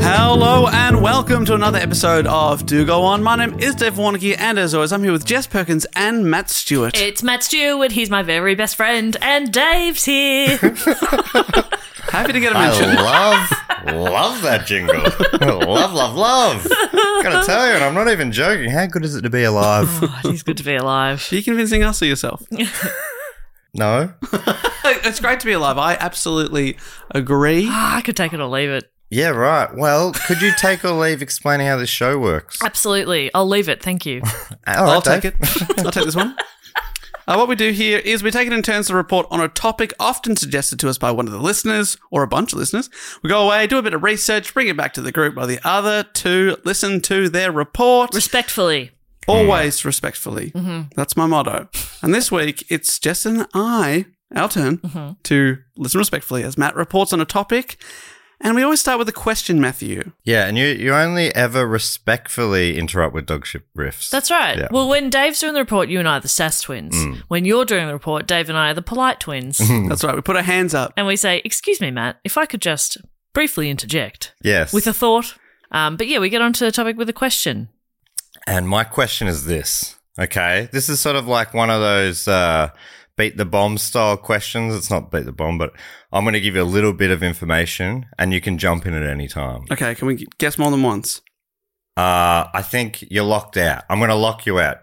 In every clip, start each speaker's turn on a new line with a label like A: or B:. A: Hello and welcome to another episode of Do Go On. My name is Dev Warnocky, and as always, I'm here with Jess Perkins and Matt Stewart.
B: It's Matt Stewart. He's my very best friend, and Dave's here.
A: Happy to get a mention.
C: I love, love that jingle. love, love, love. Gotta tell you, and I'm not even joking. How good is it to be alive?
B: God, Oh, he's good to be alive.
A: Are you convincing us or yourself?
C: No?
A: it's great to be alive. I absolutely agree.
B: Ah, I could take it or leave it.
C: Yeah, right. Well, could you take or leave explaining how this show works?
B: Absolutely, I'll leave it. Thank you.
C: All
A: I'll
C: right,
A: take
C: Dave.
A: it. I'll take this one. Uh, what we do here is we take it in turns to report on a topic often suggested to us by one of the listeners or a bunch of listeners. We go away, do a bit of research, bring it back to the group while the other two listen to their report.
B: Respectfully,
A: Always respectfully.
B: Mm-hmm.
A: That's my motto. And this week, it's Jess and I, our turn,
B: Mm-hmm.
A: to listen respectfully as Matt reports on a topic. And we always start with a question, Matthew.
C: Yeah, and you you only ever respectfully interrupt with dog shit riffs.
B: that's right.
C: Yeah.
B: Well, when Dave's doing the report, you and I are the sass twins. When you're doing the report, Dave and I are the polite twins,
A: That's right. We put our hands up.
B: Mm. and we say, "Excuse me, Matt, if I could just briefly interject
C: yes.
B: with a thought." Um, but yeah, we get onto the topic with a question.
C: and my question is this. Okay, this is sort of like one of those uh, beat the bomb style questions. It's not beat the bomb, but I'm going to give you a little bit of information, and you can jump in at any time.
A: Okay, can we g- guess more than once?
C: Uh, I think you're locked out. I'm going to lock you out.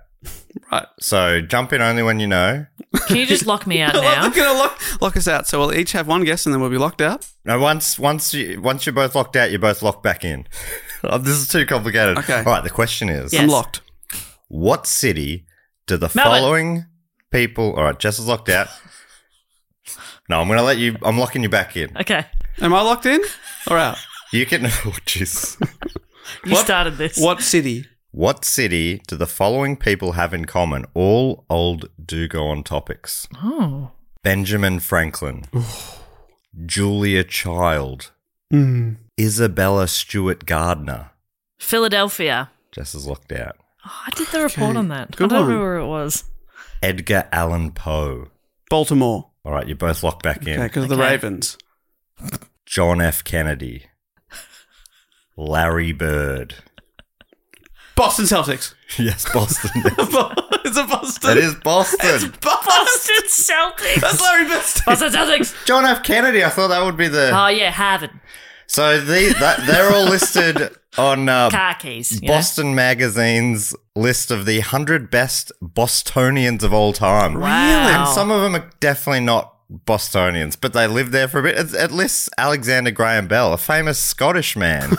A: Right.
C: So jump in only when you know.
B: Can you just lock me out
A: They're
B: now?
A: going to lock, lock us out. So we'll each have one guess and then we'll be locked out.
C: No, once once you once you're both locked out, you're both locked back in. Oh, this is too complicated.
A: Okay.
C: All right. The question is,
B: Yeah.
A: I'm
B: Yes.
A: locked.
C: what city do the
B: Melbourne.
C: following people? All right, Jess is locked out. No, I'm gonna let you. I'm locking you back in.
B: Okay,
A: Am I locked in or out?
C: You can. Oh, jeez.
B: you
A: What-
B: started this.
A: What city?
C: What city do the following people have in common? All old do go on topics.
B: Oh,
C: Benjamin Franklin, Julia Child,
A: Hmm.
C: Isabella Stewart Gardner.
B: Philadelphia.
C: Jess is locked out.
B: Oh, I did the report
A: Okay,
B: on that.
A: good
B: I don't
A: one.
B: remember where it was.
C: Edgar Allan Poe.
A: Baltimore.
C: All right, you're both locked back in.
A: Okay, because of the
B: Okay.
A: Ravens.
C: John F. Kennedy, Larry Bird.
A: Boston Celtics.
C: Yes, Boston.
A: it's a Boston.
C: that is Boston.
A: Boston.
B: Boston Celtics.
A: That's Larry Best.
B: Boston Celtics.
C: John F. Kennedy. I thought that would be the.
B: Oh yeah, Harvard
C: so the, that, they're all listed on uh,
B: car keys. you know?
C: Boston Magazine's list of the hundred best Bostonians of all time.
B: Wow.
C: And some of them are definitely not Bostonians, but they lived there for a bit. It, it lists Alexander Graham Bell, a famous Scottish man.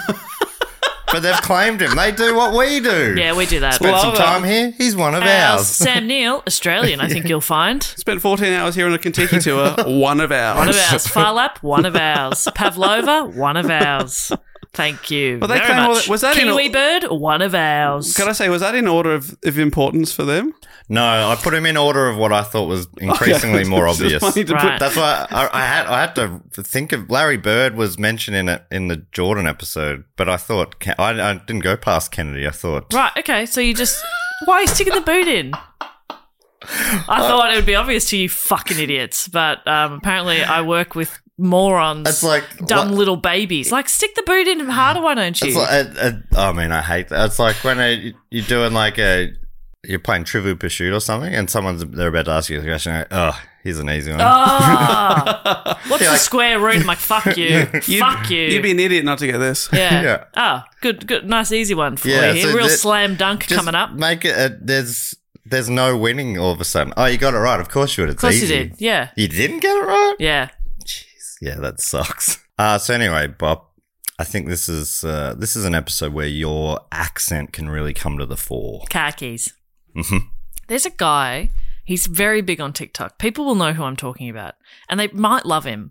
C: but they've claimed him. They do what we do.
B: Yeah, we do that.
C: Spent some
A: Love it.
C: time here. He's one of
B: Uh,
C: ours.
B: Sam Neill, Australian, I think you'll find.
A: Spent 14 hours here on a Kentucky tour, one of ours.
B: One of ours. Farlap, one of ours. Pavlova, one of ours. Thank you.
A: Well, they
B: very
A: claim all
B: much.
A: that- was that in
B: Kiwi
A: all-
B: bird, one of ours.
A: Can I say, was that in order of, of importance for them?
C: No, I put him in order of what I thought was increasingly more
A: It's just
C: obvious.
A: funny to put-
B: Right.
C: That's why I, I had I had to think of Larry Bird was mentioned in it in the Jordan episode, but I thought Ken- I, I didn't go past Kennedy. I thought
B: Right, okay, so you just. Why are you sticking the boot in? I
C: Uh,
B: thought it would be obvious to you fucking idiots, but um, apparently I work with morons.
C: It's like-
B: dumb
C: like-
B: little babies. Like, stick the boot in harder, why don't you?
C: It's like, it, it, I mean, I hate that. It's like when a, you're doing like a you're playing Trivial Pursuit or something, and someone's they're about to ask you a question. Like, oh, here's an easy one.
B: Ah, what's the
C: like-
B: square root? I'm like, fuck you,
A: You'd-
B: fuck you.
A: You'd be an idiot not to get this.
B: yeah.
C: Yeah.
B: Ah, good, good, nice, easy one for
C: Yeah,
B: you here.
C: so
B: Real
C: that-
B: slam dunk
C: Just
B: coming up.
C: Make it. A, there's there's no winning all of a sudden. Oh, you got it right. Of course you would. It's
B: Of course
C: easy.
B: you did. Yeah,
C: You didn't get it right.
B: yeah.
C: Yeah, that sucks. Uh, so anyway, Bob, I think this is uh, this is an episode where your accent can really come to the fore.
B: Khakis.
A: Mm-hmm.
C: Mhm.
B: There's a guy. He's very big on TikTok. People will know who I'm talking about, and they might love him.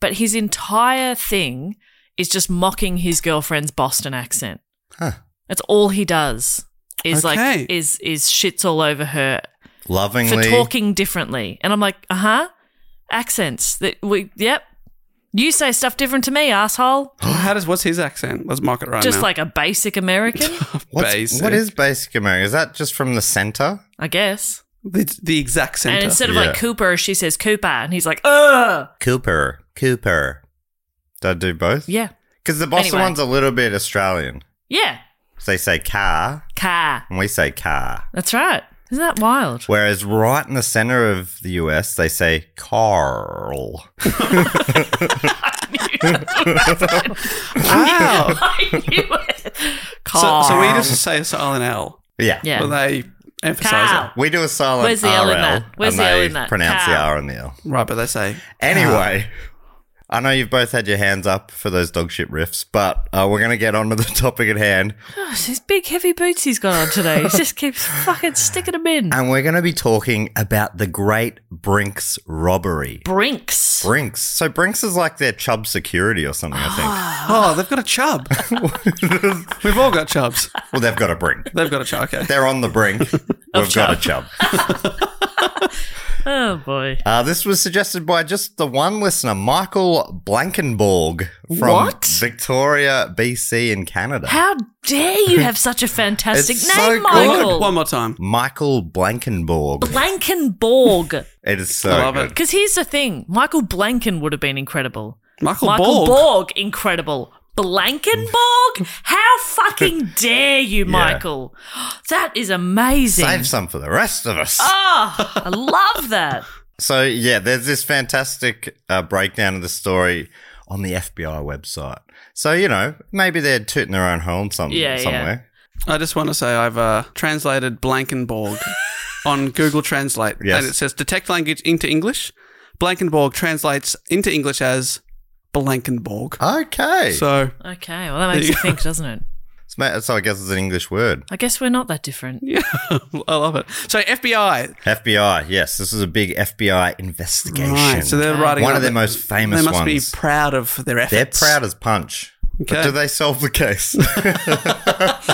B: But his entire thing is just mocking his girlfriend's Boston accent.
C: Huh.
B: That's all he does. Is
A: Okay.
B: like is is shits all over her for
C: Lovingly,
B: talking differently. And I'm like, uh huh, accents that we, yep. You say stuff different to me, asshole.
A: How does, what's his accent? Let's mock it right
B: Just
A: now.
B: like a basic American,
C: what's,
A: basic.
C: What is basic America? Is that just from the center?
B: I guess.
A: the, the exact center.
B: And instead of like
C: Yeah.
B: Cooper, she says Cooper, and he's like, ugh.
C: Cooper, Cooper. Did I do both?
B: Yeah,
C: Because the Boston
B: Anyway.
C: one's a little bit Australian.
B: yeah,
C: So they say car,
B: car.
C: and we say car.
B: That's right. Isn't that wild?
C: Whereas right in the center of the US, they say Carl.
A: wow.
B: I knew it.
A: so,
B: Carl.
A: so we just say a silent L.
C: Yeah.
B: yeah.
A: Well, they emphasize
B: Carl.
C: We do a silent
B: Where's the L in
C: RL,
B: that? Where's
C: and
B: the L
C: they
B: in that?
C: Pronounce the
B: Cow.
C: R and the L.
A: it. Right, but they say.
C: Anyway, I know you've both had your hands up for those dog shit riffs, but uh, we're going to get on to the topic at hand.
B: Gosh, Oh, these big heavy boots he's got on today. He just keeps fucking sticking them in.
C: And we're going to be talking about the Great Brinks robbery.
B: Brinks.
C: Brinks. So Brinks is like their Chubb security or something, I
A: Oh, they've got a chub. We've all got chubs.
C: think. well, they've got a brink.
A: They've got a chub. Okay.
C: They're on the brink. We've got a chub.
B: Oh boy.
C: Uh, this was suggested by just the one listener, Michael Blankenborg from
B: What?
C: Victoria, BC, in Canada.
B: How dare you have such a fantastic
C: It's so good.
B: name, Michael?
A: One more time.
C: Michael Blankenborg.
B: Blankenborg.
C: It is so
A: I love
C: good.
A: it.
B: Because here's the thing Michael Blanken would have been incredible.
A: Michael, Borg.
B: Michael Borg, incredible. Blankenborg? How fucking dare you, Michael? That is amazing.
C: Save some for the rest of us.
B: Ah, I love that.
C: So yeah, there's this fantastic uh, breakdown of the story on the FBI website. So you know, maybe they're tooting their own horn some-
B: Yeah, yeah.
C: somewhere.
A: I just want to say I've uh, translated Blankenborg on Google Translate.
C: Yes.
A: And it says detect language into English. Blankenborg translates into English as Blankenborg.
C: Okay, so,
A: So,
B: Okay, well, that makes you think, doesn't it?
C: ma- so I guess it's an English word.
B: I guess we're not that different.
A: yeah, I love it. So, FBI.
C: FBI. Yes, this is a big FBI investigation.
A: Right, so they're writing
C: one
A: up
C: of their
A: the-
C: most famous
A: They must
C: ones.
A: be proud of their
C: they're
A: efforts.
C: proud as punch. But
A: Okay.
C: do they solve the case?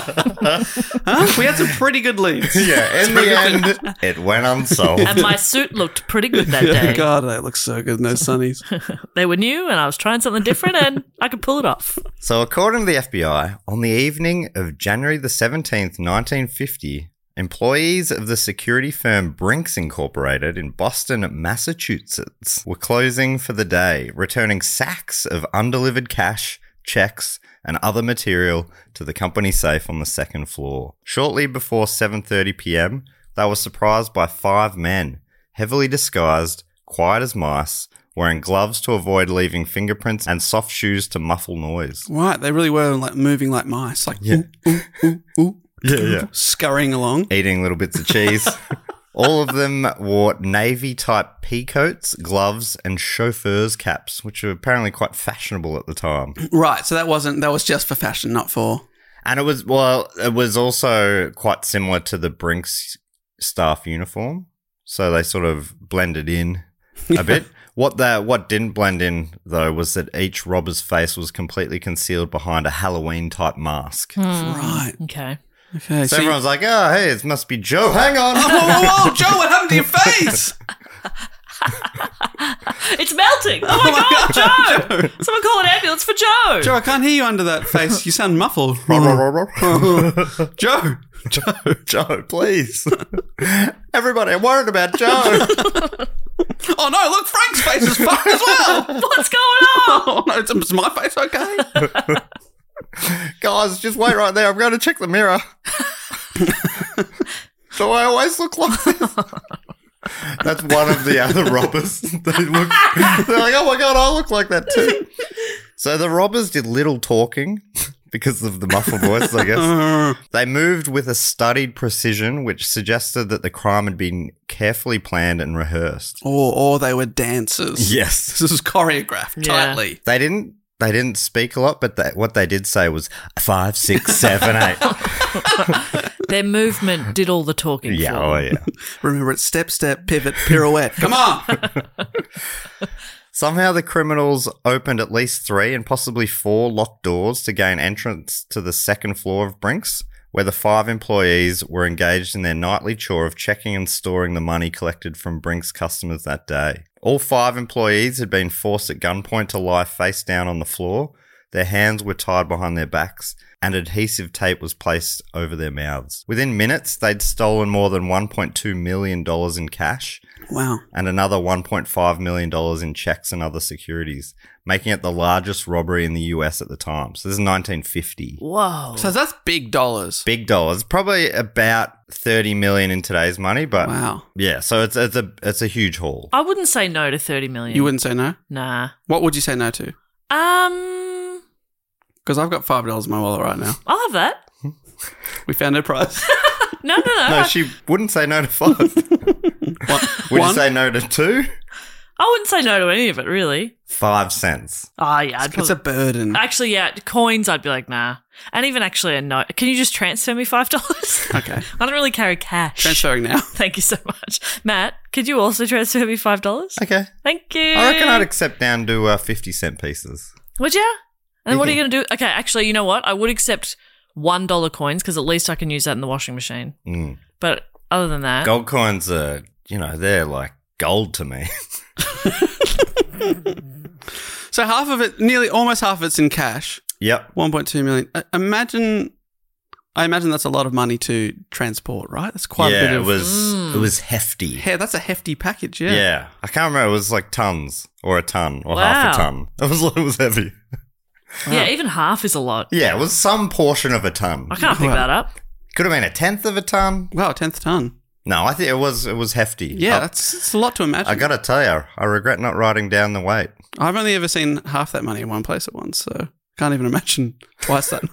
A: Huh? We had some pretty good leads.
C: yeah. In the end, it went unsolved.
B: And my suit looked pretty good that day.
A: Oh God, that looks so good in those sunnies.
B: They were new, and I was trying something different, and I could pull it off.
C: So, according to the FBI, on the evening of January the 17th, 1950, employees of the security firm Brinks Incorporated in Boston, Massachusetts, were closing for the day, returning sacks of undelivered cash, checks, and other material to the company safe on the second floor. Shortly before 7:30 p.m., they were surprised by five men, heavily disguised, quiet as mice, wearing gloves to avoid leaving fingerprints and soft shoes to muffle noise.
A: right, they really were like moving like mice, like ooh, ooh, ooh, ooh,
C: Yeah, yeah.
A: scurrying along.
C: Eating little bits of cheese. All of them wore navy type pea coats, gloves, and chauffeur's caps, which were apparently quite fashionable at the time.
A: Right. So that wasn't, that was just for fashion, not for.
C: And it was, well, it was also quite similar to the Brinks staff uniform. So they sort of blended in a bit. What the, what didn't blend in though was that each robber's face was completely concealed behind a Halloween type mask.
B: Hmm.
A: Right.
B: Okay.
A: Okay.
C: So
A: you-
C: everyone's like, "Oh, hey, it must be Joe." Hang on.
A: "Oh, Whoa, whoa, whoa, Joe, what happened to your face?
B: It's melting. Oh my god, Joe! Someone call an ambulance for Joe.
A: Joe, I can't hear you under that face. You sound muffled. Joe.
C: Joe, Joe, please. Everybody, I'm worried about Joe.
A: Oh no, look, Frank's face is fucked as well.
B: What's going on?
A: Oh no, it's, it's my face, okay?
C: Guys, just wait right there. I'm going to check the mirror. Do I always look like this? That's one of the other robbers. they look, they're like, oh my God, I look like that too. So the robbers did little talking because of the muffled voice, I guess. They moved with a studied precision, which suggested that the crime had been carefully planned and rehearsed.
A: Or, or they were dancers.
C: Yes.
A: This is choreographed
B: Yeah.
A: tightly.
C: They didn't. They didn't speak a lot, but they, what they did say was five, six, seven, eight.
B: Their movement did all the talking.
C: yeah,
B: for
C: oh
B: them.
C: yeah.
A: Remember, it's step, step, pivot, pirouette. Come on.
C: Somehow the criminals opened at least three and possibly four locked doors to gain entrance to the second floor of Brinks, where the five employees were engaged in their nightly chore of checking and storing the money collected from Brinks customers that day. All five employees had been forced at gunpoint to lie face down on the floor. Their hands were tied behind their backs, and adhesive tape was placed over their mouths. Within minutes, they'd stolen more than $1.2 million in cash
A: Wow.
C: and another $1.5 million in checks and other securities, making it the largest robbery in the US at the time. So this is 1950.
B: Whoa.
A: So that's big dollars.
C: Big dollars, probably about 30 million in today's money, but
A: Wow.
C: yeah, so it's it's a it's a huge haul.
B: I wouldn't say no to thirty million.
A: You wouldn't say no?
B: Nah.
A: What would you say no to?
B: Um.
A: Because I've got $5 in my wallet right now.
B: I'll have that.
A: We found no price.
B: No, no, no.
C: No, she wouldn't say no to five. Would
A: One-
C: you
A: one-
C: say no to two?
B: I wouldn't say no to any of it, really.
C: Five cents.
B: Ah, yeah. I'd
A: it's a
B: probably,
A: burden.
B: actually, yeah, coins. I'd be like, nah. And even actually, a note. Can you just transfer me five dollars?
A: Okay.
B: I don't really carry cash.
A: Transferring now.
B: Thank you so much, Matt. Could you also transfer me five dollars?
C: Okay.
B: Thank you.
C: I reckon I'd accept down to uh, 50 cent pieces.
B: Would you? And
C: You
B: what are you going
C: think-
B: to do? Okay, actually, you know what? I would accept one dollar coins because at least I can use that in the washing machine.
C: Mm.
B: But other than that,
C: Gold coins are, you know, they're like gold to me.
A: So half of it, nearly almost half of it's in cash.
C: yep.
A: 1.2 million. I- imagine, I imagine that's a lot of money to transport, right? That's quite
C: yeah,
A: a bit of.
C: it was it was hefty.
A: yeah, that's a hefty package, yeah.
C: Yeah. I can't remember. It was like tons or a ton or half a
B: Wow.
C: ton. It was, it was heavy.
B: yeah, even half is a lot.
C: Yeah, it was some portion of a ton.
B: I can't pick
A: Wow.
B: that up.
C: Could have been a tenth of a ton.
A: Wow, a tenth ton.
C: No, I think it was it was hefty.
A: Yeah,
C: I-
A: that's, it's a lot to imagine.
C: I,
A: I
C: gotta tell you, I regret not writing down the weight.
A: have only ever seen half that money in one place at once, so can't even imagine twice that.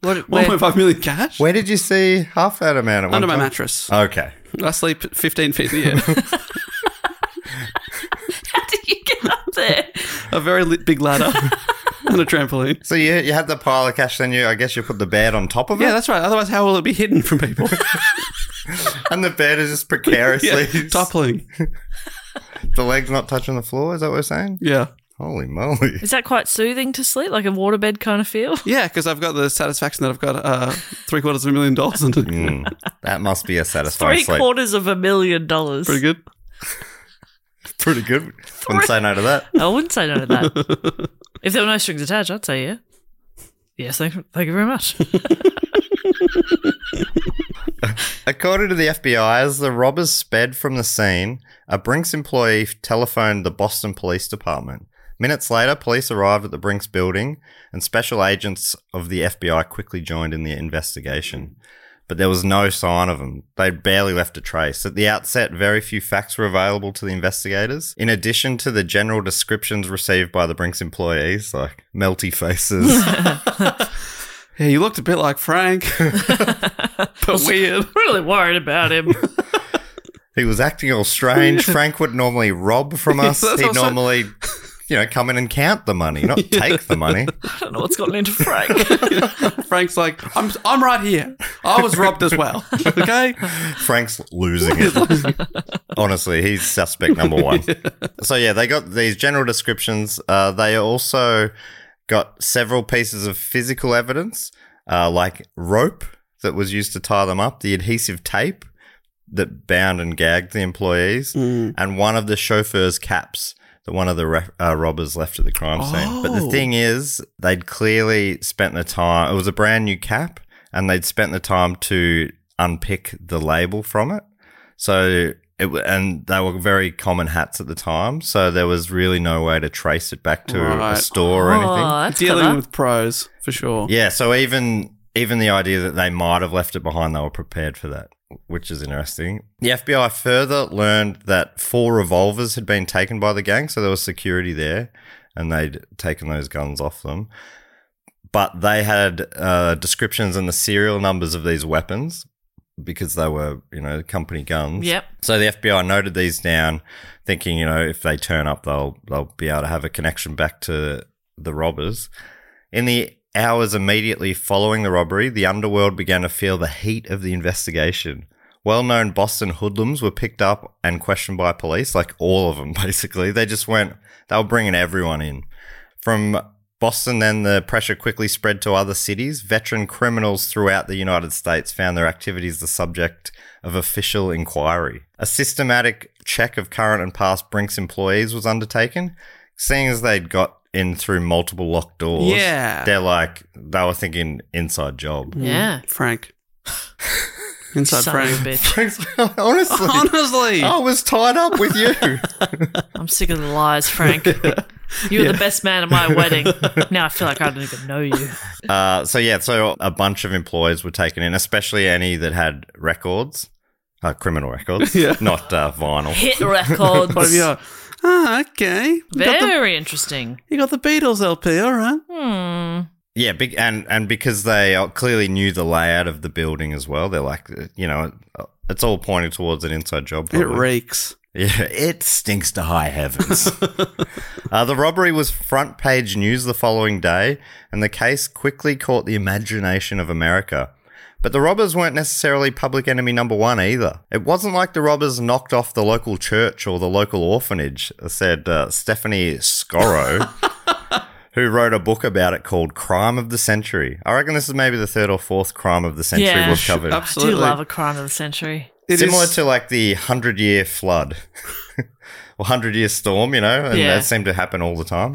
B: What? where-
A: 1.5 million cash?
C: Where did you see half that amount? At one
A: Under my
C: time?
A: mattress.
C: Okay.
A: I sleep 15 feet in the air.
B: How did you get up there?
A: a very lit, big ladder and a trampoline.
C: So you you had the pile of cash, then you I guess you put the bed on top of it,
A: Yeah, that's right. Otherwise, how will it be hidden from people?
C: and the bed is just precariously
A: yeah, toppling.
C: the legs not touching the floor. Is that what we're saying?
A: Yeah.
C: Holy moly!
B: Is that quite soothing to sleep, like a waterbed kind of feel?
A: Yeah, because I've got the satisfaction that I've got uh, three quarters of a million dollars into it.
C: Mm, that must be a satisfying
B: Three
C: sleep.
B: quarters of a million dollars.
A: Pretty good.
C: Pretty good. Wouldn't say no to that.
B: I wouldn't say no to that. if there were no strings attached, I'd say yeah. Yes, thank, thank you very much.
C: According to the FBI, as the robbers sped from the scene, a Brinks employee telephoned the Boston Police Department. Minutes later, police arrived at the Brinks building, and special agents of the FBI quickly joined in the investigation. But there was no sign of them. They barely left a trace. At the outset, very few facts were available to the investigators. In addition to the general descriptions received by the Brinks employees, like melty faces,
A: Yeah, you looked a bit like Frank, but weird.
B: really worried about him.
C: He was acting all strange. Frank would normally rob from us.
A: That's
C: He'd
A: also-
C: normally, you know, come in and count the money, not take the money.
B: I don't know what's gotten into Frank.
A: Frank's like, I'm, I'm right here. I was robbed as well. Okay.
C: Frank's losing it. Honestly, he's suspect number one. So yeah, they got these general descriptions. Uh, they also got several pieces of physical evidence, uh, like rope that was used to tie them up, the adhesive tape that bound and gagged the employees, and one of the chauffeur's caps that one of the re- uh, robbers left at the crime scene. But the
A: Oh.
C: thing is, they'd clearly spent the time. It was a brand new cap, and they'd spent the time to unpick the label from it. So it w- and they were very common hats at the time, so there was really no way to trace it back to a
A: Right.
C: store or anything.
B: Oh, that's
A: Dealing
B: clever.
A: with pros for sure.
C: Yeah, so even even the idea that they might have left it behind, they were prepared for that, which is interesting. The FBI further learned that four revolvers had been taken by the gang, so there was security there, and they'd taken those guns off them. But they had uh, descriptions and the serial numbers of these weapons because they were, you know, company guns.
B: Yep.
C: So the FBI noted these down, thinking, you know, if they turn up, they'll they'll be able to have a connection back to the robbers. In the hours immediately following the robbery, the underworld began to feel the heat of the investigation. Well known Boston hoodlums were picked up and questioned by police, like all of them, basically. They just went, they were bringing everyone in. From Boston, then the pressure quickly spread to other cities. Veteran criminals throughout the United States found their activities the subject of official inquiry. A systematic check of current and past Brinks employees was undertaken, seeing as they'd got in through multiple locked doors.
A: Yeah.
C: They're like, they were thinking inside job.
B: Yeah.
A: Frank. Inside
B: Son of a
A: Mm. Frank.
B: bitch.
C: Honestly.
A: Honestly.
C: I was tied up with you.
B: I'm sick of the lies, Frank. You were the best man at my wedding. Now I feel like I don't even know you.
C: Uh, so yeah, so a bunch of employees were taken in, especially any that had records, uh, criminal records,
A: Yeah.
C: not uh, vinyl.
B: Hit records.
A: What have you got? Ah, okay. You got, the,
B: Very interesting.
A: you got the Beatles LP, all right.
B: Hmm.
C: Yeah, big, and and because they uh, clearly knew the layout of the building as well, they're like, uh, you know, uh, it's all pointing towards an inside job.
A: It
C: probably.
A: reeks.
C: Yeah, it stinks to high heavens. uh, the robbery was front page news the following day, and the case quickly caught the imagination of America. But the robbers weren't necessarily public enemy number one either. It wasn't like the robbers knocked off the local church or the local orphanage, said uh, Stephanie Scorro, who wrote a book about it called Crime of the Century. I reckon this is maybe the third or fourth crime of the century
B: Yeah.
C: we've covered.
B: I do
A: Absolutely.
B: love a crime of the century.
A: It
C: Similar
A: is-
C: to like the 100 year flood or 100 year storm, you know, and
B: Yeah.
C: that seemed to happen all the time.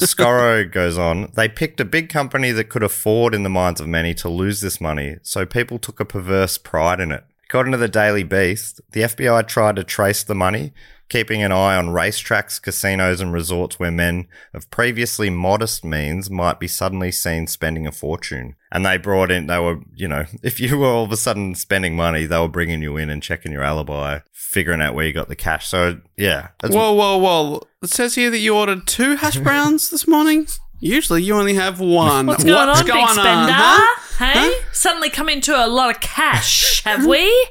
C: Scorro goes on, they picked a big company that could afford, in the minds of many, to lose this money, so people took a perverse pride in it. According to the Daily Beast, the FBI tried to trace the money, keeping an eye on racetracks, casinos, and resorts where men of previously modest means might be suddenly seen spending a fortune. And they brought in, they were, you know, if you were all of a sudden spending money, they were bringing you in and checking your alibi, figuring out where you got the cash. So, yeah. that's-
A: Whoa, whoa, whoa. It says here that you ordered two hash browns this morning. Usually you only have one.
B: What's going on,
A: Um, going
B: big spender?
A: on, huh?
B: Hey, suddenly come into a lot of cash, have we?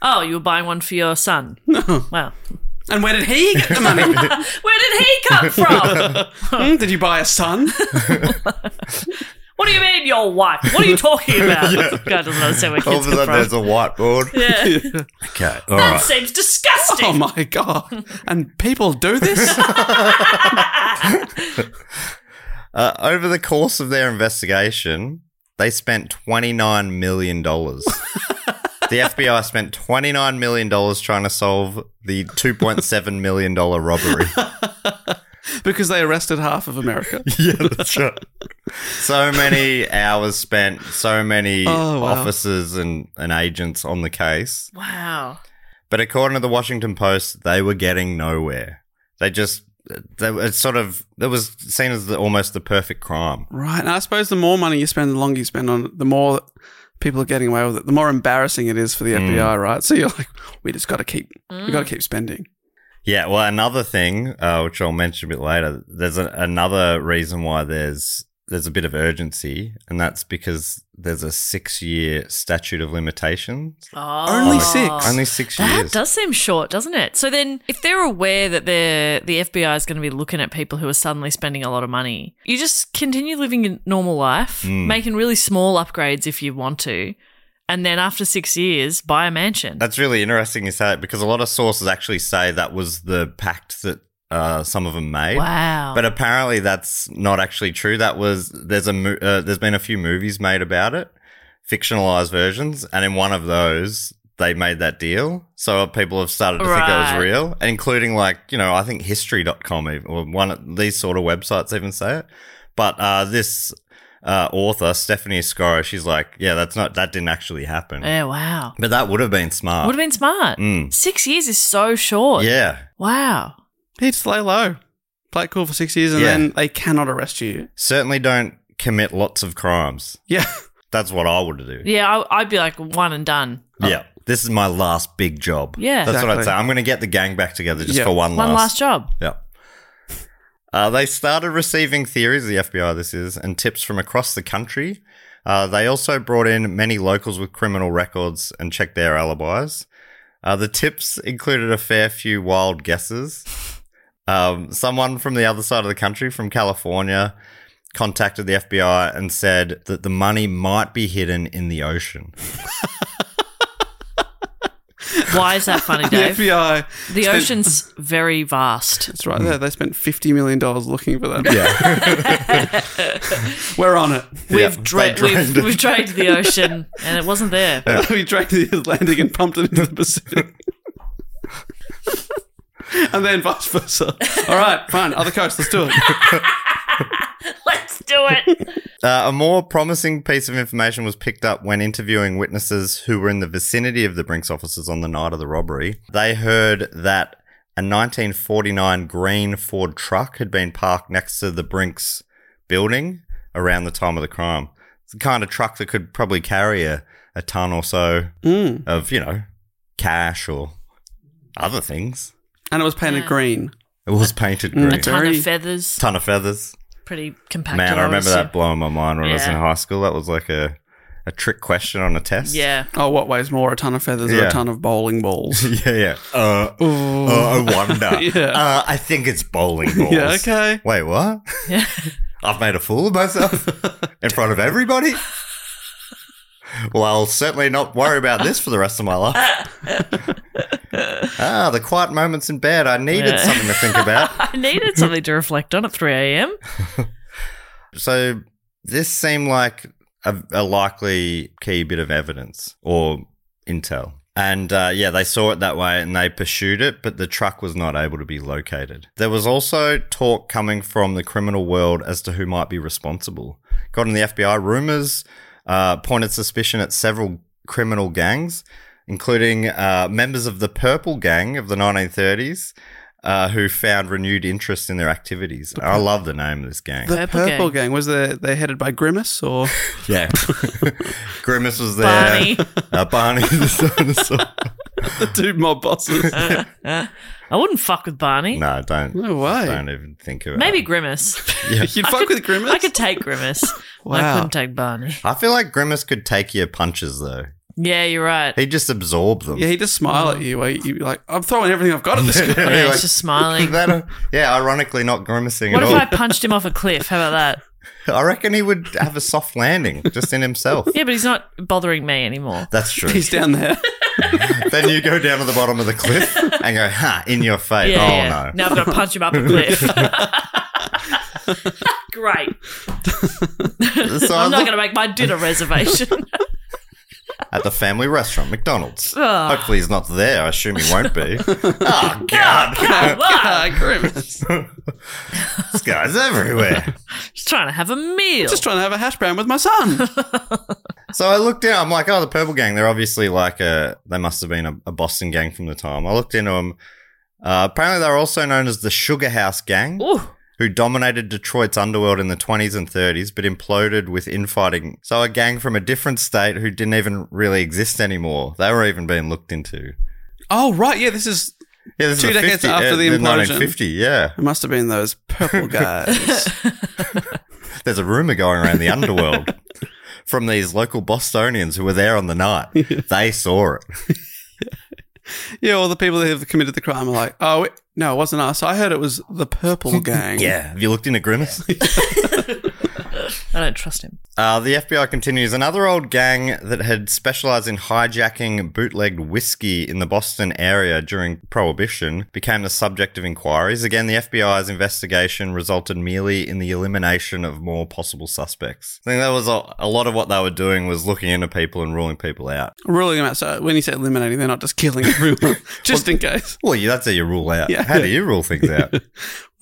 B: Oh, you were buying one for your son. Wow,
A: And where did he get the money?
B: where did he come from?
A: Hmm, did you buy a son?
B: what do you mean, your wife? What are you talking about? God doesn't understand where
C: All of
B: kids
C: a
B: come
C: sudden, there's a
B: from.
C: whiteboard.
B: Yeah.
C: Okay. All
B: That
C: right.
B: seems disgusting.
A: Oh my god! And people do this.
C: Uh, over the course of their investigation, they spent $29 million. the FBI spent $29 million trying to solve the $2.7 million robbery.
A: because they arrested half of America.
C: yeah, that's right. So many hours spent, so many
A: Oh, wow.
C: officers and, and agents on the case.
B: Wow.
C: But according to the Washington Post, they were getting nowhere. They just, they, it's sort of, it was seen as the, almost the perfect crime.
A: Right. And I suppose the more money you spend, the longer you spend on it, the more people are getting away with it, the more embarrassing it is for the
C: Mm.
A: FBI, right? So you're like, we just got to keep, we
B: Mm.
A: got to keep spending.
C: Yeah, well, another thing, uh, which I'll mention a bit later, there's a, another reason why there's there's a bit of urgency, and that's because there's a six year statute of limitations.
B: Oh.
A: Only six.
C: Only six
B: That
C: years.
B: does seem short, doesn't it? So then, if they're aware that they're, the FBI is going to be looking at people who are suddenly spending a lot of money, you just continue living a normal life,
C: Hmm.
B: making really small upgrades if you want to, and then after six years, buy a mansion.
C: That's really interesting you say it because a lot of sources actually say that was the pact that uh, some of them made.
B: wow.
C: But apparently that's not actually true. That was there's a mo- uh, there's been a few movies made about it, fictionalized versions, and in one of those they made that deal. So people have started to think that
B: Right.
C: was real, including like you know I think history.com even, e, or one of these sort of websites even say it. But uh, this uh, author Stephanie Scorro, she's like, yeah, that's not that didn't actually happen.
B: yeah, wow.
C: But that would have been smart.
B: Would have been smart.
C: Mm.
B: Six years is so short.
C: Yeah.
B: Wow.
A: He'd just lay low, play it cool for six years, and
C: Yeah.
A: then they cannot arrest you.
C: Certainly don't commit lots of crimes.
A: Yeah.
C: That's what I would do.
B: Yeah, I, I'd be like one and done.
C: Yeah. This is my last big job.
B: Yeah.
C: That's what I'd
A: Exactly.
C: say. I'm going to get the gang back together just
A: Yeah.
C: for one last.
B: One last job.
C: Yeah. Uh, they started receiving theories, the FBI, this is, and tips from across the country. Uh, they also brought in many locals with criminal records and checked their alibis. Uh, the tips included a fair few wild guesses. Um, someone from the other side of the country, from California, contacted the FBI and said that the money might be hidden in the ocean.
B: Why is that funny,
A: The
B: Dave?
A: FBI.
B: The
A: spent-
B: ocean's very vast.
A: That's right there. They spent $50 million looking for that.
C: Mm. Yeah.
A: We're on it.
C: Yeah,
B: We've,
C: they
B: dra-
C: drained
B: we've,
C: it.
B: we've dragged the ocean and it wasn't there.
A: we dragged the Atlantic and pumped it into the Pacific. and then vice versa. All right, fine. Other coast, let's do it.
B: Let's do it.
C: Uh, a more promising piece of information was picked up when interviewing witnesses who were in the vicinity of the Brinks offices on the night of the robbery. They heard that a 1949 green Ford truck had been parked next to the Brinks building around the time of the crime. It's the kind of truck that could probably carry a, a ton or so
A: Mm.
C: of, you know, cash or other things.
A: And it was painted green.
C: It was painted
A: Mm.
C: green.
B: A ton
A: Very-
B: of feathers.
C: ton of feathers.
B: Pretty compact.
C: Man, I remember that
B: block.
C: blowing my mind when I was in
B: Yeah.
C: high school. That was like a, a trick question on a test.
B: Yeah.
A: Oh, what weighs more, a ton of feathers or
C: Yeah.
A: a ton of bowling balls?
C: yeah, yeah. Uh, uh, I wonder.
A: Yeah.
C: uh, I think it's bowling balls.
A: Yeah, okay.
C: Wait, what?
B: Yeah.
C: I've made a fool of myself in front of everybody. Well, I'll certainly not worry about this for the rest of my life. ah, the quiet moments in bed. I needed
B: Yeah.
C: something to think about.
B: I needed something to reflect on at 3 a.m.
C: So this seemed like a, a likely key bit of evidence or intel. And uh, yeah, they saw it that way and they pursued it, but the truck was not able to be located. There was also talk coming from the criminal world as to who might be responsible. Got in the FBI rumors, uh, pointed suspicion at several criminal gangs, including uh, members of the Purple Gang of the 1930s, uh, who found renewed interest in their activities. I love the name of this gang.
A: The
B: Purple
A: Purple,
B: Gang.
A: Gang. was they they headed by Grimace or
C: Yeah. Grimace was there.
B: Barney.
C: Uh, Barney the dinosaur.
A: the two mob bosses?
B: I wouldn't fuck with Barney.
C: no, don't.
A: No way.
C: Don't even think of it.
B: Maybe Grimace.
A: You'd fuck with Grimace?
B: I could take Grimace. but I
A: Wow.
B: couldn't take Barney.
C: I feel like Grimace could take your punches, though.
B: Yeah, you're right.
C: He'd just absorb them.
A: yeah, he'd just smile
B: Mm.
A: at you. Where you'd be like, I'm throwing everything I've got at this guy.
B: yeah,
C: Anyway.
B: he's just smiling.
C: That- uh, yeah, ironically, not grimacing
B: What
C: at
B: if
C: all.
B: I punched him off a cliff? How about that?
C: I reckon he would have a soft landing just in himself.
B: Yeah, but he's not bothering me anymore.
C: That's true.
A: He's down there.
C: then you go down to the bottom of the cliff and go, ha, in your face.
B: Yeah,
C: oh,
B: yeah.
C: no.
B: Now I've got to punch him up a cliff. Great.
C: So I
B: I'm not
C: looked
B: going to make my dinner reservation.
C: at the family restaurant, McDonald's.
B: Ah.
C: Hopefully, he's not there. I assume he won't be. oh, God.
B: Wow.
A: Grimace.
C: This guy's everywhere.
B: Just trying to have a meal.
A: Just trying to have a hash brown with my son.
C: So I looked down. I'm like, oh, the Purple Gang. They're obviously like a. They must have been a, a Boston gang from the time. I looked into them. Uh, apparently, they're also known as the Sugar House Gang,
B: Ooh,
C: who dominated Detroit's underworld in the 20s and 30s, but imploded with infighting. So a gang from a different state who didn't even really exist anymore. They were even being looked into.
A: oh, right. Yeah, this is.
C: Yeah, this
A: Two
C: is the
A: decades
C: 50,
A: after
C: yeah,
A: the implosion.
C: 1950. Yeah,
A: It must have been those purple guys.
C: they're There's a rumor going around the underworld from these local Bostonians who were there on the night. They saw it.
A: Yeah, all the people that have committed the crime are like, oh, it- no, it wasn't us. I heard it was the Purple Gang.
C: Yeah. Have you looked into Grimace?
B: I don't trust him.
C: Uh, the FBI continues. Another old gang that had specialized in hijacking bootlegged whiskey in the Boston area during Prohibition became the subject of inquiries. Again, the FBI's investigation resulted merely in the elimination of more possible suspects. I think that was a, a lot of what they were doing was looking into people and ruling people out.
A: Ruling them out. So when you say eliminating, they're not just killing everyone, just in case.
C: Well, yeah, that's how you rule out.
A: Yeah.
C: How do you rule things out?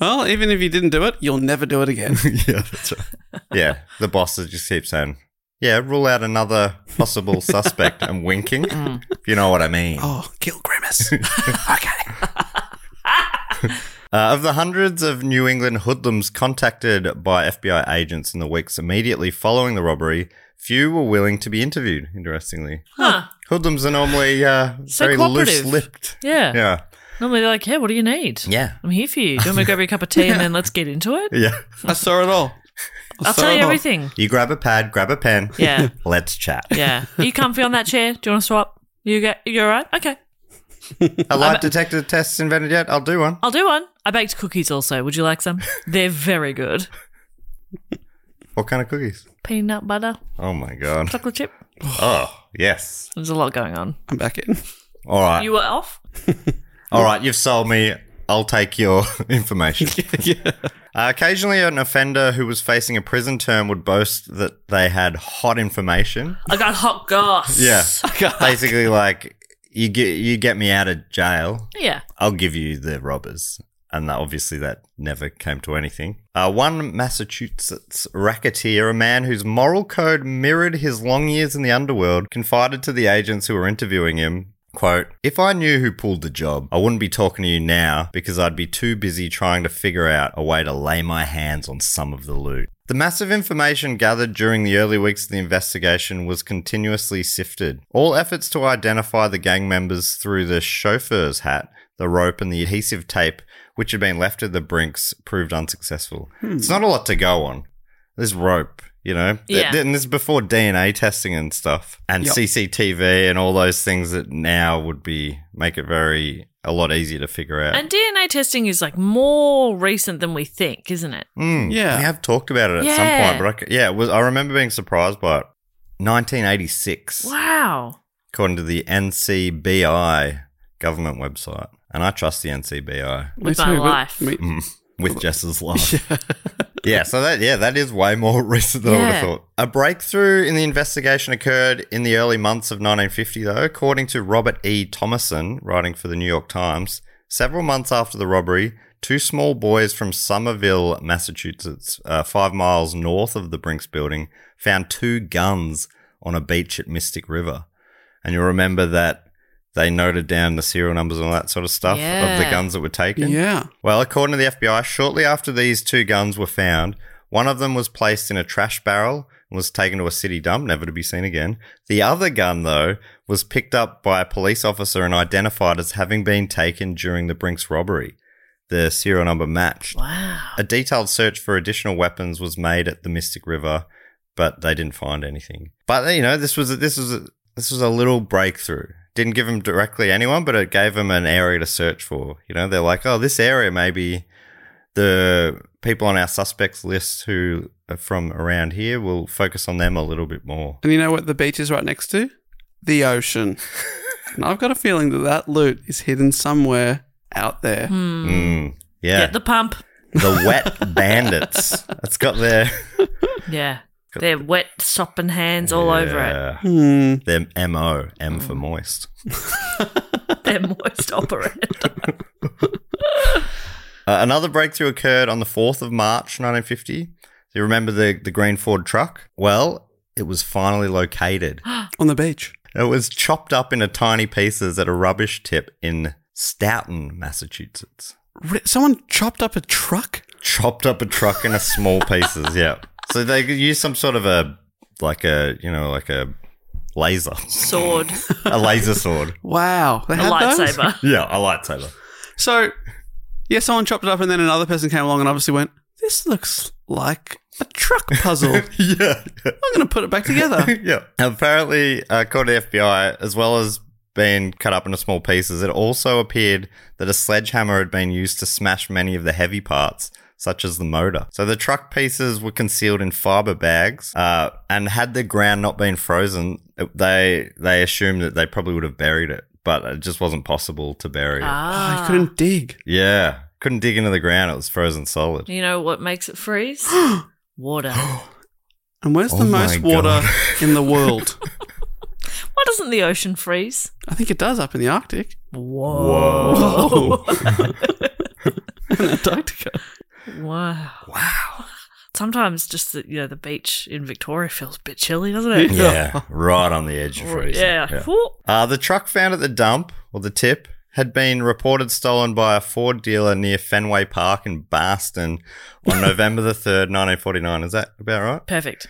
A: Well, even if you didn't do it, you'll never do it again.
C: yeah, that's right. Yeah, the boss is- just keeps saying, "Yeah, rule out another possible suspect," and winking. If you know what I mean.
A: oh, kill Grimace. okay.
C: Uh, of the hundreds of New England hoodlums contacted by FBI agents in the weeks immediately following the robbery, few were willing to be interviewed. Interestingly,
B: Huh.
C: hoodlums are normally uh,
B: So
C: very
B: cooperative.
C: loose-lipped.
B: Yeah.
C: Yeah,
B: Normally they're like, yeah, what do you need?
C: Yeah.
B: I'm here for you. Do you want me to grab you a cup of tea and then let's get into it?
C: yeah.
A: I saw it all. I
B: I'll
A: saw
B: tell
A: it
B: you
A: all.
B: everything.
C: You grab a pad, grab a pen.
B: Yeah.
C: Let's chat.
B: Yeah. Are you comfy on that chair? Do you want to swap? You go, you all right? Okay.
C: A lie detector test's invented yet? I'll do one.
B: I'll do one. I baked cookies also. Would you like some? They're very good.
C: What kind of cookies?
B: Peanut butter,
C: Oh my god.
B: chocolate chip.
C: Oh yes.
B: There's a lot going on.
A: I'm back in.
C: All right.
B: You were off?
C: All right, you've sold me. I'll take your information. Uh, occasionally, an offender who was facing a prison term would boast that they had hot information.
B: I got hot goss.
C: Yeah, basically, like you get you get me out of jail.
B: Yeah.
C: I'll give you the robbers. And that, obviously, that never came to anything. Uh, one Massachusetts racketeer, a man whose moral code mirrored his long years in the underworld, confided to the agents who were interviewing him. Quote, if I knew who pulled the job, I wouldn't be talking to you now because I'd be too busy trying to figure out a way to lay my hands on some of the loot. The massive information gathered during the early weeks of the investigation was continuously sifted. All efforts to identify the gang members through the chauffeur's hat the rope and the adhesive tape, which had been left at the brinks, proved unsuccessful. It's not a lot to go on. This rope, you know, Th-
B: Yeah.
C: th- and this is before DNA testing and stuff, and
A: Yep.
C: CCTV and all those things that now would be make it very a lot easier to figure out.
B: And DNA testing is like more recent than we think, isn't it?
C: Mm,
A: Yeah.
C: we have talked about it at
B: Yeah.
C: some point, but I, c- yeah, it was, I remember being surprised by it. 1986,
B: Wow.
C: according to the NCBI government website, and I trust the NCBI.
B: With
A: Me
B: my
A: too, but-
B: life.
A: me-
C: Mm, with Jess's laugh. yeah. so that yeah, that is way more recent than I would
B: Yeah.
C: have thought. A breakthrough in the investigation occurred in the early months of 1950, though, according to Robert E. Thomason, writing for the New York Times. Several months after the robbery, two small boys from Somerville, Massachusetts, uh, five miles north of the Brinks building, found two guns on a beach at Mystic River. And you'll remember that they noted down the serial numbers and all that sort of stuff of the
B: Yeah.
C: guns that were taken.
A: Yeah.
C: Well, according to the FBI, shortly after these two guns were found, one of them was placed in a trash barrel and was taken to a city dump, never to be seen again. The other gun, though, was picked up by a police officer and identified as having been taken during the Brinks robbery. The serial number matched.
B: Wow.
C: A detailed search for additional weapons was made at the Mystic River, but they didn't find anything. But you know, this was a, this was a, this was a little breakthrough. Didn't give them directly anyone, but it gave them an area to search for. You know, they're like, oh, this area maybe the people on our suspects list who are from around here will focus on them a little bit more.
A: And you know what the beach is right next to? The ocean. and I've got a feeling that that loot is hidden somewhere out there.
B: Hmm.
C: Mm. Yeah,
B: Get the pump.
C: the-, wet bandits. It's got their
B: Yeah. They're wet, sopping hands all over it. Mm.
C: Yeah.
A: Hmm.
C: Their mo m for moist.
B: They're moist operand.
C: Uh, another breakthrough occurred on the 4th of March 1950. Do you remember the, the green Ford truck? Well, it was finally located.
A: On the beach.
C: it was chopped up into tiny pieces at a rubbish tip in Stoughton, Massachusetts.
A: Re- Someone chopped up a truck?
C: Chopped up a truck into small pieces, yeah. So they used some sort of a, like a, you know, like a laser,
B: Sword.
C: a laser sword.
A: Wow. They
B: A
A: had those?
B: lightsaber.
C: Yeah, a lightsaber.
A: So, yeah, someone chopped it up and then another person came along and obviously went, this looks like a truck puzzle. I'm
C: yeah.
A: going to put it back together.
C: yeah. Apparently, uh, according to the FBI, as well as being cut up into small pieces, it also appeared that a sledgehammer had been used to smash many of the heavy parts, such as the motor. So the truck pieces were concealed in fiber bags, uh, and had the ground not been frozen, it- they they assumed that they probably would have buried it, but it just wasn't possible to bury it.
A: I
B: Ah,
A: couldn't dig.
C: Yeah. Couldn't dig into the ground. It was frozen solid.
B: you know what makes it freeze? Water.
A: And where's
C: Oh
A: the
C: my
A: most water
C: God.
A: in the world?
B: Why doesn't the ocean freeze?
A: I think it does up in the Arctic
B: Whoa.
A: and Antarctica.
B: wow. Wow. Sometimes just the, you know the beach in Victoria feels a bit chilly, doesn't it?
C: Yeah. right on the edge of
B: Or-
C: freezing.
B: yeah. Whoop.
C: Uh, the truck found at the dump, or the tip, had been reported stolen by a Ford dealer near Fenway Park in Barston on November the 3rd, 1949. Is that about right?
B: Perfect.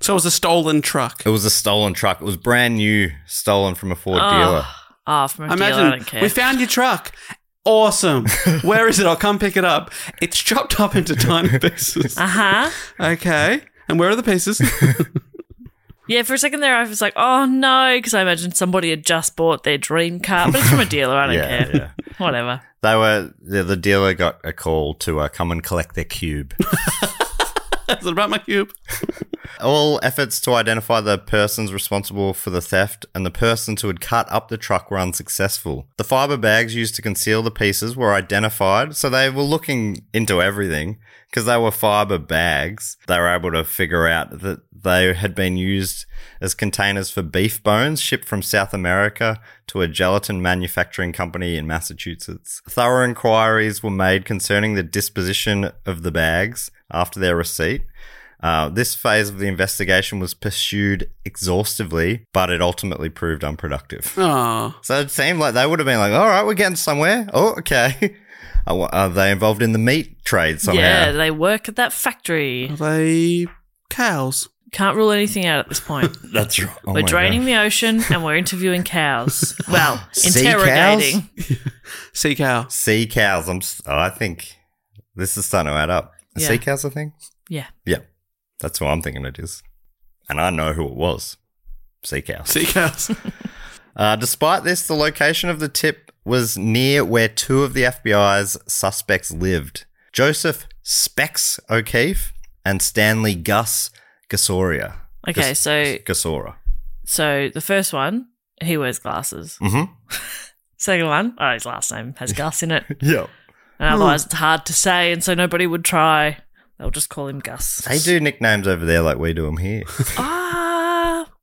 A: So it was a stolen truck.
C: It was a stolen truck. It was brand new, stolen from a Ford
B: Oh.
C: dealer.
B: Ah, from a dealer, I don't care.
A: we found your truck. Awesome. Where is it? I'll come pick it up. It's chopped up into tiny pieces.
B: uh huh.
A: Okay. And where are the pieces?
B: Yeah, for a second there, I was like, oh no, because I imagined somebody had just bought their dream car, but it's from a dealer. I don't
C: Yeah,
B: care.
C: yeah.
B: Whatever.
C: They were the, the dealer got a call to uh, come and collect their cube.
A: Is it about my cube?
C: All efforts to identify the persons responsible for the theft and the persons who had cut up the truck were unsuccessful. The fiber bags used to conceal the pieces were identified, so they were looking into everything because they were fiber bags. They were able to figure out that they had been used as containers for beef bones shipped from South America to a gelatin manufacturing company in Massachusetts. Thorough inquiries were made concerning the disposition of the bags after their receipt. Uh, this phase of the investigation was pursued exhaustively, but it ultimately proved unproductive.
A: Oh.
C: So it seemed like they would have been like, all right, we're getting somewhere. Oh, okay. Are, are they involved in the meat trade somehow?
B: Yeah, they work at that factory.
A: Are they cows?
B: Can't rule anything out at this point.
C: That's right. Oh
B: we're
C: my
B: draining
C: God.
B: the ocean and we're interviewing cows. Well,
C: Sea
B: interrogating.
A: Sea cow.
C: Sea cows. I'm, s- oh, I think this is starting to add up. Are
B: Yeah.
C: Sea cows, I think?
B: Yeah.
C: Yeah. That's what I'm thinking it is. And I know who it was. Sea cows.
A: Sea cows.
C: Uh, despite this, the location of the tip was near where two of the FBI's suspects lived Joseph Specs O'Keefe and Stanley Gus Gasoria.
B: Okay,
C: Gus-
B: so-
C: Gasora.
B: So the first one, he wears glasses.
C: Mm-hmm.
B: Second one, oh, his last name has Gus in it.
C: Yeah.
B: And otherwise, it's hard to say, and so nobody would try. They'll just call him Gus.
C: They do nicknames over there like we do them here.
B: Ah,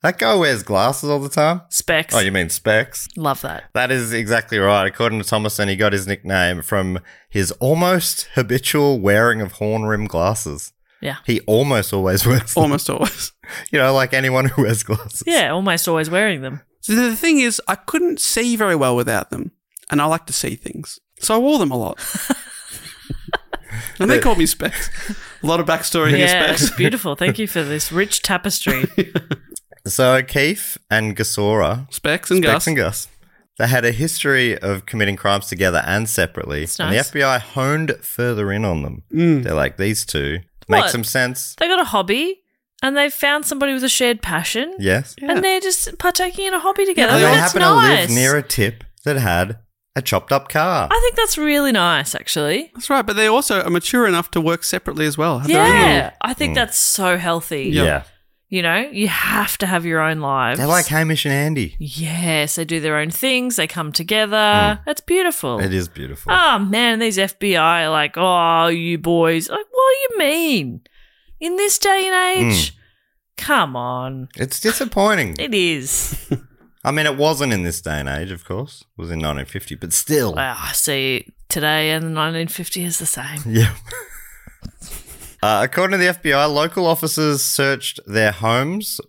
C: that guy wears glasses all the time.
B: specs.
C: Oh, you mean Specs?
B: Love that.
C: That is exactly right. According to Thomason, he got his nickname from his almost habitual wearing of horn rim glasses.
B: Yeah.
C: He almost always wears them.
A: Almost always.
C: You know, like anyone who wears glasses.
B: Yeah, almost always wearing them.
A: So the thing is, I couldn't see very well without them. And I like to see things. So I wore them a lot. and they called me Specs. A lot of backstory here,
B: Yeah, it's
A: Specs.
B: beautiful. Thank you for this rich tapestry.
C: So O'Keefe and Gasora,
A: Specs and
C: Bex
A: Gus.
C: and Gus, they had a history of committing crimes together and separately.
B: That's
C: And the
B: nice. Mm.
C: FBI honed further in on them. They're like, these two make
B: What?
C: some sense.
B: They got a hobby, and they found somebody with a shared passion,
C: Yes.
B: and they're just partaking in a hobby together.
C: and they
B: that's
C: happen to
B: nice.
C: live near a tip that had a chopped up car.
B: I think that's really nice, actually.
A: That's right. But they also are mature enough to work separately as well. Have their own little-
B: Yeah, I
C: Mm.
B: think that's so healthy.
A: Yeah.
B: You know, you have to have your own lives.
C: They're like Hamish and Andy.
B: yes, they do their own things. They come together. That's beautiful.
C: Mm. It is beautiful.
B: Oh man, these FBI are like, oh, you boys. Like, what do you mean? In this day and
C: Mm.
B: age? Come on.
C: It's disappointing.
B: It is.
C: I mean, it wasn't in this day and age, of course. It was in 1950, but still.
B: wow, I see today and 1950 is the same.
C: Yeah. uh, according to the FBI, local officers searched their homes.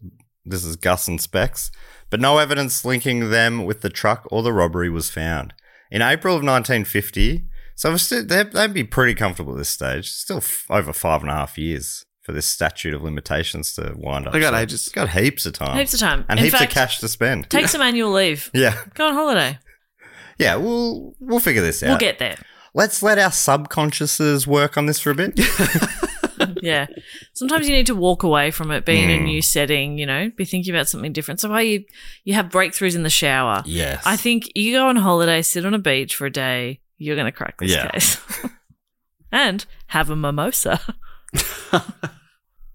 C: This is Gus and Specs, but no evidence linking them with the truck or the robbery was found. In April of 1950, so it was still- they'd, they'd be pretty comfortable at this stage. Still f- over five and a half years for this statute of limitations to wind up.
A: They got
C: So
A: ages.
C: Got heaps of time.
B: Heaps of time.
C: And
B: In
C: heaps
B: fact-
C: of cash to spend.
B: Take some annual leave.
C: yeah,
B: Go on holiday.
C: yeah. We'll we'll figure this out.
B: We'll get there.
C: Let's let our subconsciouses work on this for a bit.
B: yeah. Sometimes you need to walk away from it, be in
C: Mm.
B: a new setting, you know, be thinking about something different. So why you you have breakthroughs in the shower.
C: Yes.
B: I think you go on holiday, sit on a beach for a day, you're gonna crack this
C: Yeah.
B: case. and have a mimosa.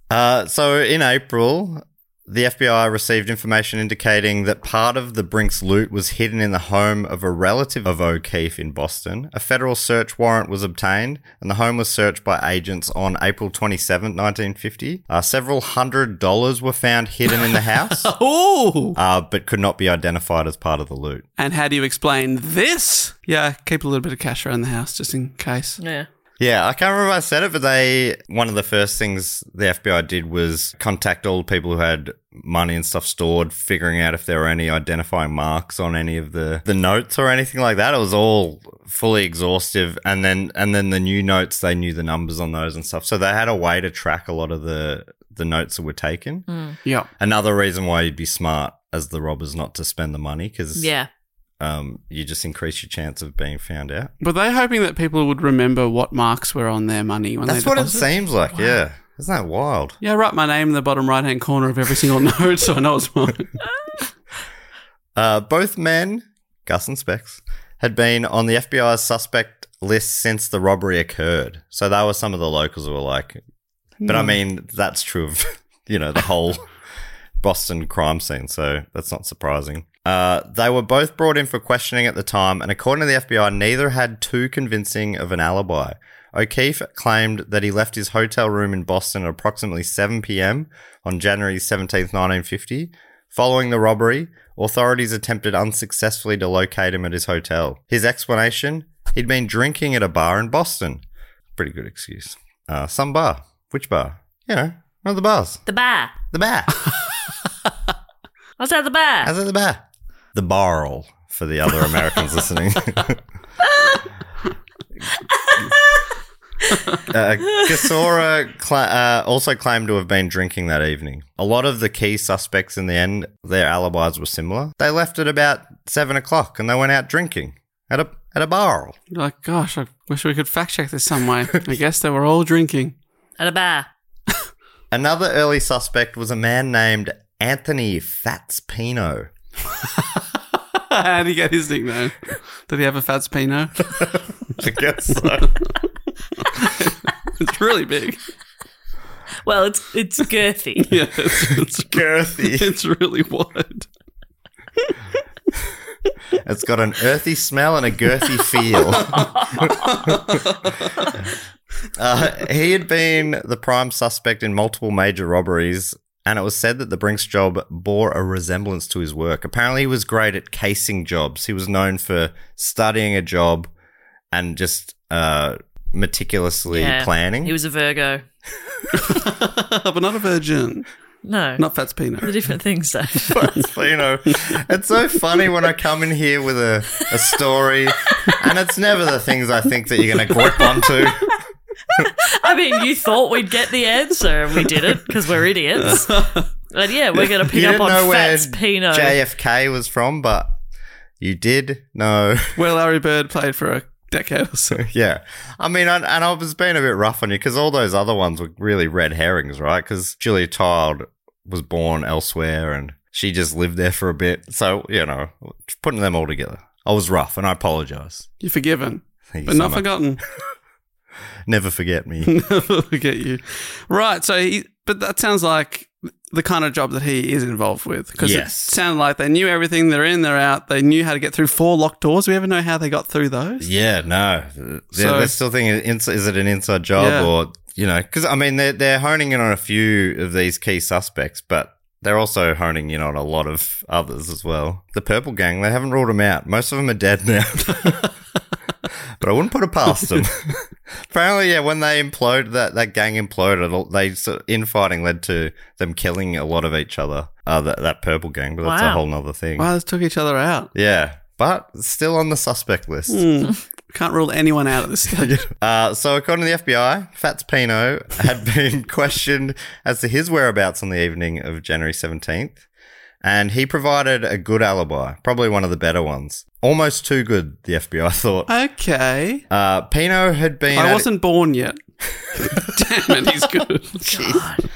C: Uh, so in April, the FBI received information indicating that part of the Brinks loot was hidden in the home of a relative of O'Keefe in Boston. A federal search warrant was obtained, and the home was searched by agents on April 27, 1950. Uh, several hundred dollars were found hidden in the house,
A: Oh.
C: uh, but could not be identified as part of the loot.
A: And how do you explain this? Yeah, keep a little bit of cash around the house just in case.
B: Yeah.
C: Yeah, I can't remember if I said it, but they one of the first things the FBI did was contact all the people who had money and stuff stored, figuring out if there were any identifying marks on any of the, the notes or anything like that. It was all fully exhaustive and then and then the new notes they knew the numbers on those and stuff. So they had a way to track a lot of the the notes that were taken.
A: Yeah.
C: Another reason why you'd be smart as the robbers not to spend the money because
B: Yeah.
C: um, you just increase your chance of being found out.
A: Were they hoping that people would remember what marks were on their money when
C: That's
A: they
C: what it
A: deposited?
C: seems like. Yeah, isn't that wild?
A: Yeah, write my name in the bottom right hand corner of every single note so I know it's mine.
C: Uh, both men, Gus and Specs, had been on the FBI's suspect list since the robbery occurred. So they were some of the locals who were like, but I mean, that's true of, you know, the whole Boston crime scene. So that's not surprising. Uh, they were both brought in for questioning at the time, and according to the FBI, neither had too convincing of an alibi. O'Keefe claimed that he left his hotel room in Boston at approximately 7 p.m. on January 17, 1950. Following the robbery, authorities attempted unsuccessfully to locate him at his hotel. His explanation he'd been drinking at a bar in Boston. Pretty good excuse. Uh, some bar. Which bar? You know, one of the bars.
B: The bar.
C: The bar.
B: I was at the bar.
C: How's it the bar? The barrel for the other Americans listening. uh, Gasora cla- uh, also claimed to have been drinking that evening. A lot of the key suspects in the end, their alibis were similar. They left at about seven o'clock and they went out drinking at a at a barrel.
A: You're like, gosh, I wish we could fact check this some way. I guess they were all drinking.
B: At a bar.
C: Another early suspect was a man named Anthony Fats Pino.
A: How did he get his nickname? Did he have a Fats Pino?
C: I guess so.
A: It's really big.
B: Well, it's it's girthy.
A: Yeah, it's, it's,
C: Girthy.
A: it's really wide.
C: It's got an earthy smell and a girthy feel. uh, he had been the prime suspect in multiple major robberies, and it was said that the Brinks job bore a resemblance to his work. Apparently, he was great at casing jobs. He was known for studying a job and just uh, meticulously
B: Yeah.
C: planning.
B: He was a Virgo.
A: but not a virgin.
B: No.
A: Not Fats Pino.
B: the different things though.
C: So, you know, it's so funny when I come in here with a, a story, and it's never the things I think that you're going to grip onto.
B: I mean, you thought we'd get the answer, and we didn't because we're idiots. But yeah, we're going to pick
C: you
B: up
C: didn't know
B: on
C: where
B: Fats Pino.
C: JFK was from, but you did know.
A: Where Larry Bird played for a decade or so.
C: yeah. I mean, I, and I was being a bit rough on you because all those other ones were really red herrings, right? Because Julia Child was born elsewhere and she just lived there for a bit. So, you know, putting them all together. I was rough and I apologize.
A: You're forgiven,
C: Thank you
A: but
C: so
A: not
C: much.
A: forgotten.
C: Never forget me.
A: Never forget you. Right. So, he, but that sounds like the kind of job that he is involved with. Because
C: Yes.
A: it sounded like they knew everything. They're in, they're out. They knew how to get through four locked doors. We ever know how they got through those?
C: Yeah, no. They're,
A: So-
C: they're still thinking, ins- is it an inside job
A: Yeah.
C: or, you know, because I mean, they're, they're honing in on a few of these key suspects, but they're also honing in on a lot of others as well. The Purple Gang, they haven't ruled them out. Most of them are dead now. but I wouldn't put it past them. Apparently, yeah, when they imploded, that, that gang imploded, they sort of- infighting led to them killing a lot of each other, uh, that, that Purple Gang, but that's a
B: Wow.
C: whole nother thing.
A: Wow, they took each other out.
C: Yeah, but still on the suspect list.
A: Can't rule anyone out at this stage.
C: Uh, so, according to the FBI, Fats Pino had been questioned as to his whereabouts on the evening of January 17th, and he provided a good alibi, probably one of the better ones. Almost too good, the FBI thought.
A: okay.
C: Uh, Pino had been.
A: I
C: at-
A: wasn't born yet. Damn it, he's good.
B: God.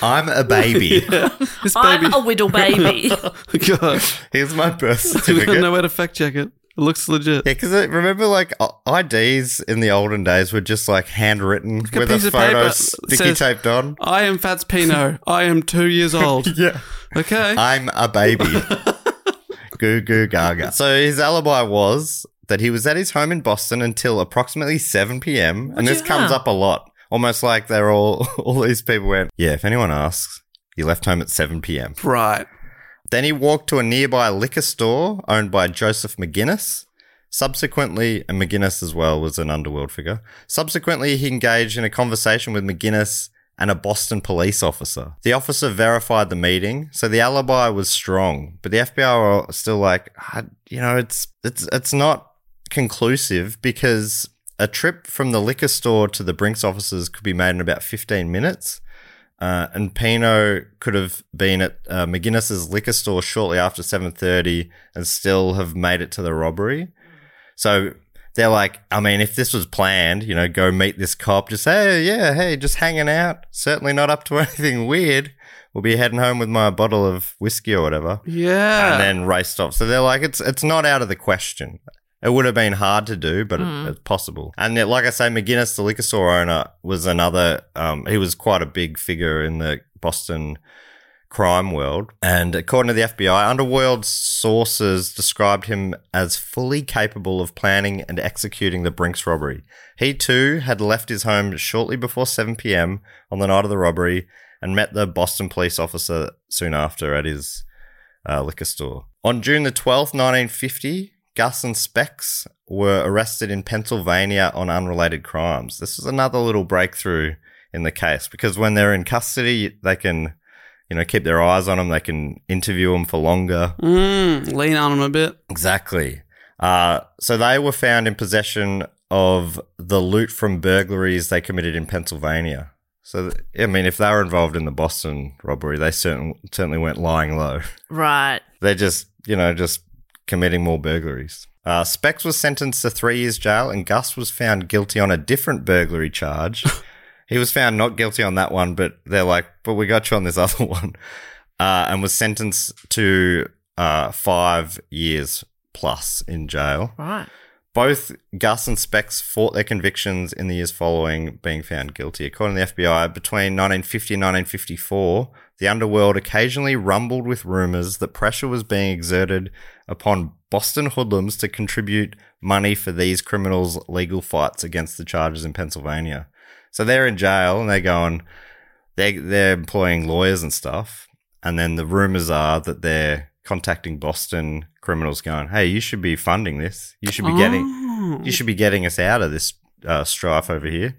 C: I'm a baby.
A: This baby.
B: I'm a whittle baby.
A: God.
C: Here's my birth
A: I don't
C: certificate.
A: know where to fact check it. It looks legit.
C: Yeah, because remember, like I- IDs in the olden days were just like handwritten
A: a
C: with a
A: piece of
C: photo
A: paper
C: sticky
A: says-
C: taped on.
A: I am Fats Pino. I am two years old.
C: Yeah,
A: Okay.
C: I'm a baby. goo goo gaga. So his alibi was that he was at his home in Boston until approximately 7 p.m. and
B: What'd
C: this
B: you
C: comes
B: have?
C: up a lot, almost like they're all all these people went. Yeah, if anyone asks, he left home at 7 p.m.
A: right.
C: Then he walked to a nearby liquor store owned by Joseph McGuinness. Subsequently, and McGuinness as well was an underworld figure. Subsequently, he engaged in a conversation with McGuinness and a Boston police officer. The officer verified the meeting, so the alibi was strong. But the FBI were still like, "Ah, you know, it's it's it's not conclusive because a trip from the liquor store to the Brinks offices could be made in about 15 minutes. Uh, and Pino could have been at uh, McGuinness's liquor store shortly after 7:30 and still have made it to the robbery. So they're like, I mean, if this was planned, you know, go meet this cop, just hey, yeah, hey, just hanging out. Certainly not up to anything weird. We'll be heading home with my bottle of whiskey or whatever,
A: Yeah.
C: and then raced off. So they're like, it's it's not out of the question. It would have been hard to do, but it, it's possible. And yet, like I say, McGuinness, the liquor store owner, was another. Um, he was quite a big figure in the Boston crime world. And according to the FBI, underworld sources described him as fully capable of planning and executing the Brinks robbery. He too had left his home shortly before 7 p.m. on the night of the robbery and met the Boston police officer soon after at his uh, liquor store. On June the 12th, 1950, Gus and Specs were arrested in Pennsylvania on unrelated crimes. This is another little breakthrough in the case because when they're in custody, they can, you know, keep their eyes on them, they can interview them for longer.
A: Mm, lean on him a bit.
C: Exactly. Uh, so they were found in possession of the loot from burglaries they committed in Pennsylvania. So, th- I mean, if they were involved in the Boston robbery, they certain, certainly weren't lying low.
B: right.
C: They're just, you know, just committing more burglaries. Uh, Specs was sentenced to three years jail, and Gus was found guilty on a different burglary charge. he was found not guilty on that one, but they're like, but we got you on this other one, uh, and was sentenced to uh, five years plus in jail.
B: Right.
C: Both Gus and Specs fought their convictions in the years following being found guilty. According to the FBI, between 1950 and 1954, the underworld occasionally rumbled with rumors that pressure was being exerted upon Boston hoodlums to contribute money for these criminals' legal fights against the charges in Pennsylvania. So they're in jail and they're going, they they're employing lawyers and stuff, and then the rumors are that they're contacting Boston criminals, going, "Hey, you should be funding this. You should be
A: Oh. Hmm.
C: getting, you should be getting us out of this uh, strife over here."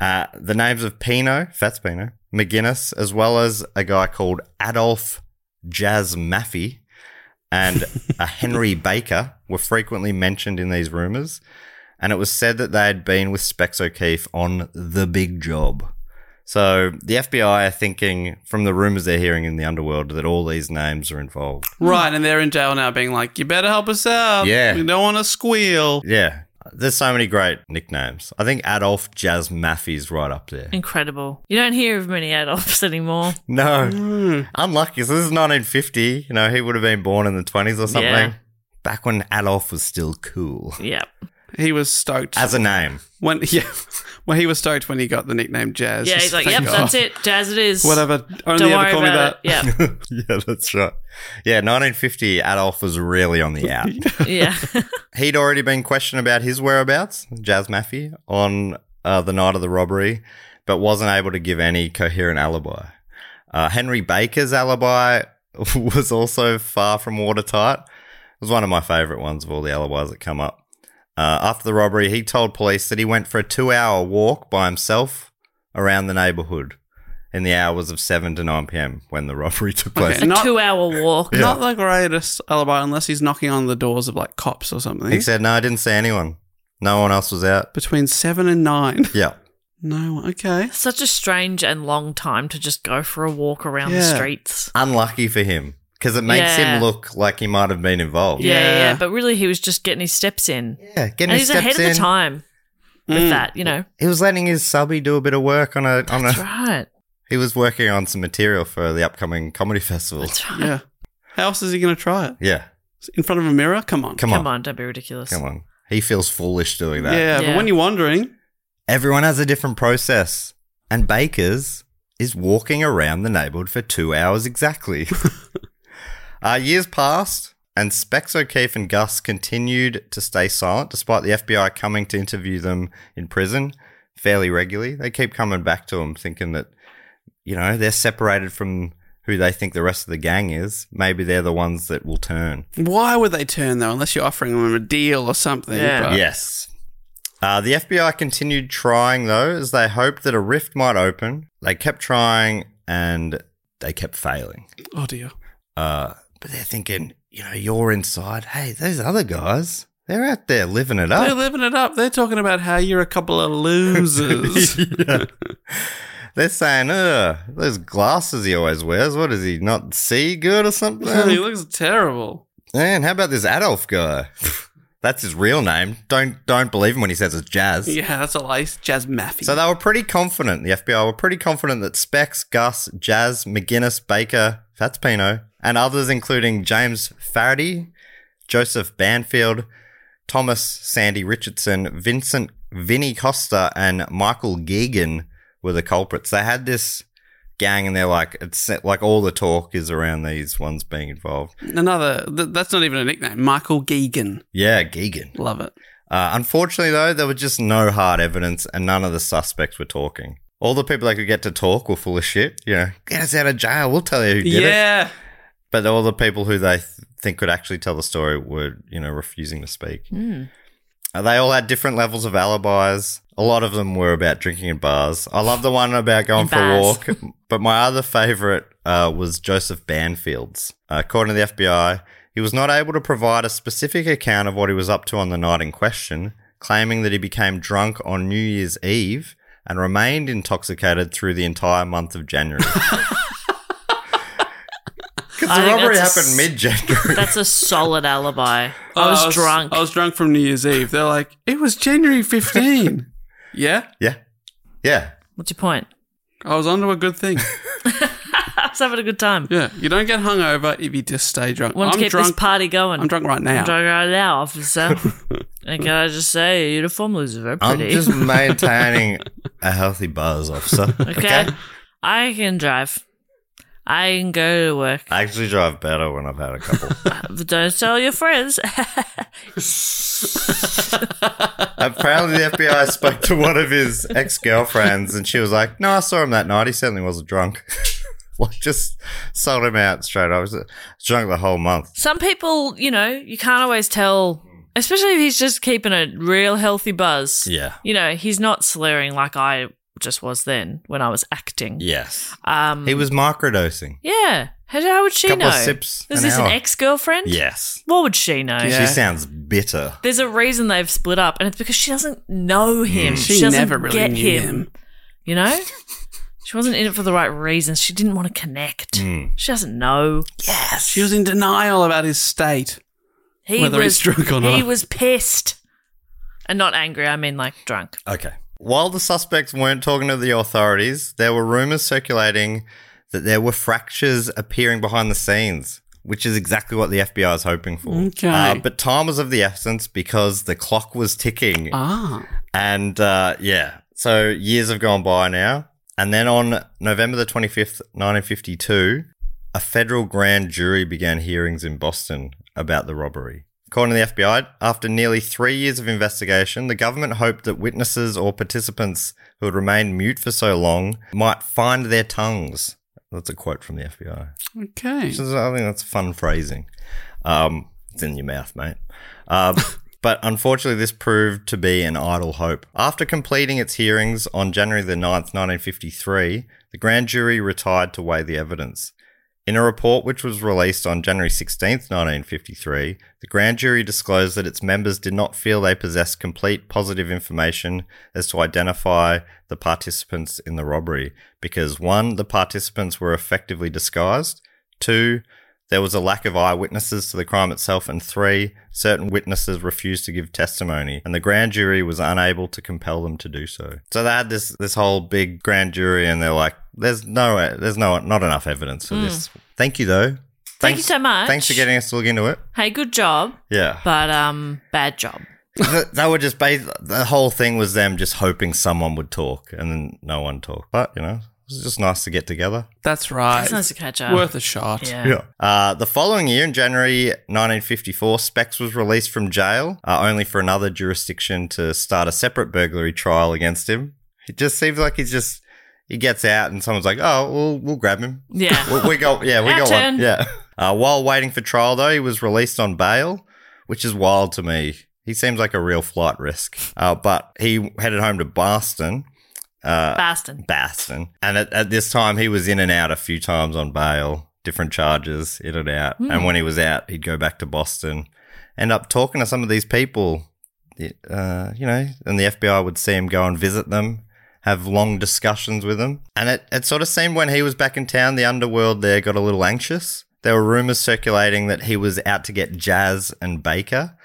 C: Uh, the names of Pino, Fats Pino, McGuinness, as well as a guy called Adolf Jazz Maffey and a Henry Baker were frequently mentioned in these rumors. And it was said that they had been with Specs O'Keefe on the big job. So the FBI are thinking, from the rumors they're hearing in the underworld, that all these names are involved.
A: Right, and they're in jail now being like, you better help us out.
C: Yeah.
A: We don't want to squeal.
C: Yeah, there's so many great nicknames. I think Adolf Jazz Maffey's right up there.
B: Incredible. You don't hear of many Adolfs anymore.
C: No, unlucky. So this is 1950. You know, he would have been born in the 20s or something.
B: Yeah.
C: Back when Adolf was still cool
B: Yep.
A: He was stoked.
C: as a name.
A: when yeah, well, he was stoked when he got the nickname Jazz.
B: Yeah, he's like, yep, that's it. Jazz it is.
A: Whatever. Only
B: Don't
A: ever
B: worry
A: call me that.
B: about it.
C: yeah, that's right. Yeah, 1950, Adolf was really on the out.
B: Yeah. Yeah.
C: He'd already been questioned about his whereabouts, Jazz Maffey, on uh, the night of the robbery, but wasn't able to give any coherent alibi. Uh, Henry Baker's alibi was also far from watertight. It was one of my favorite ones of all the alibis that come up. Uh, after the robbery, he told police that he went for a two hour walk by himself around the neighborhood in the hours of 7 to 9 p.m. when the robbery took place.
A: Okay.
B: a
A: Not-
B: two hour walk.
A: Not the greatest alibi unless he's knocking on the doors of like cops or something.
C: He said, No, I didn't see anyone. No one else was out.
A: Between seven and nine.
C: Yeah.
A: No, okay.
B: Such a strange and long time to just go for a walk around the
A: Yeah.
B: streets.
C: unlucky for him because it makes
B: Yeah.
C: him look like he might have been involved.
B: Yeah, yeah,
A: Yeah.
B: yeah. But really, he was just getting his steps in.
C: yeah getting
B: and
C: his
B: he's ahead
C: steps
B: of the
C: in,
B: time. with
A: Mm.
B: that, you know.
C: He was letting his subby do a bit of work on a on a.
B: That's right.
C: He was working on some material for the upcoming comedy festival.
B: That's right.
A: Yeah. How else is he going to try it?
C: Yeah,
A: In front of a mirror? Come on.
C: come,
B: Come,
C: on.
B: on. don't be ridiculous.
C: come on. He feels foolish doing that.
A: Yeah, but
B: Yeah.
A: when you're wandering,
C: Everyone has a different process, and Baker's is walking around the neighborhood for two hours exactly. uh, years passed, and Specs O'Keefe and Gus continued to stay silent despite the FBI coming to interview them in prison fairly regularly. They keep coming back to him, thinking that, you know, they're separated from who they think the rest of the gang is. Maybe they're the ones that will turn.
A: why would they turn though? Unless you're offering them a deal or something.
B: Yeah.
A: but-
C: Yes. Uh, the FBI continued trying, though, as they hoped that a rift might open. They kept trying and they kept failing.
A: Oh dear.
C: Uh, but they're thinking, you know, you're inside. Hey, those other guys, they're out there living it
A: They're
C: up.
A: living it up. They're talking about how you're a couple of losers.
C: Yeah. They're saying, uh, those glasses he always wears, what does he not see good or
A: he
C: something?
A: looks terrible.
C: Man, how about this Adolf guy? That's his real name. Don't don't believe him when he says it's Jazz.
A: Yeah, that's a lice. Jazz Maffey.
C: So they were pretty confident, the FBI were pretty confident that Specs, Gus, Jazz, McGinnis, Baker, Fats Pino, and others, including James Faraday, Joseph Banfield, Thomas Sandy Richardson, Vincent Vinny Costa, and Michael Geegan were the culprits. They had this gang and they're like, it's like all the talk is around these ones being involved.
A: Another. Th- that's not even a nickname. Michael Geegan.
C: Yeah, Geegan.
A: Love it.
C: Uh, unfortunately, though, there was just no hard evidence and none of the suspects were talking. All the people they could get to talk were full of shit. You know, get us out of jail. We'll tell you who did it.
A: yeah.
C: But all the people who they th- think could actually tell the story were, you know, refusing to speak.
B: Hmm.
C: Uh, They all had different levels of alibis. A lot of them were about drinking in bars. I love the one about going for a
B: Bars.
C: walk. But my other favorite uh, was Joseph Banfield's. Uh, according to the FBI, he was not able to provide a specific account of what he was up to on the night in question, claiming that he became drunk on New Year's Eve and remained intoxicated through the entire month of January. Because the
B: I think
C: robbery
B: that's a
C: happened
B: s-
C: mid January.
B: That's a solid alibi. I was, drunk.
A: Oh, I was drunk from New Year's Eve. They're like, it was January 15. yeah.
C: yeah. Yeah.
B: What's your point?
A: I was onto a good thing.
B: I was having a good time.
A: Yeah. You don't get hungover if you just stay drunk.
B: Want to
A: I'm
B: keep
A: drunk.
B: this party going.
A: I'm drunk right now.
B: I'm drunk right now, officer. and can I just say, your uniform looks very
C: I'm
B: pretty.
C: just maintaining a healthy buzz, officer.
B: okay. I can drive. I can go to work.
C: I actually drive better when I've had a couple.
B: But don't tell your friends.
C: Apparently, the FBI spoke to one of his ex girlfriends and she was like, No, I saw him that night. He certainly wasn't drunk. like, just sold him out straight. I was uh, drunk the whole month.
B: Some people, you know, you can't always tell, especially if he's just keeping a real healthy buzz.
C: Yeah.
B: You know, he's not slurring like I just was then when I was acting.
C: Yes.
B: Um,
C: He was microdosing.
B: yeah. How, how would she
C: Couple
B: know?
C: of sips
B: Is
C: an
B: this
C: hour.
B: an ex girlfriend?
C: Yes.
B: What would she know?
A: Yeah.
C: She sounds bitter.
B: There's a reason they've split up, and it's because she doesn't know
C: Mm.
B: him.
A: She,
B: doesn't
A: never really
B: get
A: knew
B: him,
A: him.
B: You know? she wasn't in it for the right reasons. She didn't want to connect.
C: Mm.
B: She doesn't know.
A: She was in denial about his state.
B: He
A: Whether he's
B: was,
A: drunk or
B: He
A: not.
B: was pissed. And not angry, I mean like drunk.
C: Okay. While the suspects weren't talking to the authorities, there were rumors circulating that there were fractures appearing behind the scenes, which is exactly what the FBI is hoping for.
A: Okay.
C: Uh, but time was of the essence because the clock was ticking.
A: Ah.
C: And uh, yeah, so years have gone by now. And then on November the 25th, 1952, a federal grand jury began hearings in Boston about the robbery. According to the FBI, after nearly three years of investigation, the government hoped that witnesses or participants who had remained mute for so long might find their tongues. That's a quote from the FBI.
A: Okay.
C: Which is- I think that's fun phrasing. Um, it's in your mouth, mate. Um, but unfortunately, this proved to be an idle hope. After completing its hearings on January the 9th, 1953, the grand jury retired to weigh the evidence. In a report which was released on January 16th, 1953, the grand jury disclosed that its members did not feel they possessed complete positive information as to identify the participants in the robbery because one, the participants were effectively disguised, two, There was a lack of eyewitnesses to the crime itself, and three, certain witnesses refused to give testimony, and the grand jury was unable to compel them to do so. So they had this this whole big grand jury, and they're like, "There's no, there's no, not enough evidence for this." Thank you, though.
B: Hmm. Thank you so much.
C: Thanks for getting us to look into it.
B: Hey, good job,
C: Yeah,
B: but um, bad job.
C: Th- they were just bas- the whole thing was them just hoping someone would talk, and then no one talked. But you know, it was just nice to get together.
A: That's right.
B: It's nice to catch up.
A: Worth a shot.
B: Yeah.
C: Uh, the following year, in January 1954, Specs was released from jail, uh, only for another jurisdiction to start a separate burglary trial against him. It just seems like he's just he gets out, and someone's like, "Oh, we'll we'll grab him."
B: Yeah.
C: we, we go, yeah, we
B: Our
C: go
B: turn.
C: on, yeah. Uh, while waiting for trial, though, he was released on bail, which is wild to me. He seems like a real flight risk. Uh, but he headed home to Boston, uh,
B: Bastard.
C: Baston, and at, at this time he was in and out a few times on bail, different charges, in and out. And when he was out, he'd go back to Boston, end up talking to some of these people, uh, you know, and the FBI would see him go and visit them. Have long discussions with them. And it, it sort of seemed when he was back in town, the underworld there got a little anxious. There were rumors circulating that he was out to get Jazz and Baker,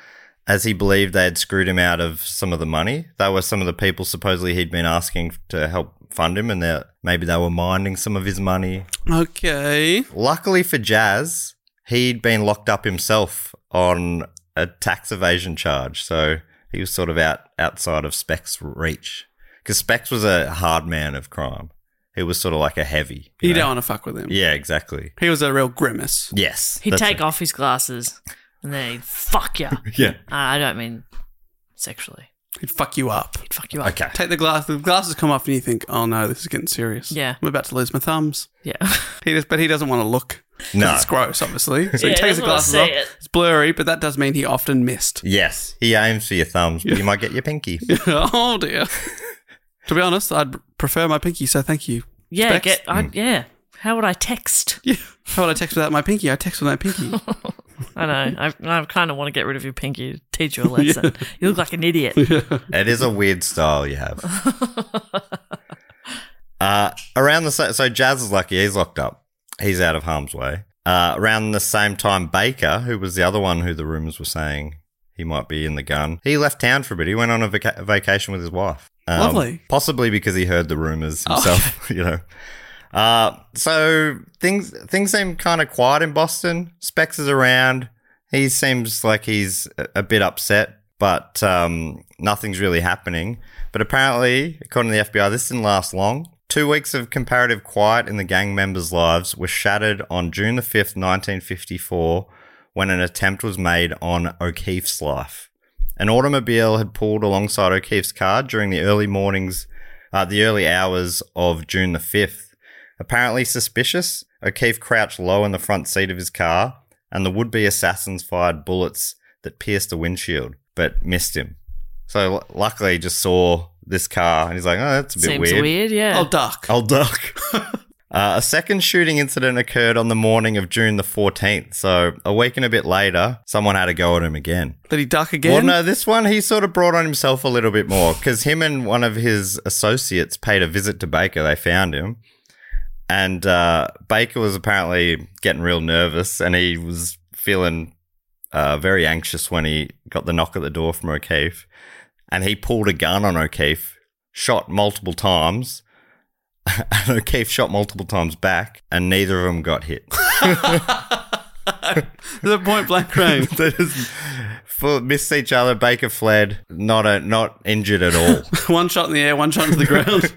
C: as he believed they had screwed him out of some of the money. They were some of the people supposedly he'd been asking to help fund him, and that maybe they were minding some of his money.
A: Okay.
C: Luckily for Jazz, he'd been locked up himself on a tax evasion charge, so he was sort of out outside of Specs' reach because Specs was a hard man of crime. He was sort of like a heavy. know?
A: You
B: um,
A: don't want to fuck with him.
C: Yeah, exactly.
A: He was a real grimace.
C: Yes,
B: He'd
C: that's
B: take
C: it.
B: off his glasses and then he'd fuck you.
C: Yeah.
B: Uh, I don't mean sexually.
A: He'd fuck you up.
B: He'd fuck you up.
C: Okay.
A: Take the glass. The glasses come off, and you think, "Oh no, this is getting serious."
B: Yeah.
A: I'm about to lose my thumbs.
B: Yeah.
A: He just, but he doesn't want to look. 'Cause
C: No.
A: it's gross, obviously. So he
B: Yeah, he
A: takes the
B: doesn't wanna
A: glasses
B: see
A: off.
B: it.
A: It's blurry, but that does mean he often missed.
C: Yes, he aims for your thumbs, but you might get your pinky.
A: oh dear. to be honest, I'd prefer my pinky. So thank you.
B: Yeah.
A: Specs? Hmm.
B: Get. I, yeah. How would I text?
A: Yeah. How would I text without my pinky? I text with my pinky.
B: I know. I, I kind of want to get rid of your pinky. to Teach you a lesson. You look like an idiot.
C: It is a weird style you have. uh, around the sa- so Jazz is lucky he's locked up. He's out of harm's way. Uh, around the same time, Baker, who was the other one who the rumors were saying he might be in the gun, he left town for a bit. He went on a vaca- vacation with his wife. Um,
A: Lovely.
C: Possibly because he heard the rumors himself, you know. Uh, so things things seem kind of quiet in Boston. Specs is around. He seems like he's a, a bit upset, but um, nothing's really happening. But apparently, according to the FBI, this didn't last long. Two weeks of comparative quiet in the gang members' lives were shattered on June the 5th, 1954, when an attempt was made on O'Keefe's life. An automobile had pulled alongside O'Keefe's car during the early mornings, uh, the early hours of June the 5th. Apparently suspicious, O'Keefe crouched low in the front seat of his car, and the would be assassins fired bullets that pierced the windshield but missed him. So l- luckily, he just saw this car and he's like, oh, that's a bit
B: Seems weird. yeah.
A: I'll duck.
C: Old duck. uh, a second shooting incident occurred on the morning of June the 14th. So a week and a bit later, someone had a go at him again.
A: Did he duck again?
C: Well, no, this one he sort of brought on himself a little bit more because him and one of his associates paid a visit to Baker. They found him, and uh, Baker was apparently getting real nervous, and he was feeling uh, very anxious when he got the knock at the door from O'Keefe, and he pulled a gun on O'Keefe, shot multiple times. And O'Keefe shot multiple times back, and neither of them got hit.
A: the point blank range.
C: they just full, missed each other. Baker fled, not a, not injured at all.
A: one shot in the air, one shot into the ground.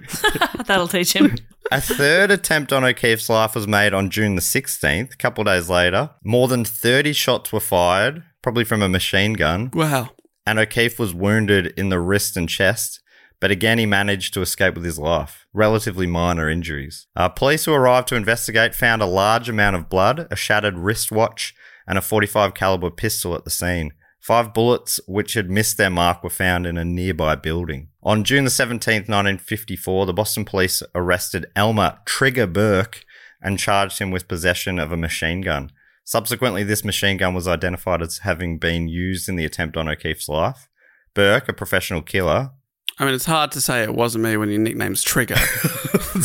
B: That'll teach him.
C: A third attempt on O'Keefe's life was made on June the 16th, a couple days later. More than 30 shots were fired, probably from a machine gun,
A: wow.
C: and O'Keefe was wounded in the wrist and chest. But again, he managed to escape with his life. Relatively minor injuries. Uh, police who arrived to investigate found a large amount of blood, a shattered wristwatch, and a 45 caliber pistol at the scene. Five bullets which had missed their mark were found in a nearby building. On June the 17th, 1954, the Boston police arrested Elmer Trigger Burke and charged him with possession of a machine gun. Subsequently, this machine gun was identified as having been used in the attempt on O'Keefe's life. Burke, a professional killer.
A: I mean, it's hard to say it wasn't me when your nickname's Trigger.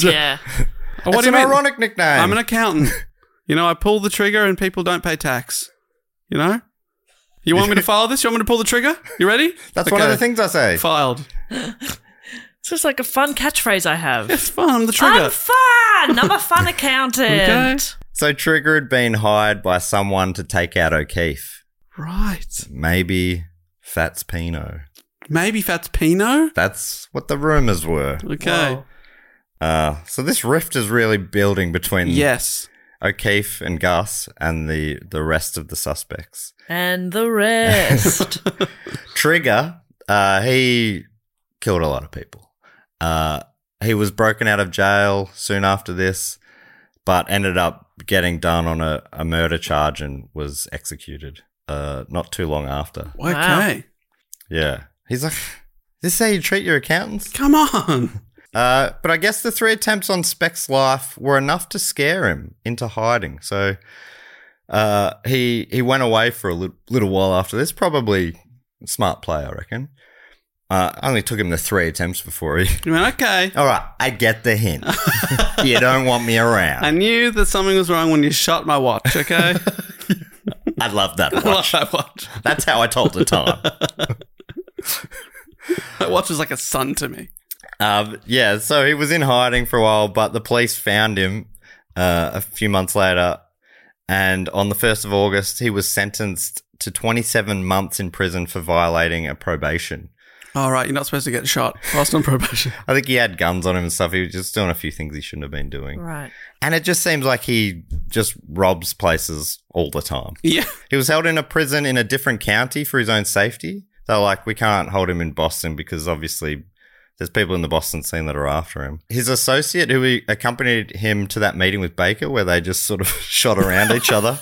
B: yeah.
A: Oh, what
C: it's
A: do you
C: an
A: mean?
C: ironic nickname.
A: I'm an accountant. You know, I pull the trigger and people don't pay tax. You know? You want me to file this? You want me to pull the trigger? You ready?
C: That's one of
A: Okay.
C: the things I say.
A: Filed.
B: It's just like a fun catchphrase I have.
A: It's fun. The trigger.
B: I'm fun. I'm a fun accountant.
C: So Trigger had been hired by someone to take out O'Keefe.
A: right.
C: Maybe Fats Pino.
A: Maybe Fats Pino?
C: That's what the rumors were.
A: Okay.
C: Uh, so this rift is really building between
A: Yes.
C: O'Keefe and Gus and the, the rest of the suspects.
B: And the rest.
C: Trigger, uh, he killed a lot of people. Uh, he was broken out of jail soon after this, but ended up getting done on a, a murder charge and was executed uh, not too long after.
A: Okay.
C: Yeah. He's like, this is how you treat your accountants?
A: Come on.
C: Uh, but I guess the three attempts on Speck's life were enough to scare him into hiding. So uh, he he went away for a lit- little while after this. Probably a smart play, I reckon. Uh, only took him the three attempts before he.
A: You went, okay.
C: All right, I get the hint. you don't want me around.
A: I knew that something was wrong when you shot my watch, okay?
C: I love that
A: I love
C: watch.
A: that watch.
C: That's how I told the time.
A: That watch was like a son to me.
C: Um, yeah, so he was in hiding for a while, but the police found him uh, a few months later. And on the 1st of August, he was sentenced to 27 months in prison for violating a probation.
A: All right, you're not supposed to get shot whilst on probation.
C: I think he had guns on him and stuff. He was just doing a few things he shouldn't have been doing.
B: right.
C: And it just seems like he just robs places all the time.
A: Yeah.
C: He was held in a prison in a different county for his own safety. They're like, we can't hold him in Boston because obviously there's people in the Boston scene that are after him. His associate, who he- accompanied him to that meeting with Baker, where they just sort of shot around each other,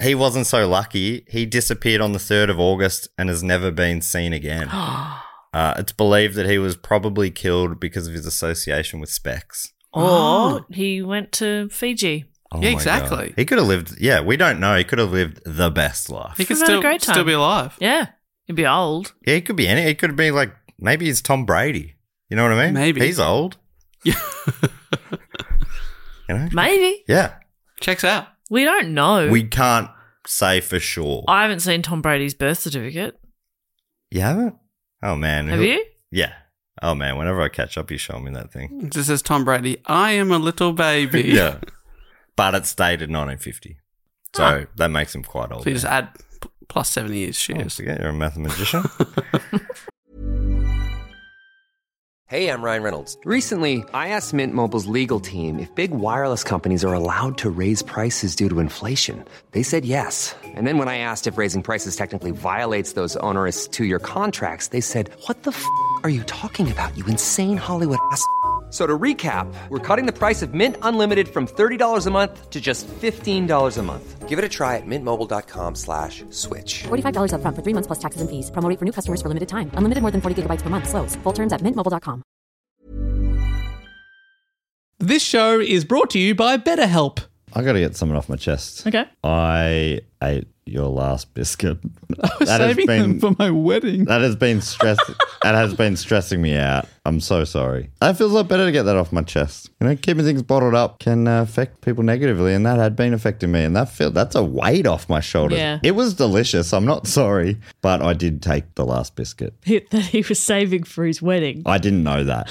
C: he wasn't so lucky. He disappeared on the 3rd of August and has never been seen again.
A: Oh.
C: Uh, it's believed that he was probably killed because of his association with Specs.
B: Or he went to Fiji.
C: Oh my
A: Yeah,
C: God.
A: exactly.
C: He could have lived, yeah, we don't know. He could have lived the best life.
A: He could
B: We've had a
A: still,
B: great time.
A: still be alive.
B: Yeah. He'd be old.
C: Yeah, it could be any. It could be like maybe it's Tom Brady. You know what I mean?
A: Maybe.
C: he's old. you know?
B: Maybe.
C: Yeah,
A: Checks out.
B: We don't know.
C: we can't say for sure.
B: I haven't seen Tom Brady's birth certificate.
C: you haven't? Oh man,
B: Have
C: Who-
B: you?
C: Yeah. Oh man, whenever I catch up, you show me that thing.
A: It just says Tom Brady, I am a little baby.
C: yeah, but it's dated 1950, so
B: Ah.
C: that makes him quite old.
A: So you just
C: yeah.
A: add p- plus seven years. She
C: Oh,
A: is.
C: forget you're a mathematician.
D: Hey, I'm Ryan Reynolds. Recently, I asked Mint Mobile's legal team if big wireless companies are allowed to raise prices due to inflation. They said yes. And then when I asked if raising prices technically violates those onerous two year contracts, they said, What the f are you talking about, you insane Hollywood ass? f- So to recap, we're cutting the price of Mint Unlimited from $30 a month to just $15 a month. Give it a try at mintmobile.com slash switch.
E: $45 upfront for three months plus taxes and fees. Promoting for new customers for limited time. Unlimited more than 40 gigabytes per month. Slows. Full terms at mintmobile.com.
F: This show is brought to you by BetterHelp.
G: I got to get something off my chest.
F: Okay.
G: I ate your last biscuit.
F: I was
G: That has
F: saving
G: been-
F: them for my wedding.
G: That has been stress. that has been stressing me out. I'm so sorry. That feels a lot better to get that off my chest. You know, keeping things bottled up can uh, affect people negatively, and that had been affecting me. And that feel that's a weight off my shoulders.
H: Yeah.
G: It was delicious. I'm not sorry, but I did take the last biscuit.
H: Hit that he was saving for his wedding.
G: I didn't know that.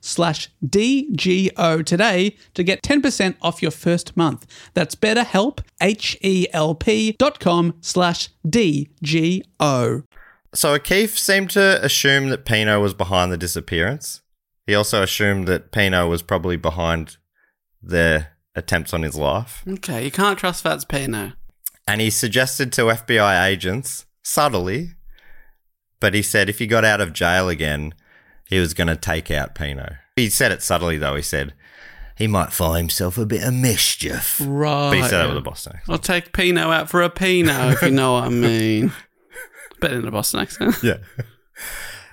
F: slash DGO today to get 10% off your first month. That's betterhelp, H-E-L-P dot com slash D-G-O.
C: So O'Keefe seemed to assume that Pino was behind the disappearance. He also assumed that Pino was probably behind their attempts on his life.
A: Okay, you can't trust Fats Pino.
C: And he suggested to FBI agents, subtly, but he said if he got out of jail again, he was going to take out Pino. He said it subtly, though. He said he might find himself a bit of mischief.
A: Right.
C: But he said that with a Boston accent.
A: I'll take Pino out for a Pino, if you know what I mean. Better than a Boston accent.
C: Yeah.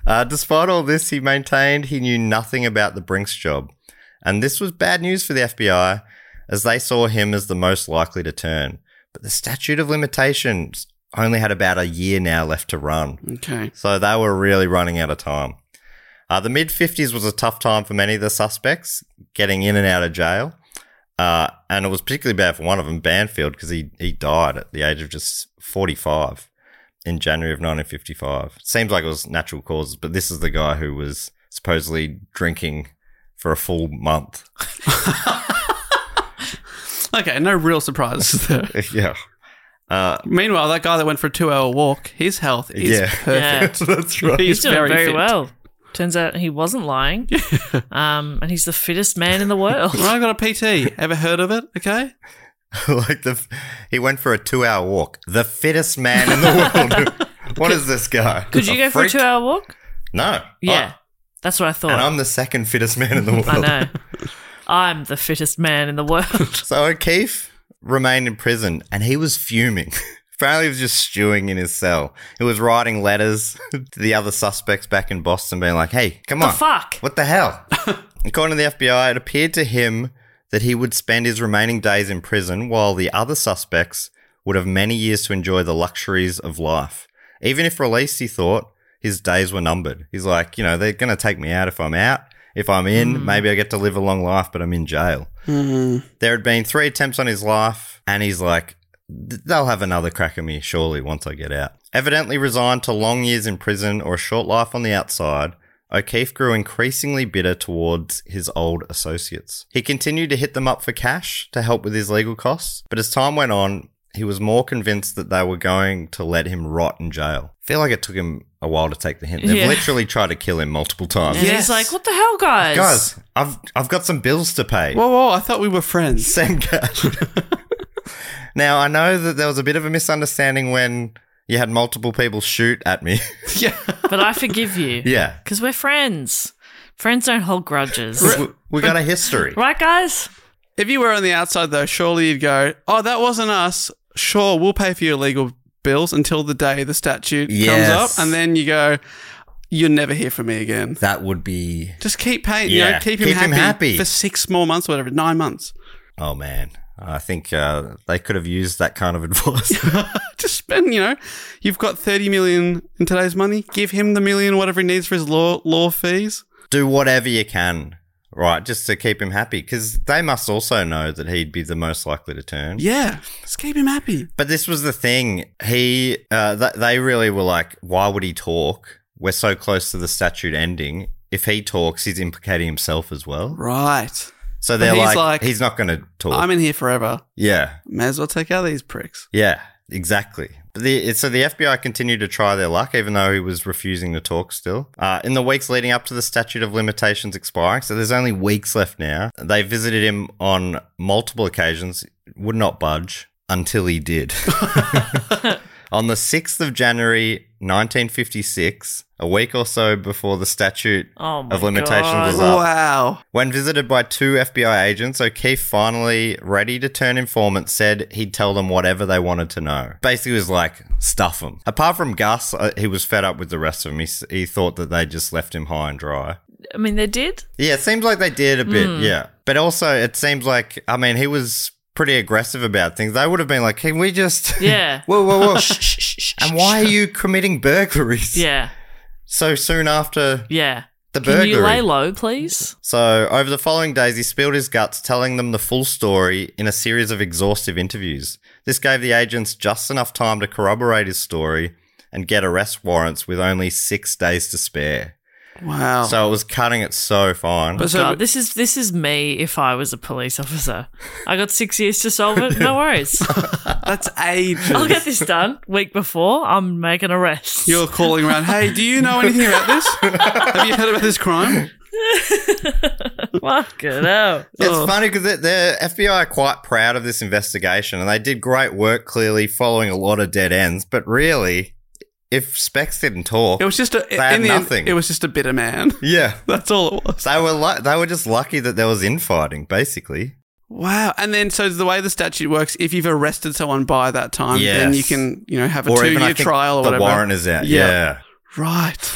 C: Uh, despite all this, he maintained he knew nothing about the Brinks job. And this was bad news for the FBI, as they saw him as the most likely to turn. But the statute of limitations only had about a year now left to run.
A: Okay.
C: So they were really running out of time. Uh, the mid 50s was a tough time for many of the suspects getting in and out of jail. Uh, and it was particularly bad for one of them, Banfield, because he, he died at the age of just 45 in January of 1955. Seems like it was natural causes, but this is the guy who was supposedly drinking for a full month.
A: Okay, no real surprises there.
C: yeah. Uh,
A: Meanwhile, that guy that went for a two hour walk, his health is
C: Yeah.
A: perfect.
C: that's right.
B: He's doing very,
A: fit.
B: well. Turns out he wasn't lying. um, and he's the fittest man in the world.
A: Well, I got a PT. Ever heard of it? Okay.
C: like the f- he went for a two-hour walk. The fittest man in the world. what is this guy?
B: Could you go for a
C: freak?
B: two hour walk?
C: No.
B: Yeah.
C: Oh,
B: That's what I thought.
C: and I'm the second fittest man in the world.
B: I know. I'm the fittest man in the world.
C: So O'Keefe remained in prison, and he was fuming. Apparently, he was just stewing in his cell. He was writing letters to the other suspects back in Boston, being like, "Hey, come
B: The
C: on,
B: fuck?
C: What the hell? According to the FBI, it appeared to him that he would spend his remaining days in prison while the other suspects would have many years to enjoy the luxuries of life. Even if released, he thought his days were numbered. He's like, you know, they're going to take me out if I'm out. If I'm in,
B: Hmm.
C: maybe I get to live a long life, but I'm in jail. There had been three attempts on his life, and he's like, they'll have another crack at me, surely, once I get out. Evidently resigned to long years in prison or a short life on the outside, O'Keefe grew increasingly bitter towards his old associates. He continued to hit them up for cash to help with his legal costs, but as time went on, he was more convinced that they were going to let him rot in jail. feel like it took him a while to take the hint. They've
B: Yeah.
C: literally tried to kill him multiple times.
B: And
A: Yes.
B: he's like, what the hell, guys?
C: Guys, I've I've got some bills to pay.
A: Whoa, whoa, I thought we were friends.
C: Same guy. now I know that there was a bit of a misunderstanding when you had multiple people shoot at me.
A: yeah.
B: But I forgive you.
C: yeah,
B: Because we're friends. Friends don't hold grudges.
C: 'Cause we, we got a history.
B: right, guys?
A: If you were on the outside, though, surely you'd go, oh, that wasn't us. Sure, we'll pay for your legal bills until the day the statute
C: Yes.
A: comes up. And then you go, you'll never hear from me again.
C: That would be.
A: Just keep paying, you know,
C: Yeah,
A: keep him,
C: keep
A: happy
C: him happy.
A: for six more months, whatever, nine months.
C: Oh man, I think uh, they could have used that kind of advice.
A: Just spend, you know, you've got 30 million in today's money. Give him the million, whatever he needs for his law, law fees.
C: Do whatever you can, right, just to keep him happy, because they must also know that he'd be the most likely to turn.
A: Yeah. Just keep him happy.
C: But this was the thing. He, uh, th- they really were like, why would he talk? We're so close to the statute ending. If he talks, he's implicating himself as well.
A: Right.
C: So they're
A: But he's
C: like,
A: like,
C: he's not going to talk.
A: I'm in here forever.
C: yeah,
A: May as well take out these pricks.
C: yeah, exactly. But The, so the FBI continued to try their luck, even though he was refusing to talk still. Uh, in the weeks leading up to the statute of limitations expiring, so there's only weeks left now, they visited him on multiple occasions, would not budge until he did. On the 6th of January 1956, a week or so before the statute
B: Oh, my
C: of limitations
B: God.
C: was up,
A: Wow.
C: when visited by two FBI agents, O'Keefe, finally ready to turn informant, said he'd tell them whatever they wanted to know. Basically, was like, stuff them. Apart from Gus, uh, he was fed up with the rest of them. He, s- he thought that they just left him high and dry.
B: I mean, they did.
C: Yeah, it seems like they did a bit.
B: Hmm.
C: Yeah. But also, it seems like, I mean, he was pretty aggressive about things. They would have been like, can we just.
B: Yeah.
C: whoa, whoa, whoa. and why are you committing burglaries
B: Yeah.
C: so soon after
B: Yeah.
C: the
B: Can
C: burglary?
B: you lay low, please?
C: So, over the following days, he spilled his guts, telling them the full story in a series of exhaustive interviews. This gave the agents just enough time to corroborate his story and get arrest warrants with only six days to spare.
A: Wow.
C: So, it was cutting it so fine.
A: Oh. But so-
B: God, this is this is me if I was a police officer. I got six years to solve it. No worries.
A: that's ages.
B: I'll get this done week before. I'm making arrests.
A: You're calling around, hey, do you know anything about this? Have you heard about this crime?
B: Fuck it Oh.
A: oh.
B: out.
C: It's funny because the FBI are quite proud of this investigation and they did great work, clearly following a lot of dead ends. But really, if Specs didn't talk,
A: It was just a
C: They had
A: in the
C: nothing.
A: End, it was just a bitter man.
C: yeah,
A: That's all it was.
C: they were lu- they were just lucky that there was infighting, basically.
A: Wow. And then so the way the statute works, if you've arrested someone by that time, then
C: Yes.
A: you can, you know, have a
C: Or
A: two
C: even I
A: year
C: think
A: trial or
C: the
A: whatever.
C: warrant is out. Yeah.
A: Right.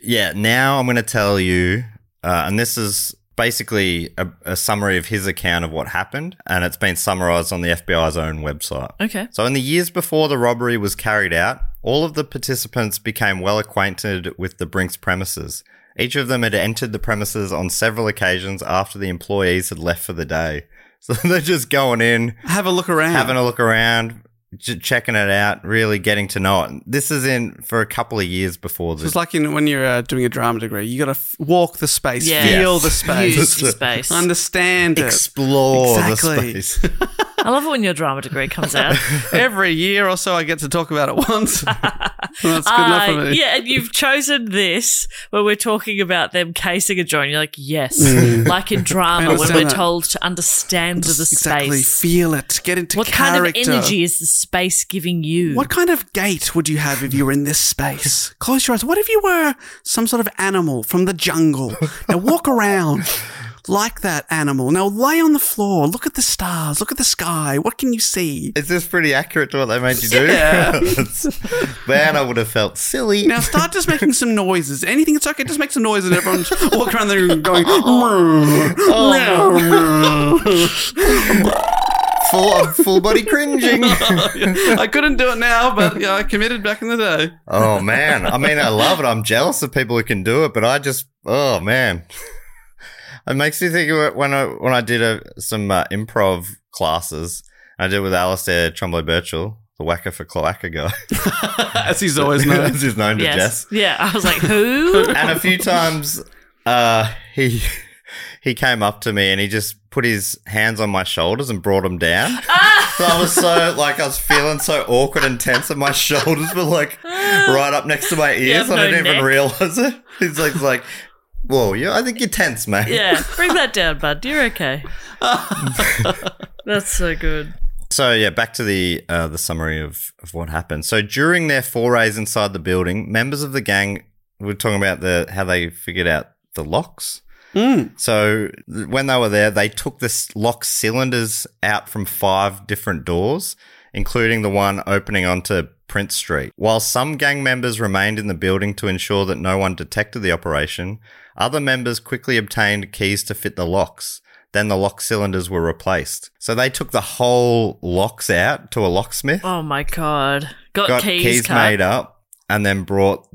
C: Yeah, now I'm going to tell you, uh, and this is basically a, a summary of his account of what happened, and it's been summarized on the FBI's own website.
B: Okay.
C: So, in the years before the robbery was carried out, all of the participants became well acquainted with the Brinks premises. Each of them had entered the premises on several occasions after the employees had left for the day. So they're just going in,
A: Have a look around.
C: having a look around, j- checking it out, really getting to know it. This is in for a couple of years before
A: So
C: this.
A: it's like in, when you're uh, doing a drama degree, you got to f- walk the space,
B: Yeah.
A: feel
C: Yes.
A: the space,
B: Use the space.
A: understand it.
C: explore
A: Exactly.
C: the space.
B: I love it when your drama degree comes out.
A: Every year or so, I get to talk about it once. That's good enough for
B: Uh,
A: me.
B: Yeah, and you've chosen this when we're talking about them casing a joint. You're like, yes, like
A: Mm.
B: in
A: I
B: drama when
A: understand
B: we're
A: that.
B: told to understand the
A: Exactly.
B: space.
A: Feel it. Get into
B: What
A: character.
B: kind of energy is the space giving you?
A: What kind of gait would you have if you were in this space? Close your eyes. What if you were some sort of animal from the jungle? Now walk around like that animal. Now lay on the floor. Look at the stars. Look at the sky. What can you see?
C: Is this pretty accurate to what they made you do?
A: Yeah.
C: Man, I would have felt silly.
A: Now start just making some noises. Anything that's okay, just make some noises and everyone walk around the room going,
B: Oh.
C: full, I'm full body cringing.
A: I couldn't do it now, but yeah, I committed back in the day.
C: oh man, I mean, I love it. I'm jealous of people who can do it, but I just, oh man, it makes me think of it when I when I did a, some uh, improv classes. I did with Alistair Trombley Birchall, the whacker for cloaca guy,
A: As he's always known.
C: as he's known to Jess.
B: Yes. Yeah. I was like, who?
C: and a few times uh, he he came up to me and he just put his hands on my shoulders and brought them down.
B: Ah!
C: so I was so like I was feeling so awkward and tense, and my shoulders were like right up next to my ears.
B: have
C: I
B: no
C: didn't even
B: neck.
C: realize it. He's like, he's like whoa, you, I think you're tense, mate.
B: yeah. Bring that down, bud. You're okay. That's so good.
C: So yeah, back to the uh, the summary of, of what happened. So during their forays inside the building, members of the gang we were talking about the how they figured out the locks. So th- when they were there, they took the s- lock cylinders out from five different doors, including the one opening onto Prince Street. While some gang members remained in the building to ensure that no one detected the operation, other members quickly obtained keys to fit the locks. Then the lock cylinders were replaced. So they took the whole locks out to a locksmith
B: Oh my god. Got,
C: got
B: keys,
C: keys,
B: cut.
C: made up and then brought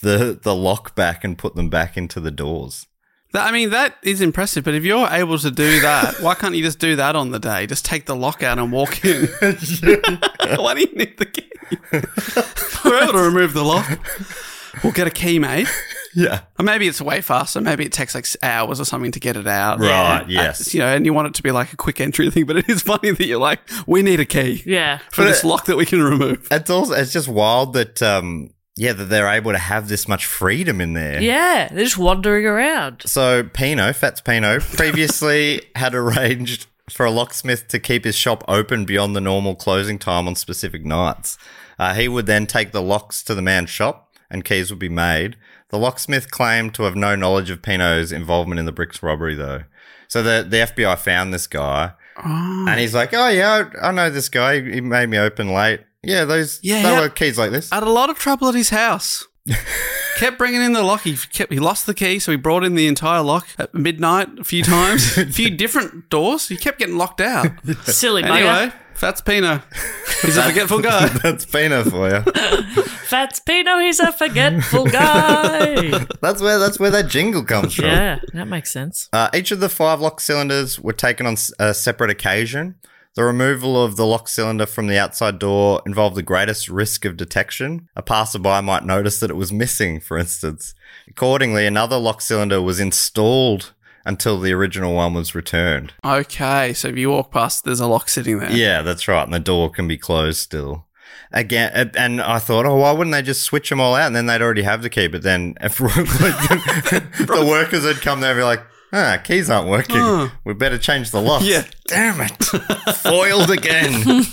C: the the lock back and put them back into the doors.
A: That, I mean, that is impressive, but if you're able to do that, why can't you just do that on the day? Just take the lock out and walk in. why do you need the key? We're able to remove the lock. We'll get a key made.
C: Yeah.
A: Or maybe it's way faster. Maybe it takes like hours or something to get it out.
C: Right,
A: Yeah.
C: yes.
A: Uh, you know, and you want it to be like a quick entry thing, but it is funny that you're like, we need a key
B: Yeah.
A: for this lock that we can remove.
C: It's also it's just wild that um yeah, that they're able to have this much freedom in there.
B: Yeah. They're just wandering around.
C: So Pino, Fats Pino, previously had arranged for a locksmith to keep his shop open beyond the normal closing time on specific nights. Uh, he would then take the locks to the man's shop and keys would be made. The locksmith claimed to have no knowledge of Pino's involvement in the bricks robbery, though. So the, the FBI found this guy and he's like, Oh, yeah, I, I know this guy. He made me open late. Yeah, those
A: Yeah,
C: yeah, there
A: yeah.
C: were keys like this.
A: Had a lot of trouble at his house. kept bringing in the lock. He kept he lost the key, so he brought in the entire lock at midnight a few times, a few different doors. He kept getting locked out.
B: Silly bugger.
A: anyway, that's Pino. He's a forgetful guy.
C: That's Pino for you.
B: Fats Pino, he's a forgetful guy.
C: That's where that's where that jingle comes from.
B: yeah, that makes sense.
C: Uh, each of the five lock cylinders were taken on s- a separate occasion. The removal of the lock cylinder from the outside door involved the greatest risk of detection. A passerby might notice that it was missing, for instance. Accordingly, another lock cylinder was installed until the original one was returned.
A: Okay, so if you walk past, there's a lock sitting there.
C: Yeah, that's right. And the door can be closed still. Again, uh, and I thought, oh, why wouldn't they just switch them all out and then they'd already have the key? But then if, the workers had come there and be like, ah, keys aren't working. We better change the locks.
A: Yeah.
C: Damn it. Foiled again.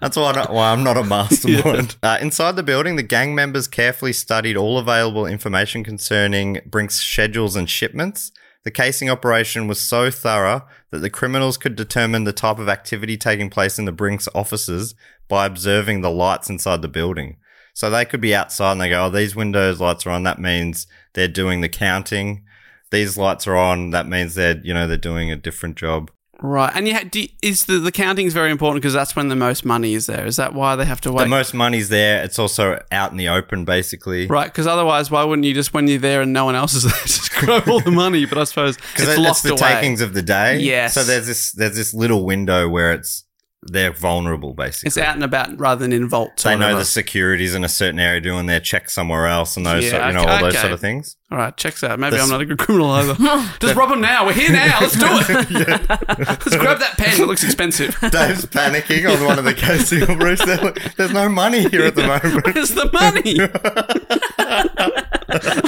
C: That's why, I don't- why I'm not a mastermind. Uh, inside the building, the gang members carefully studied all available information concerning Brink's schedules and shipments. The casing operation was so thorough that the criminals could determine the type of activity taking place in the Brink's offices by observing the lights inside the building. So they could be outside and they go, oh, these windows lights are on. That means they're doing the counting. These lights are on. That means they're, you know, they're doing a different job.
A: Right, and you ha- do you- is the the counting is very important because that's when the most money is there. Is that why they have to wait?
C: The most money's there. It's also out in the open, basically.
A: right, because otherwise, why wouldn't you just when you're there and no one else is there, just grab all the money? But I suppose it's
C: Because it's,
A: locked
C: the
A: away.
C: takings of the day.
A: Yes.
C: So there's this there's this little window where it's they're vulnerable, basically.
A: it's out and about rather than in vaults. or
C: they know
A: whatever.
C: the securities in a certain area doing their checks somewhere else and those
A: Yeah,
C: sort, you know
A: okay,
C: all those
A: okay.
C: sort of things.
A: All right, checks out. Maybe
C: This-
A: I'm not a good criminal either. Just rob them now. We're here now. Let's do it. Let's grab that pen. It looks expensive.
C: Dave's panicking on one of the casing roofs. There- There's no money here at the moment.
A: Where's the money?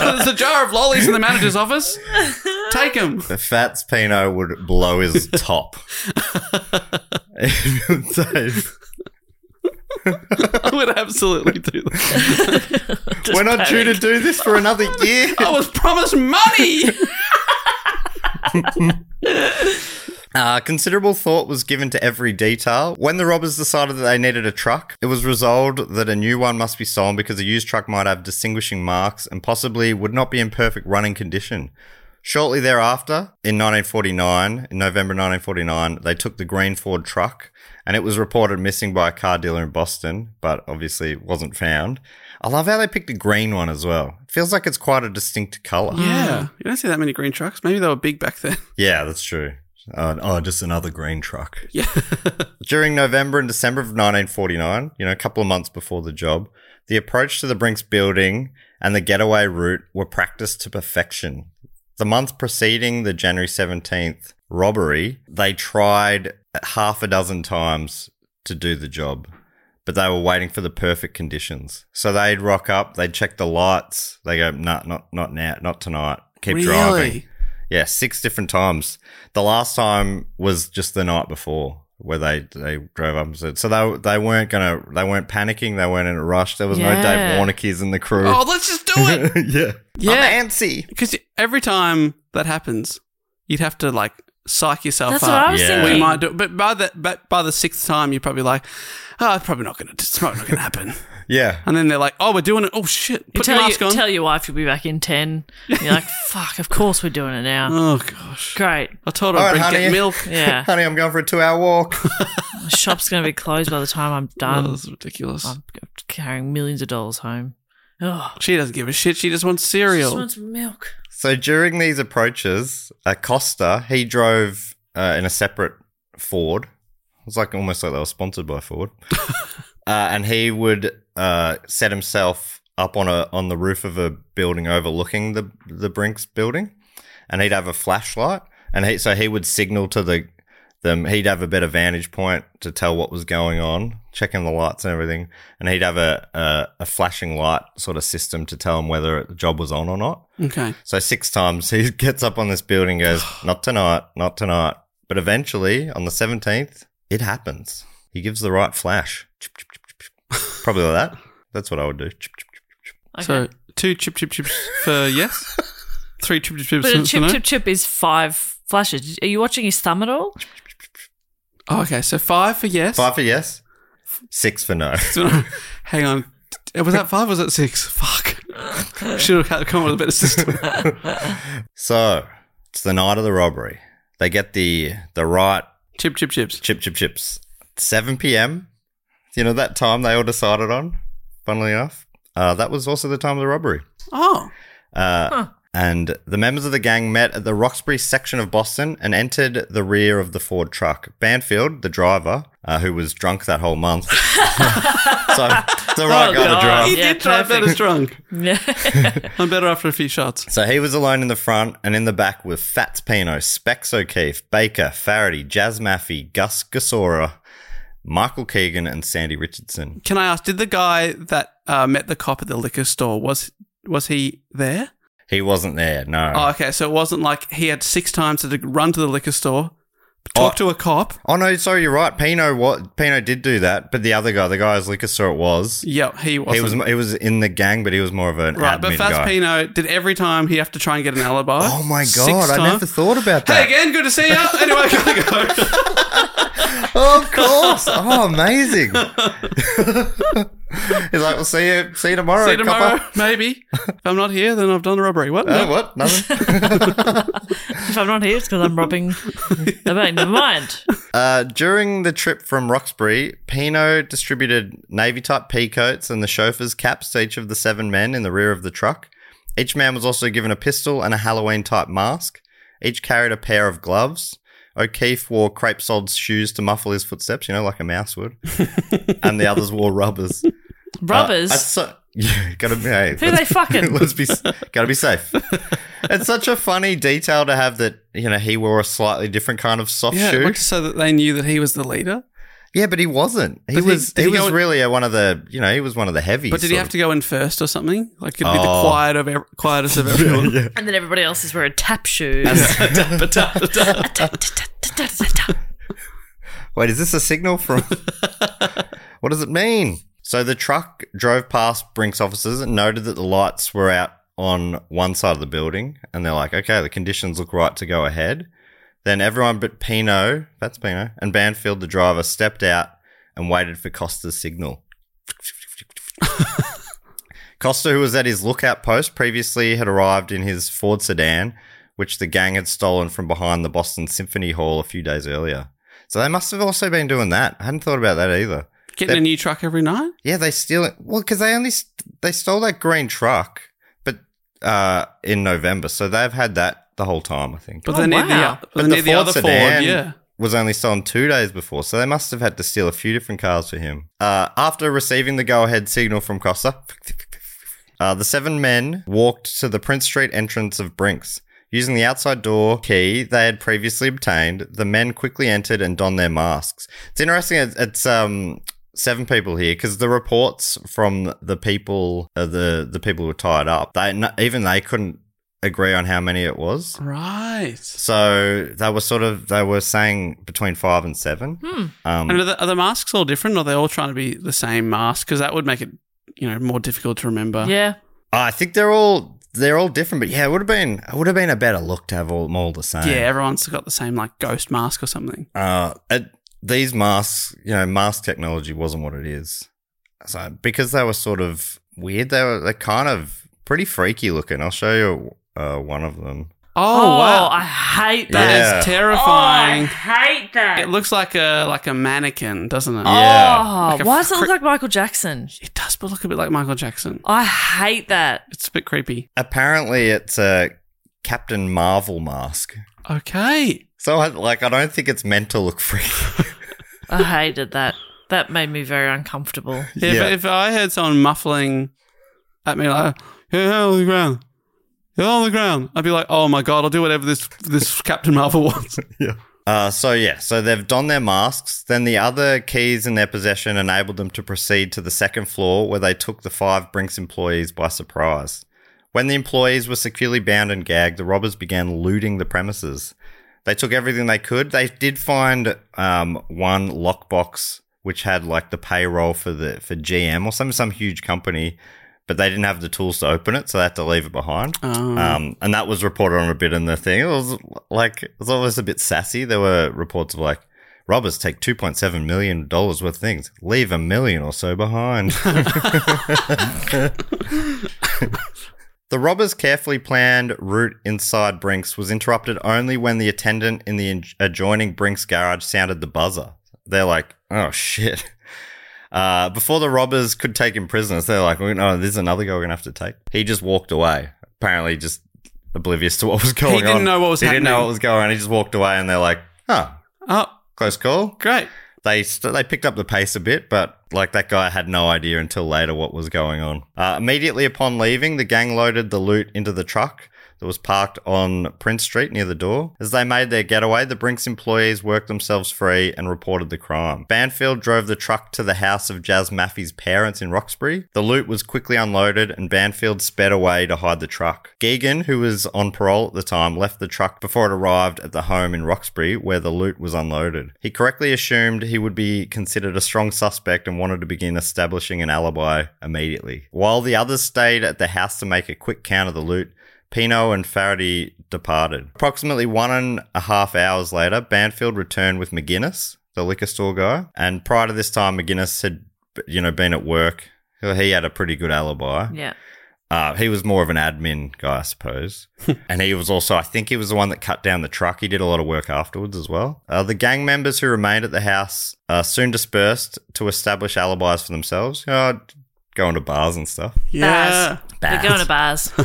A: There's a jar of lollies in the manager's office. Take them.
C: The Fats Pino would blow his top. Dave,
A: I would absolutely do that.
C: we're not due to do this for another year.
A: I was promised money.
C: Uh, considerable thought was given to every detail. When the robbers decided that they needed a truck, it was resolved that a new one must be sold because a used truck might have distinguishing marks and possibly would not be in perfect running condition. Shortly thereafter, in 1949, in November 1949, they took the green Ford truck and it was reported missing by a car dealer in Boston, but obviously it wasn't found. I love how they picked a green one as well. It feels like it's quite a distinct color.
A: Yeah, you don't see that many green trucks. Maybe they were big back then.
C: Yeah, that's true. Uh, oh, just another green truck.
A: Yeah.
C: During November and December of 1949, you know, a couple of months before the job, the approach to the Brinks building and the getaway route were practiced to perfection. The month preceding the January 17th robbery, they tried half a dozen times to do the job, but they were waiting for the perfect conditions. So they'd rock up, they'd check the lights, they go, nah, not, not now, not tonight. Keep driving.
A: Really?
C: Yeah, six different times. The last time was just the night before where they they drove up and said so they they weren't gonna they weren't panicking they weren't in a rush there was no
B: Yeah.
C: Dave Warnickies in the crew
A: Oh, let's just do it.
C: yeah
A: Yeah,
C: I'm antsy
A: because every time that happens, you'd have to like psych yourself
B: That's
A: up.
B: what I was
C: Yeah.
A: Oh, We
B: thinking.
A: might do, but by the but by the sixth time, you're probably like, oh, it's probably not gonna, it's probably not gonna happen.
C: yeah
A: And then they're like, oh, we're doing it. Oh shit,
B: You
A: put your
B: tell, you,
A: mask on.
B: tell your wife you'll be back in 10. You're like, fuck, of course we're doing it now.
A: oh gosh,
B: Great.
A: I told her
C: All right,
A: I'd bring
C: honey.
A: get milk.
B: Yeah.
C: honey I'm going for a two hour walk
B: The shop's going to be closed by the time I'm
A: Oh,
B: done.
A: that's ridiculous.
B: I'm carrying millions of dollars home. Oh,
A: she doesn't give a shit. She just wants
B: I
A: cereal.
B: just want some milk.
C: so during these approaches Acosta he drove uh, in a separate Ford it was like almost like they were sponsored by Ford uh, and he would uh, set himself up on a on the roof of a building overlooking the the Brinks building, and he'd have a flashlight, and he so he would signal to the them. He'd have a better vantage point to tell what was going on, checking the lights and everything, and he'd have a a, a flashing light sort of system to tell him whether the job was on or not.
A: okay.
C: So six times he gets up on this building, and goes, "Not tonight, not tonight." But eventually, on the seventeenth, it happens. He gives the right flash, Chip, chip, chip, chip, chip. probably like that. That's what I would do. Chip, chip, chip, chip.
B: Okay.
A: So two chip chip chips for yes, three chip chip chips
B: but
A: for
B: a chip,
A: no.
B: chip, chip is five flashes. Are you watching his thumb at all?
A: Oh, okay, so five for yes.
C: Five for yes, six for no.
A: So, hang on. Was that five or was that six? Fuck. Should have come up with a better system.
C: So it's the night of the robbery. They get the the right
A: chip chip chips.
C: chip, chip, chips. Seven p.m. You know that time they all decided on. Funnily enough, uh, that was also the time of the robbery.
A: Oh.
C: Uh, And the members of the gang met at the Roxbury section of Boston and entered the rear of the Ford truck. Banfield, the driver, uh, who was drunk that whole month, so the right guy to
B: God.
C: drive.
A: He
B: Yeah,
A: did try
B: perfect.
A: better drunk.
B: Yeah.
A: I'm better after a few shots.
C: So he was alone in the front and in the back with Fats Pino, Specs O'Keefe, Baker, Faraday, Jazz Maffey, Gus Gasora, Michael Keegan, and Sandy Richardson.
A: Can I ask, did the guy that uh, met the cop at the liquor store, was was he there?
C: He wasn't there, no.
A: Oh, okay. So it wasn't like he had six times to run to the liquor store, talk
C: Oh.
A: to a cop.
C: Oh no, sorry, you're right. Pino, what Pino did do that, but the other guy, the guy whose liquor store it was,
A: Yeah, he wasn't.
C: he was he was in the gang, but he was more of an
A: right,
C: admin
A: but Fast
C: guy.
A: Pino did every time he have to try and get an alibi.
C: Oh my
A: Six
C: god, I
A: times.
C: never thought about that.
A: Hey again, good to see you. Anyway, gotta go.
C: of course. Oh, amazing. He's like, we'll see you, see you tomorrow.
A: See you tomorrow,
C: copper."
A: maybe. If I'm not here, then I've done the robbery. What?
C: Oh, what? Nothing.
B: If I'm not here, it's because I'm robbing the bank. Never mind.
C: Uh, during the trip from Roxbury, Pino distributed navy type pea coats and the chauffeur's caps to each of the seven men in the rear of the truck. Each man was also given a pistol and a Halloween type mask. Each carried a pair of gloves. O'Keefe wore crepe soled shoes to muffle his footsteps, you know, like a mouse would. and the others wore rubbers. Uh,
B: Robbers.
C: at so- yeah, gotta be. Hey,
B: Who they fucking?
C: Let's be gotta be safe. it's such a funny detail to have that you know he wore a slightly different kind of soft
A: Yeah,
C: shoe.
A: like so that they knew that he was the leader.
C: Yeah, but he wasn't. He
A: But he-
C: was.
A: did
C: He,
A: he
C: was
A: go-
C: really a, one of the. You know, he was one of the heavy.
A: But did he
C: sort
A: have to go in first or something? Like, could be
C: Oh.
A: the quiet of ev- quietest of everyone.
B: And then everybody else is wearing tap shoes.
C: of- Wait, is this a signal from? what does it mean? So the truck drove past Brinks offices and noted that the lights were out on one side of the building, and they're like, "Okay, the conditions look right to go ahead." Then everyone but Pino, that's Pino, and Banfield, the driver, stepped out and waited for Costa's signal. Costa, who was at his lookout post previously, had arrived in his Ford sedan, which the gang had stolen from behind the Boston Symphony Hall a few days earlier. So they must have also been doing that. I hadn't thought about that either.
A: Getting a new truck every night.
C: Yeah, they steal it. Well, because they only st- they stole that green truck, but uh, in November, so they've had that the whole time, I think.
A: But
B: Oh,
A: they need the,
B: wow.
A: but they need the other Ford. Yeah.
C: was only stolen two days before, so they must have had to steal a few different cars for him. Uh, after receiving the go-ahead signal from Costa, uh, the seven men walked to the Prince Street entrance of Brinks. Using the outside door key they had previously obtained, the men quickly entered and donned their masks. It's interesting. It's, it's um seven people here because the reports from the people, uh, the the people who were tied up, they no- even they couldn't agree on how many it was.
A: Right.
C: So they were sort of they were saying between five and seven. Um,
A: And are the, are the masks all different? Or are they all trying to be the same mask? Because that would make it, you know, more difficult to remember.
B: yeah.
C: I think they're all they're all different, but yeah, it would have been it would have been a better look to have all, them all the same.
A: Yeah, everyone's got the same like ghost mask or something.
C: Uh, it, these masks, you know, mask technology wasn't what it is. So because they were sort of weird, they were they kind of pretty freaky looking. I'll show you uh, one of them.
A: Oh, wow,
B: I hate that. Oh,
A: that is
C: Yeah.
A: terrifying.
B: hate that.
A: it looks like a like a mannequin, doesn't it?
C: Yeah.
B: Oh,
A: Like a
B: why does it look
A: fr-
B: like Michael Jackson?
A: It does look a bit like Michael Jackson.
B: I hate that.
A: It's a bit creepy.
C: Apparently, it's a Captain Marvel mask.
A: Okay.
C: So I, like, I don't think it's meant to look freaky.
B: I hated that. That made me very uncomfortable.
A: Yeah,
C: Yeah.
A: But if I heard someone muffling at me like, "Get on the ground, get on the ground," I'd be like, "Oh my god, I'll do whatever this this Captain Marvel wants."
C: Uh, so yeah, so they've donned their masks. Then the other keys in their possession enabled them to proceed to the second floor, where they took the five Brinks employees by surprise. When the employees were securely bound and gagged, the robbers began looting the premises. They took everything they could. They did find um, one lockbox which had like the payroll for the for GM or some some huge company, but they didn't have the tools to open it, so they had to leave it behind.
A: Oh.
C: Um, and that was reported on a bit in the thing. It was like it was always a bit sassy. There were reports of like robbers take two point seven million dollars worth of things, leave a million or so behind. the robbers' carefully planned route inside Brinks was interrupted only when the attendant in the in- adjoining Brinks garage sounded the buzzer. They're like, "Oh shit." Uh, before the robbers could take him prisoners, they're like, "Oh, no, there's another guy we're gonna have to take." He just walked away, apparently just oblivious to what was going on.
A: didn't know what was
C: He didn't know
A: happening.
C: what was going on. He just walked away, and they're like, "Huh,
A: oh,
C: close call."
A: great.
C: They st- they picked up the pace a bit, but like that guy had no idea until later what was going on. Uh, immediately upon leaving, the gang loaded the loot into the truck that was parked on Prince Street near the door. As they made their getaway, the Brinks employees worked themselves free and reported the crime. Banfield drove the truck to the house of Jazz Maffey's parents in Roxbury. The loot was quickly unloaded and Banfield sped away to hide the truck. Geegan, who was on parole at the time, left the truck before it arrived at the home in Roxbury where the loot was unloaded. He correctly assumed he would be considered a strong suspect and wanted to begin establishing an alibi immediately. While the others stayed at the house to make a quick count of the loot, Pino and Faraday departed. Approximately one and a half hours later, Banfield returned with McGuinness, the liquor store guy. And prior to this time, McGinnis had, you know, been at work. He had a pretty good alibi.
B: Yeah.
C: Uh, he was more of an admin guy, I suppose. and he was also, I think he was the one that cut down the truck. He did a lot of work afterwards as well. Uh, the gang members who remained at the house uh, soon dispersed to establish alibis for themselves, Oh, you know, going to bars and stuff.
A: Yeah.
B: Bars. They're going to bars.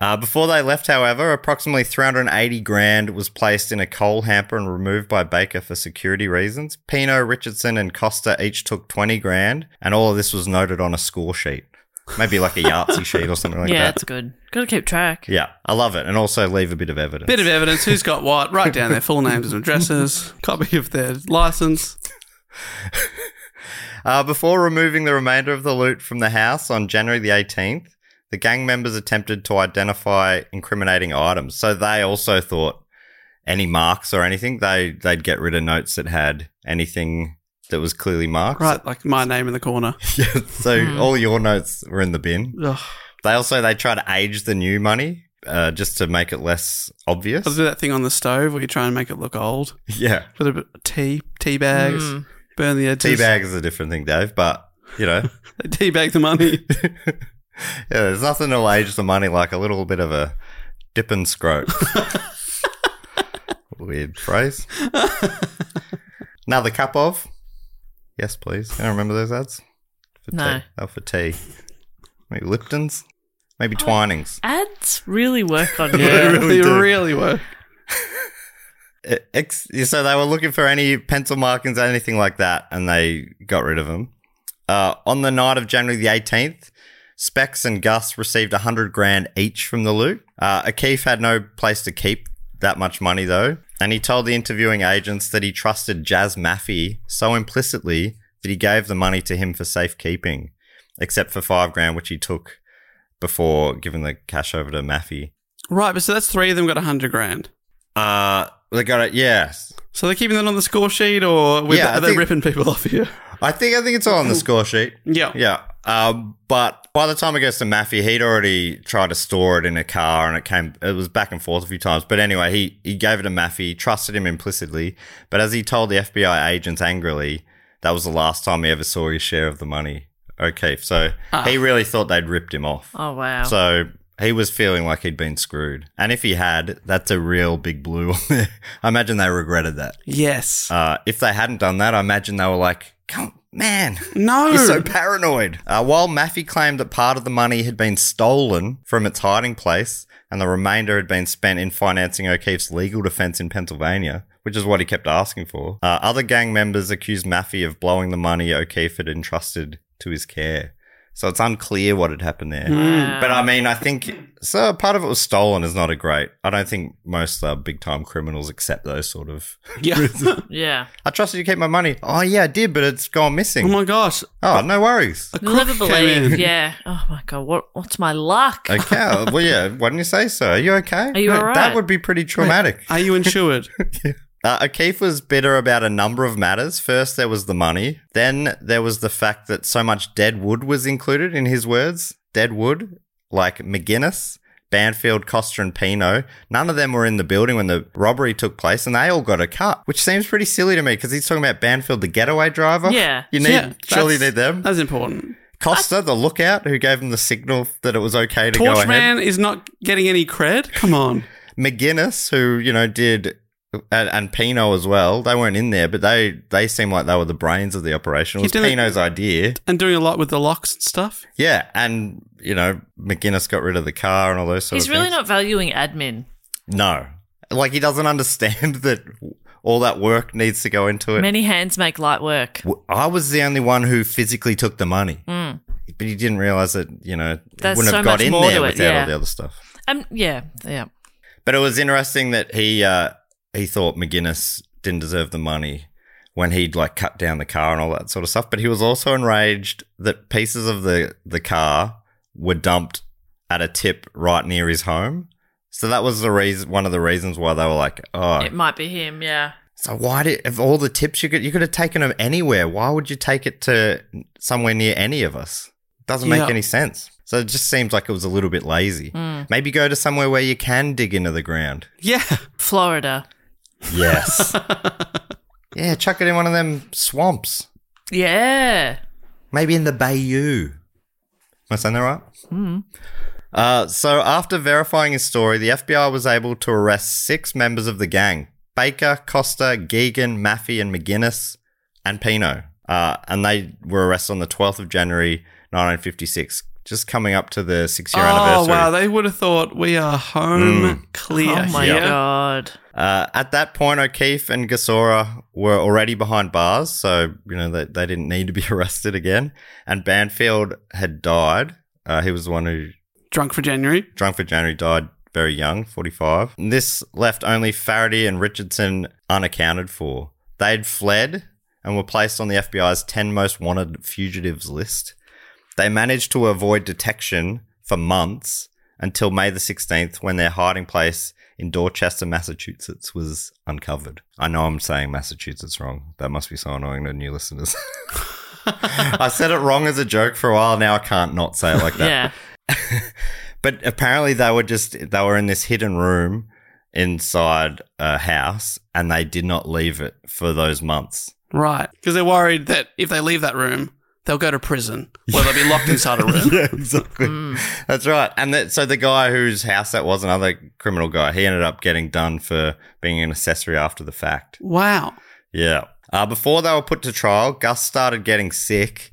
C: Uh, before they left, however, approximately 380 grand was placed in a coal hamper and removed by Baker for security reasons. Pino, Richardson, and Costa each took 20 grand, and all of this was noted on a score sheet. Maybe like a Yahtzee sheet or something like
B: yeah,
C: that.
B: that's good. Got to keep track.
C: Yeah, I love it. And also leave a bit of evidence.
A: Bit of evidence. Who's got what? Write down their full names and addresses. Copy of their license.
C: Uh, before removing the remainder of the loot from the house on January the 18th, the gang members attempted to identify incriminating items. So they also thought any marks or anything, they, they'd get rid of notes that had anything that was clearly marked.
A: Right, Hmm. like my name in the corner.
C: Yeah, so all your notes were in the bin.
A: Ugh.
C: They also, they try to age the new money uh, just to make it less obvious.
A: I'll do that thing on the stove where you try and make it look old.
C: Yeah.
A: Put a bit of tea, tea bags, burn the edges.
C: Teabag is a different thing, Dave, but, you know.
A: They tea bag the money.
C: yeah, there's nothing that'll age the money like a little bit of a dip and scrote. Weird phrase. Another cup of. Yes, please. Can I remember those ads? For
B: No.
C: Tea. Oh, for tea. Maybe Lipton's. Maybe Twinings.
B: Ads really work on you.
A: Yeah,
C: really
A: they
C: do.
A: really were.
C: Uh, Ex- so they were looking for any pencil markings, anything like that, and they got rid of them. Uh, on the night of January the 18th, Specs and Gus received 100 grand each from the loot. Uh, Akeef had no place to keep that much money, though, and he told the interviewing agents that he trusted Jazz Maffey so implicitly that he gave the money to him for safekeeping, except for five grand, which he took before giving the cash over to Maffey.
A: Right, but so that's three of them got a hundred grand.
C: Uh, they got it, yes.
A: So they're keeping that on the score sheet, or with
C: Yeah, I
A: are they
C: think-
A: ripping people off here?
C: I think I think it's all on the score sheet.
A: Yeah.
C: Yeah. Um, but by the time it goes to Maffey, he'd already tried to store it in a car and it came it was back and forth a few times. But anyway, he, he gave it to Maffey, trusted him implicitly, but as he told the FBI agents angrily, that was the last time he ever saw his share of the money. Okay, so he really thought they'd ripped him off.
B: Oh, wow.
C: So he was feeling like he'd been screwed. And if he had, that's a real big blue on there. I imagine they regretted that.
A: Yes.
C: Uh, if they hadn't done that, I imagine they were like, "Come, man,
A: no.
C: you're so paranoid." Uh, while Maffey claimed that part of the money had been stolen from its hiding place and the remainder had been spent in financing O'Keefe's legal defense in Pennsylvania, which is what he kept asking for, uh, other gang members accused Maffey of blowing the money O'Keefe had entrusted to his care. So it's unclear what had happened there.
B: Hmm.
C: But I mean, I think so. Part of it was stolen is not a great. I don't think most uh, big time criminals accept those sort of
A: yeah.
B: yeah.
C: I trusted you to keep my money. Oh yeah, I did, but it's gone
A: oh
C: missing.
A: my gosh.
C: oh, no worries.
A: A
B: You'll
A: crook
B: never
A: came
B: believe.
A: in.
B: Yeah. Oh, my God. What? What's my luck?
C: Okay. well, yeah. Why didn't you say so? Are you okay?
B: Are you all right?
C: That would be pretty traumatic.
A: Are you insured?
C: Uh, O'Keefe was bitter about a number of matters. First, there was the money. Then there was the fact that so much dead wood was included in his words. Dead wood, like McGinnis, Banfield, Costa, and Pino. None of them were in the building when the robbery took place, and they all got a cut, which seems pretty silly to me because he's talking about Banfield, the getaway driver.
B: Yeah.
C: You need
A: Yeah,
C: surely you
A: that's-
C: need them.
A: That's important.
C: Costa, the lookout, who gave him the signal that it was okay to go ahead.
A: Torchman is not getting any cred. Come on.
C: McGinnis, who you know did, and, and Pino as well. They weren't in there, but they they seem like they were the brains of the operation. It
A: He
C: was
A: didn't-
C: Pino's idea,
A: And doing a lot with the locks and stuff.
C: yeah. And you know, McGinnis got rid of the car and all those. Sort
B: He's
C: of
B: really
C: things.
B: not valuing admin.
C: No, like he doesn't understand that all that work needs to go into it.
B: Many hands make light work.
C: W- I was the only one who physically took the money, but he didn't realize that you know he
B: Hmm. There's
C: wouldn't
B: so
C: have got
B: much
C: in
B: more
C: there
B: to it,
C: without
B: yeah.
C: all the other stuff.
B: Um. Yeah. Yeah.
C: But it was interesting that he uh, he thought McGinnis didn't deserve the money when he'd like cut down the car and all that sort of stuff. But he was also enraged that pieces of the the car were dumped at a tip right near his home. So that was the reason, one of the reasons why they were like, "Oh,
B: It might be him. Yeah.
C: so why did of all the tips you could you could have taken them anywhere? Why would you take it to somewhere near any of us? Doesn't make
A: Yeah.
C: any sense. So it just seems like it was a little bit lazy. Maybe go to somewhere where you can dig into the ground.
A: Yeah.
B: Florida.
C: Yes. Yeah, chuck it in one of them swamps.
B: Yeah.
C: Maybe in the Bayou. Am I saying that right?
A: Hmm.
C: Uh, so, after verifying his story, the FBI was able to arrest six members of the gang Baker, Costa, Geegan, Maffey, and McGuinness, and Pino. Uh, and they were arrested on the 12th of January, 1956, just coming up to the six year
A: Oh
C: anniversary. Mm.
A: wow, they would have thought we are home clear.
B: Oh my
A: here.
B: god.
C: Uh, at that point, O'Keefe and Gasora were already behind bars, so you know they, they didn't need to be arrested again. And Banfield had died. Uh, he was the one who
A: Drunk for January.
C: drunk for January died very young, forty five. This left only Faraday and Richardson unaccounted for. They'd fled and were placed on the FBI's ten most wanted fugitives list. They managed to avoid detection for months until May the 16th when their hiding place in Dorchester, Massachusetts was uncovered. I know I'm saying Massachusetts wrong. That must be so annoying to new listeners. I said it wrong as a joke for a while. Now I can't not say it like that.
B: Yeah.
C: But apparently they were just they were in this hidden room inside a house and they did not leave it for those months.
A: Right. Because they're worried that if they leave that room, they'll go to prison where they'll be locked inside a room. Hmm.
C: yeah, exactly. That's right. And that, so the guy whose house that was, another criminal guy, he ended up getting done for being an accessory after the fact.
A: Wow.
C: Yeah. Uh, before they were put to trial, Gus started getting sick.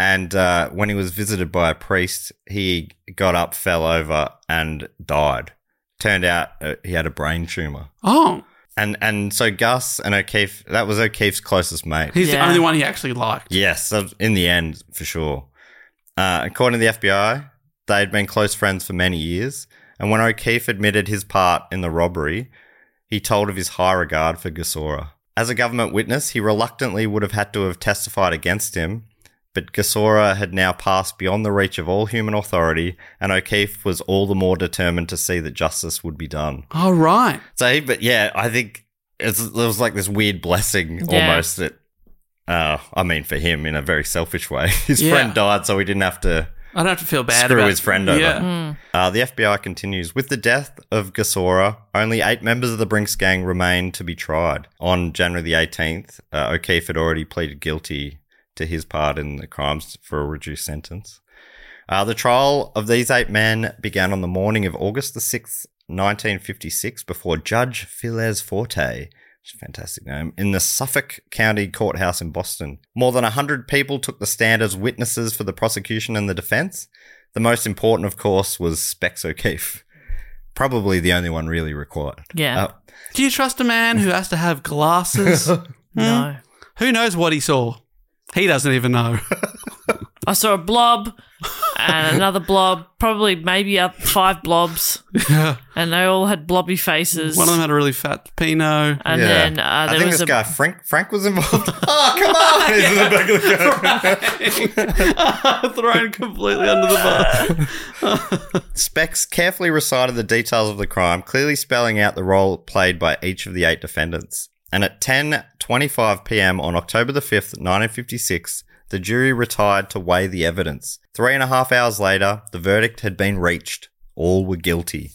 C: And uh, when he was visited by a priest, he got up, fell over, and died. Turned out uh, he had a brain tumor.
A: Oh,
C: And and so Gus and O'Keefe, that was O'Keefe's closest mate.
A: he's the
B: Yeah.
A: only one he actually liked.
C: Yes, so in the end, for sure. Uh, according to the FBI, they'd been close friends for many years. And when O'Keefe admitted his part in the robbery, he told of his high regard for Gasora. As a government witness, he reluctantly would have had to have testified against him, but Gasora had now passed beyond the reach of all human authority, and O'Keefe was all the more determined to see that justice would be done.
A: All right.
C: So, he- but yeah, I think it's, it was like this weird blessing
B: Yeah.
C: almost that, uh, I mean, for him in a very selfish way. His
A: Yeah.
C: friend died, so he didn't have to.
A: I don't have to feel bad
C: Screw
A: about
C: his friend over.
A: Yeah.
C: Uh, the FBI continues. With the death of Gasora, only eight members of the Brinks gang remain to be tried. On January the 18th, uh, O'Keefe had already pleaded guilty to his part in the crimes for a reduced sentence. Uh, the trial of these eight men began on the morning of August the 6th, 1956, before Judge Philes Forte, which is a fantastic name, in the Suffolk County Courthouse in Boston. More than 100 people took the stand as witnesses for the prosecution and the defense. The most important, of course, was Specs O'Keefe. Probably the only one really required.
B: Yeah.
C: Uh,
A: Do you trust a man who has to have glasses?
B: No.
A: who knows what he saw? He doesn't even know.
B: I saw a blob and another blob, probably maybe up five blobs, and they all had blobby faces.
A: One of them had a really fat Pinot.
B: and
C: yeah.
B: then uh,
C: I
B: there
C: think
B: was
C: this
B: a
C: guy Frank Frank was involved. oh come on! He's in the back of the car.
A: thrown completely under the bus.
C: Specs carefully recited the details of the crime, clearly spelling out the role played by each of the eight defendants. And at 10:25 p.m. on October the 5th, 1956, the jury retired to weigh the evidence. Three and a half hours later, the verdict had been reached. All were guilty.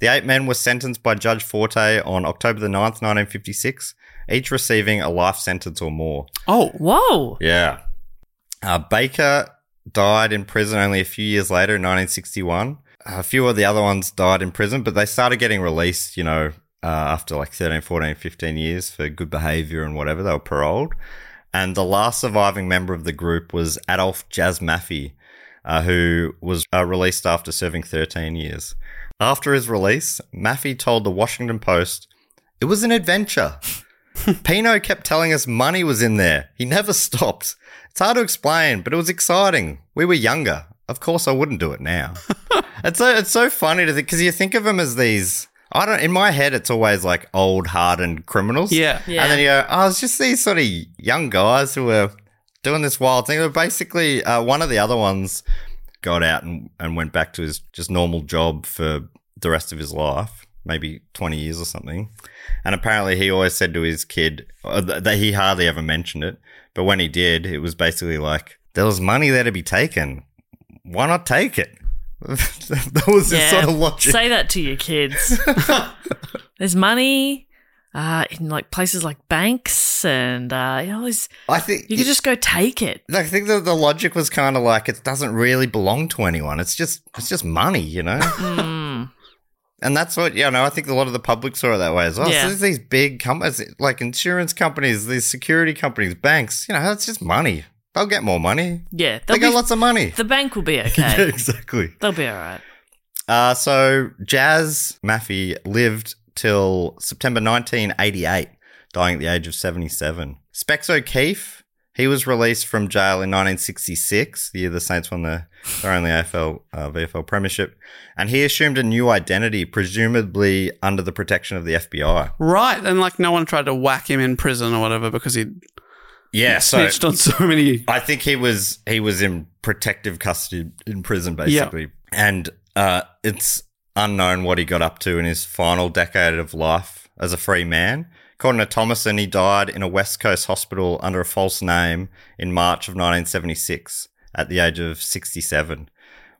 C: The eight men were sentenced by Judge Forte on October the 9th, 1956, each receiving a life sentence or more.
A: Oh,
B: whoa.
C: Yeah. Uh, Baker died in prison only a few years later in 1961. A few of the other ones died in prison, but they started getting released, you know, uh, after like 13, 14, 15 years for good behavior and whatever. They were paroled. And the last surviving member of the group was Adolf Jazz Maffey, uh, who was uh, released after serving 13 years. After his release, Maffey told the Washington Post, It was an adventure. Pino kept telling us money was in there. He never stopped. It's hard to explain, but it was exciting. We were younger. Of course, I wouldn't do it now. it's so it's so funny to think because you think of them as these. I don't. In my head, it's always like old hardened criminals.
A: Yeah.
B: Yeah.
C: And then you go, oh, it's just these sort of young guys who were doing this wild thing. But basically, uh, one of the other ones got out and, and went back to his just normal job for the rest of his life, maybe 20 years or something. And apparently, he always said to his kid uh, th- that he hardly ever mentioned it. But when he did, it was basically like, there was money there to be taken. Why not take it? that was his
B: Yeah.
C: sort of logic.
B: Say that to your kids. There's money uh, in like places like banks and uh, you know, there's-
C: I think
B: you could just go take it.
C: I think the, the logic was kind of like it doesn't really belong to anyone. It's just it's just money, you know.
B: Hmm.
C: and that's what you know. I think a lot of the public saw it that way as well. So
B: Yeah.
C: there's these big companies like insurance companies, these security companies, banks. You know, it's just money. They'll get more money.
B: Yeah,
C: They
B: they'll
C: got
B: be-
C: lots of money.
B: The bank will be
C: Yeah,
B: okay.
C: exactly.
B: They'll be all right.
C: Uh, so Jazz Maffey lived till September 1988, dying at the age of 77. Specs O'Keefe, he was released from jail in 1966, the year the Saints won the, their only AFL uh, VFL premiership, and he assumed a new identity, presumably under the protection of the FBI.
A: Right. And like no one tried to whack him in prison or whatever because he
C: Yeah, so
A: snitched on so many.
C: I think he was he was in protective custody in prison basically, and uh, it's unknown what he got up to in his final decade of life as a free man. According to Thomason, he died in a West Coast hospital under a false name in March of 1976 at the age of 67.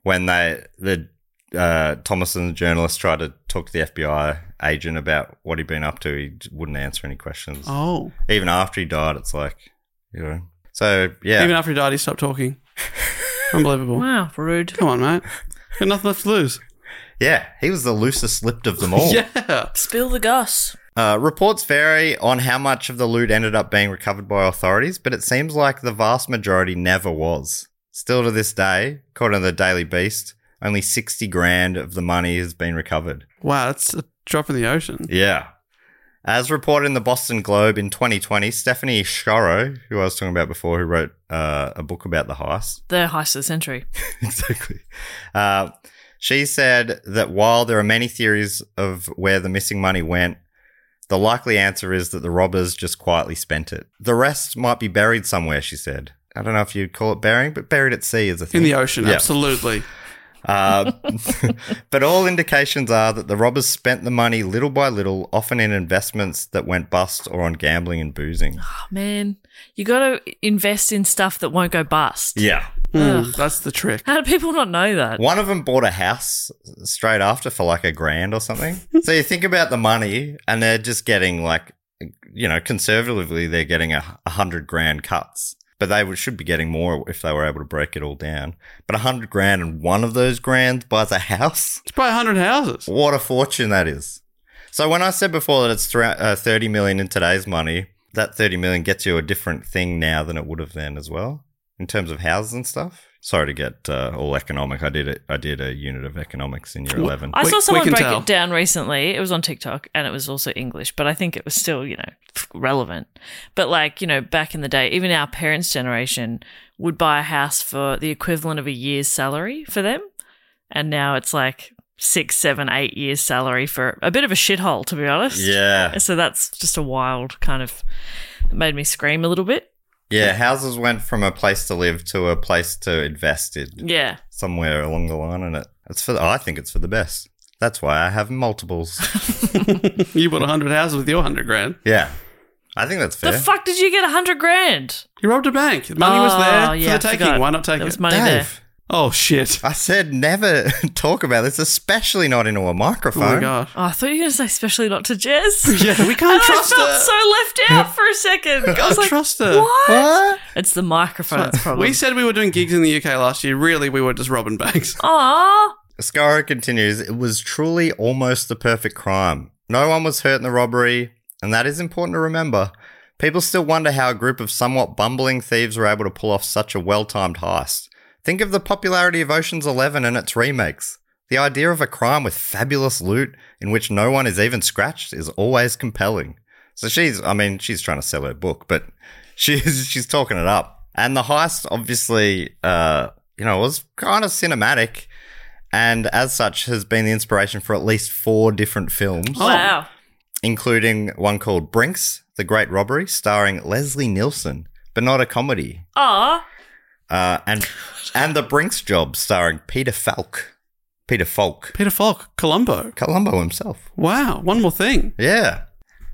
C: When they the uh, Thomason, the journalist, tried to talk to the FBI agent about what he'd been up to, he wouldn't answer any questions.
A: Oh.
C: Even after he died, it's like you know. So yeah,
A: Even after he died, he stopped talking. Unbelievable.
B: Wow, rude.
A: Come on, mate. Got nothing left to lose.
C: Yeah, he was the loosest lipped of them all.
A: Yeah.
B: Spill the goss.
C: uh, reports vary on how much of the loot ended up being recovered by authorities, but it seems like the vast majority never was. Still to this day, according to the Daily Beast, only 60 grand of the money has been recovered.
A: Wow, that's a drop in the ocean.
C: Yeah. As reported in the Boston Globe in 2020, Stephanie Shorro, who I was talking about before, who wrote uh, a book about the heist,
B: The heist of the century.
C: exactly. Uh, she said that while there are many theories of where the missing money went, the likely answer is that the robbers just quietly spent it. The rest might be buried somewhere, she said. I don't know if you'd call it burying, but buried at sea is a thing.
A: In the ocean,
C: Yeah.
A: absolutely.
C: Uh, but all indications are that the robbers spent the money little by little, often in investments that went bust or on gambling and boozing.
A: Ah,
B: Oh, man, you got to invest in stuff that won't go bust.
C: Yeah.
A: Mm, that's the trick.
B: How do people not know that?
C: One of them bought a house straight after for like a grand or something. so you think about the money, and they're just getting like, you know, conservatively, they're getting a, a hundred grand cuts. But they would- should be getting more if they were able to break it all down. But a hundred grand and one of those grand buys a house.
A: It's probably 100 houses.
C: What a fortune that is. So when I said before that it's thr- uh, 30 million in today's money, that 30 million gets you a different thing now than it would have then as well in terms of houses and stuff. Sorry to get uh, all economic. I did a, I did a unit of economics in year 11.
B: I
A: We-
B: saw
A: we
B: someone
A: can
B: break
A: tell.
B: it down recently. It was on TikTok and it was also English, but I think it was still, you know, relevant. But like, you know, back in the day, even our parents' generation would buy a house for the equivalent of a year's salary for them. And now it's like six, seven, eight years' salary for a bit of a shithole, to be honest.
C: Yeah.
B: So that's just a wild kind of it made me scream a little bit.
C: Yeah, houses went from a place to live to a place to invest in
B: Yeah.
C: somewhere along the line and it it's for the, I think it's for the best. That's why I have multiples.
A: You bought 100 houses with your 100 grand.
C: yeah. I think that's fair.
B: The fuck did you get a hundred grand?
A: You robbed a bank. The money was
B: Oh,
A: there
B: yeah,
A: for
B: I
A: the taking.
B: forgot.
A: Why not take
B: There
A: it?
B: was money there.
C: Dave,
A: oh, shit.
C: I said never talk about this, especially not into a
A: Oh,
C: microphone.
A: my God.
B: Oh, I thought you were going to say especially not to Jess.
A: Yeah, we can't
B: And
A: trust
B: I felt
A: her.
B: so left out for a second. I was
A: Can't
B: like,
A: trust her.
B: What?
C: What?
B: It's the microphone's problem.
A: We said we were doing gigs in the UK last year. Really, we were just robbing banks. Oh.
B: Aw.
C: Scara continues, it was truly almost the perfect crime. No one was hurt in the robbery, and that is important to remember. People still wonder how a group of somewhat bumbling thieves were able to pull off such a well timed heist. Think of the popularity of Ocean's Eleven and its remakes. The idea of a crime with fabulous loot in which no one is even scratched is always compelling. So she's, I mean, she's trying to sell her book, but she's she's talking it up. And the heist, obviously, uh, you know, was kind of cinematic, and as such, has been the inspiration for at least four different films,
B: Wow.
C: including one called Brinks: The Great Robbery, starring Leslie Nielsen, but not a comedy,
B: Aw.
C: uh, and and The Brinks Job, starring Peter Falk, Peter Falk,
A: Peter Falk, Colombo.
C: Columbo himself.
A: Wow, one more thing.
C: Yeah.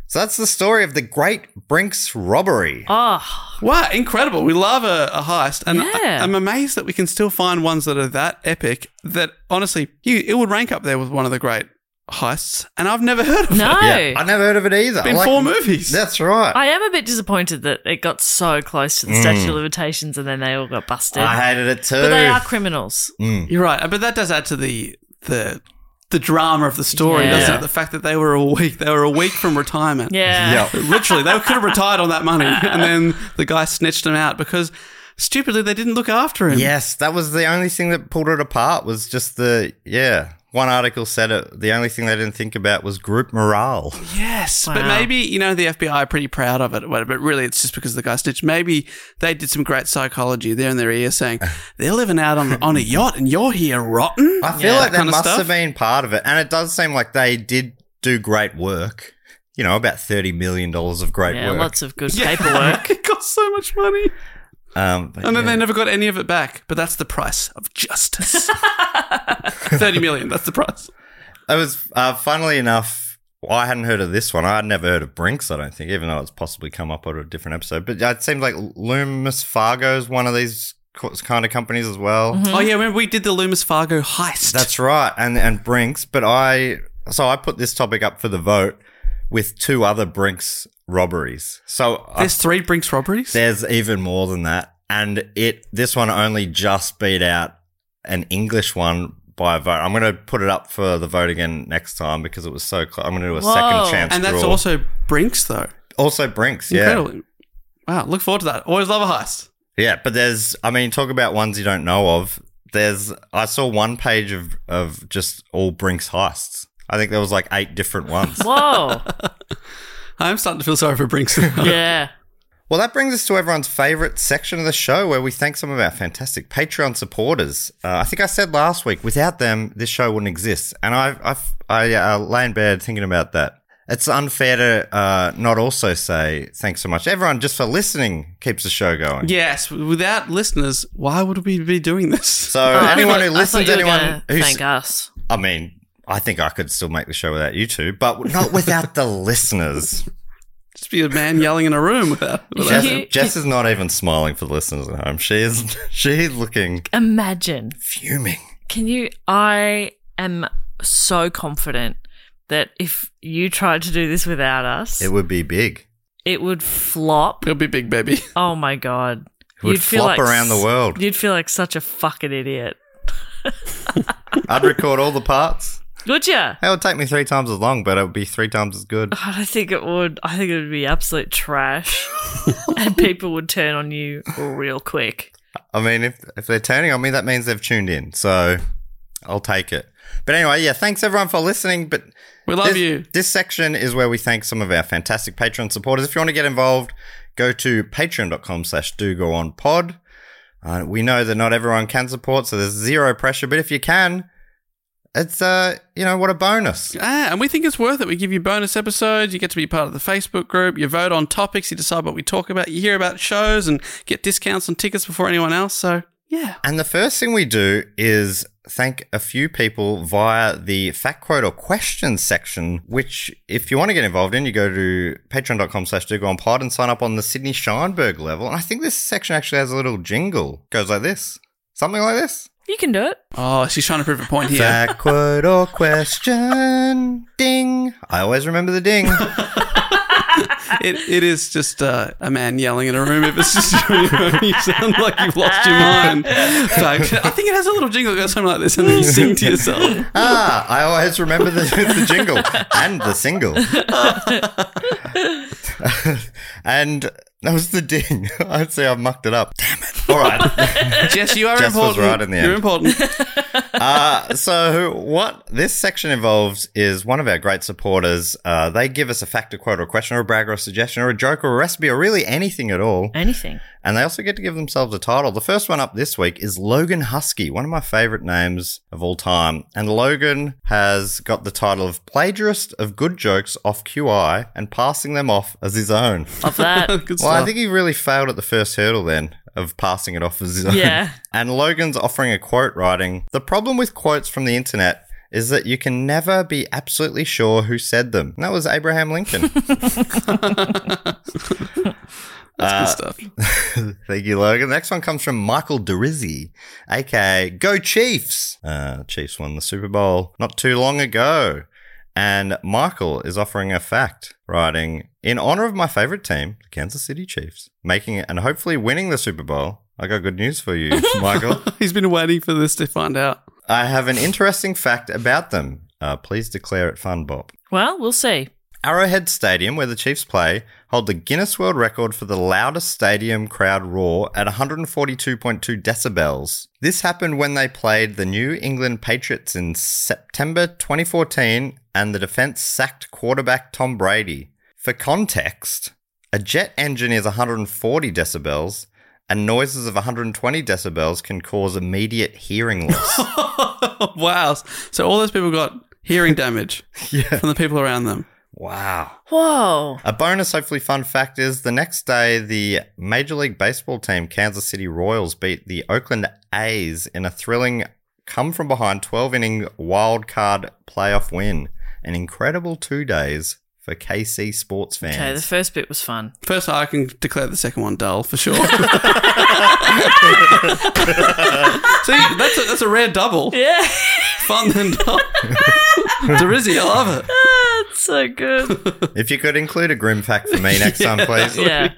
C: So that's the story of the Great Brinks Robbery.
B: Oh.
A: Wow, incredible. We love a, a heist. And
B: Yeah.
A: I, am amazed that we can still find ones that are that epic that honestly, you, it would rank up there with one of the great heists, and I've never heard of
B: No.
A: it.
C: I never heard of it either.
A: Been four movies.
C: That's right.
B: I am a bit disappointed that it got so close
A: Mm.
B: to the statute of limitations and then they all got busted.
C: I hated it too.
B: but they are criminals.
A: You're right, but that does add to the the the drama of the story,
B: Yeah.
A: doesn't it? The fact that they were a week, they were a week from retirement.
B: Yeah.
C: Yep.
A: Literally, they could have retired on that money, and then the guy snitched them out because stupidly they didn't look after him.
C: Yes, that was the only thing that pulled it apart was just the yeah. One article said it. The only thing they didn't think about was group morale.
A: Yes, but
B: Wow.
A: maybe you know the FBI are pretty proud of it, or whatever, but really it's just because the guy snitched. Maybe they did some great psychology. They're in their ear saying they're living out on on a yacht, and you're here rotten.
C: I feel like that,
A: kind of
C: must
A: stuff.
C: have been part of it, and it does seem like they did do great work. You know, about thirty million dollars of great
B: Yeah,
C: work.
B: lots of good
A: Yeah.
B: paperwork.
A: it cost so much money,
C: um, but
A: and then
C: yeah.
A: they never got any of it back. But that's the price of justice. Thirty million. That's the price.
C: It was, uh, funnily enough, well, I hadn't heard of this one. I had never heard of Brinks, I don't think, even though it's possibly come up on a different episode. But it seems like Loomis Fargo is one of these co- kind of companies as well.
A: Oh yeah, remember we did the Loomis Fargo heist.
C: Mm-hmm. That's right, and and Brinks. But I, so I put this topic up for the vote with two other Brinks robberies. So I-
A: There's three Brinks robberies.
C: there's even more than that, and it this one only just beat out an English one. By a vote, I'm going to put it up for the vote again next time because it was so close. I'm going to do a
B: Whoa.
C: second chance,
A: and that's
C: draw.
A: also Brinks though.
C: Also Brinks, yeah.
A: Incredible. Wow, look forward to that. Always love a heist.
C: Yeah, but there's I mean, talk about ones you don't know of. There's I saw one page of of just all Brinks heists. I think there was like eight different ones.
B: Whoa.
A: I'm starting to feel sorry for Brinks.
B: Yeah.
C: well, that brings us to everyone's favorite section of the show where we thank some of our fantastic Patreon supporters. Uh, I think I said last week, without them, this show wouldn't exist. And I I, I uh, lay in bed thinking about that. It's unfair to uh, not also say thanks so much, everyone, just for listening. Keeps the show going.
A: yes, without listeners, why would we be doing this?
C: So
B: Oh,
C: anyone
B: I
C: who
B: thought
C: listens,
B: you were
C: anyone
B: gonna
C: who's
B: thank us.
C: I mean, I think I could still make the show without you two, but not without the listeners.
A: just be a man yelling in a room without. without
C: Jess, Jess is not even smiling for the listeners at home. She is she's looking
B: Imagine.
C: fuming.
B: Can you? I am so confident that if you tried to do this without us,
C: It would be big.
B: it would flop.
A: It'll be big, baby.
B: Oh my god!
C: It would flop around the
B: s-
C: world.
B: You'd feel like such a fucking idiot,
C: I'd record all the parts.
B: would you?
C: It would take me three times as long, but it would be three times as good.
B: I don't think it would. I think it would be absolute trash, and people would turn on you real quick.
C: I mean, if if they're turning on me, that means they've tuned in. So I'll take it. But anyway, yeah, thanks everyone for listening. But
A: We love
C: this,
A: you.
C: This section is where we thank some of our fantastic Patreon supporters. If you want to get involved, go to patreon.com slash do go on pod. Uh, we know that not everyone can support, so there's zero pressure. But if you can, it's uh, you know, what a bonus.
A: Ah, and we think it's worth it. We give you bonus episodes. You get to be part of the Facebook group. You vote on topics. You decide what we talk about. You hear about shows and get discounts on tickets before anyone else. So yeah,
C: And the first thing we do is thank a few people via the fact quote or question section, which if you want to get involved in, you go to patreon.com slash do go on pod and sign up on the Sydney Scheinberg level. And I think this section actually has a little jingle. Goes like this. Something like this.
B: You can do it.
A: Oh, she's trying to prove a point here.
C: Fact quote or question. Ding. I always remember the ding.
A: It, it is just uh, a man yelling in a room. If it's just you, in a room, you sound like you've lost your mind. Fact. I think it has a little jingle that goes something like this, and then you sing to yourself.
C: ah, I always remember the, the jingle and the single. and that was the ding. I'd say I've mucked it up. Damn it. All right.
A: Jess, you are
C: Jess was
A: important.
C: right in the
A: You're
C: end.
A: important.
C: Uh, so, what this section involves is one of our great supporters. Uh, they give us a fact or quote or question or a brag or a suggestion or a joke or a recipe or really anything at all.
B: Anything.
C: And they also get to give themselves a title. The first one up this week is Logan Husky, one of my favorite names of all time. And Logan has got the title of Plagiarist of Good Jokes off QI and passing them off as his own.
B: Love that.
A: Good
C: Well, I
A: stuff.
C: think he really failed at the first hurdle then of passing it off as his own.
B: Yeah.
C: And Logan's offering a quote writing The problem with quotes from the internet is that you can never be absolutely sure who said them. And that was Abraham Lincoln. uh,
A: That's good stuff.
C: Thank you, Logan. The next one comes from Michael DeRizzi, aka Go Chiefs. Uh, Chiefs won the Super Bowl not too long ago. And Michael is offering a fact, writing, In honor of my favorite team, the Kansas City Chiefs, making it and hopefully winning the Super Bowl, I got good news for you, Michael.
A: He's been waiting for this to find out.
C: I have an interesting fact about them. Uh, please declare it fun, Bob.
B: Well, we'll see.
C: Arrowhead Stadium, where the Chiefs play, hold the Guinness World Record for the loudest stadium crowd roar at 142.2 decibels. This happened when they played the New England Patriots in September 2014 and the defense sacked quarterback Tom Brady. For context, a jet engine is 140 decibels and noises of 120 decibels can cause immediate hearing loss.
A: wow. So all those people got hearing damage
C: yeah.
A: from the people around them.
C: Wow.
B: Whoa.
C: A bonus, hopefully fun fact is the next day, the Major League Baseball team, Kansas City Royals, beat the Oakland A's in a thrilling come from behind 12 inning wild card playoff win. An incredible two days for KC sports fans.
B: Okay, the first bit was fun.
A: First, I can declare the second one dull for sure. See, that's a, that's a rare double.
B: Yeah.
A: Fun and dull. Derizzi, I love it.
B: That's Ah, so good.
C: if you could include a grim fact for me next time, please.
B: Yeah.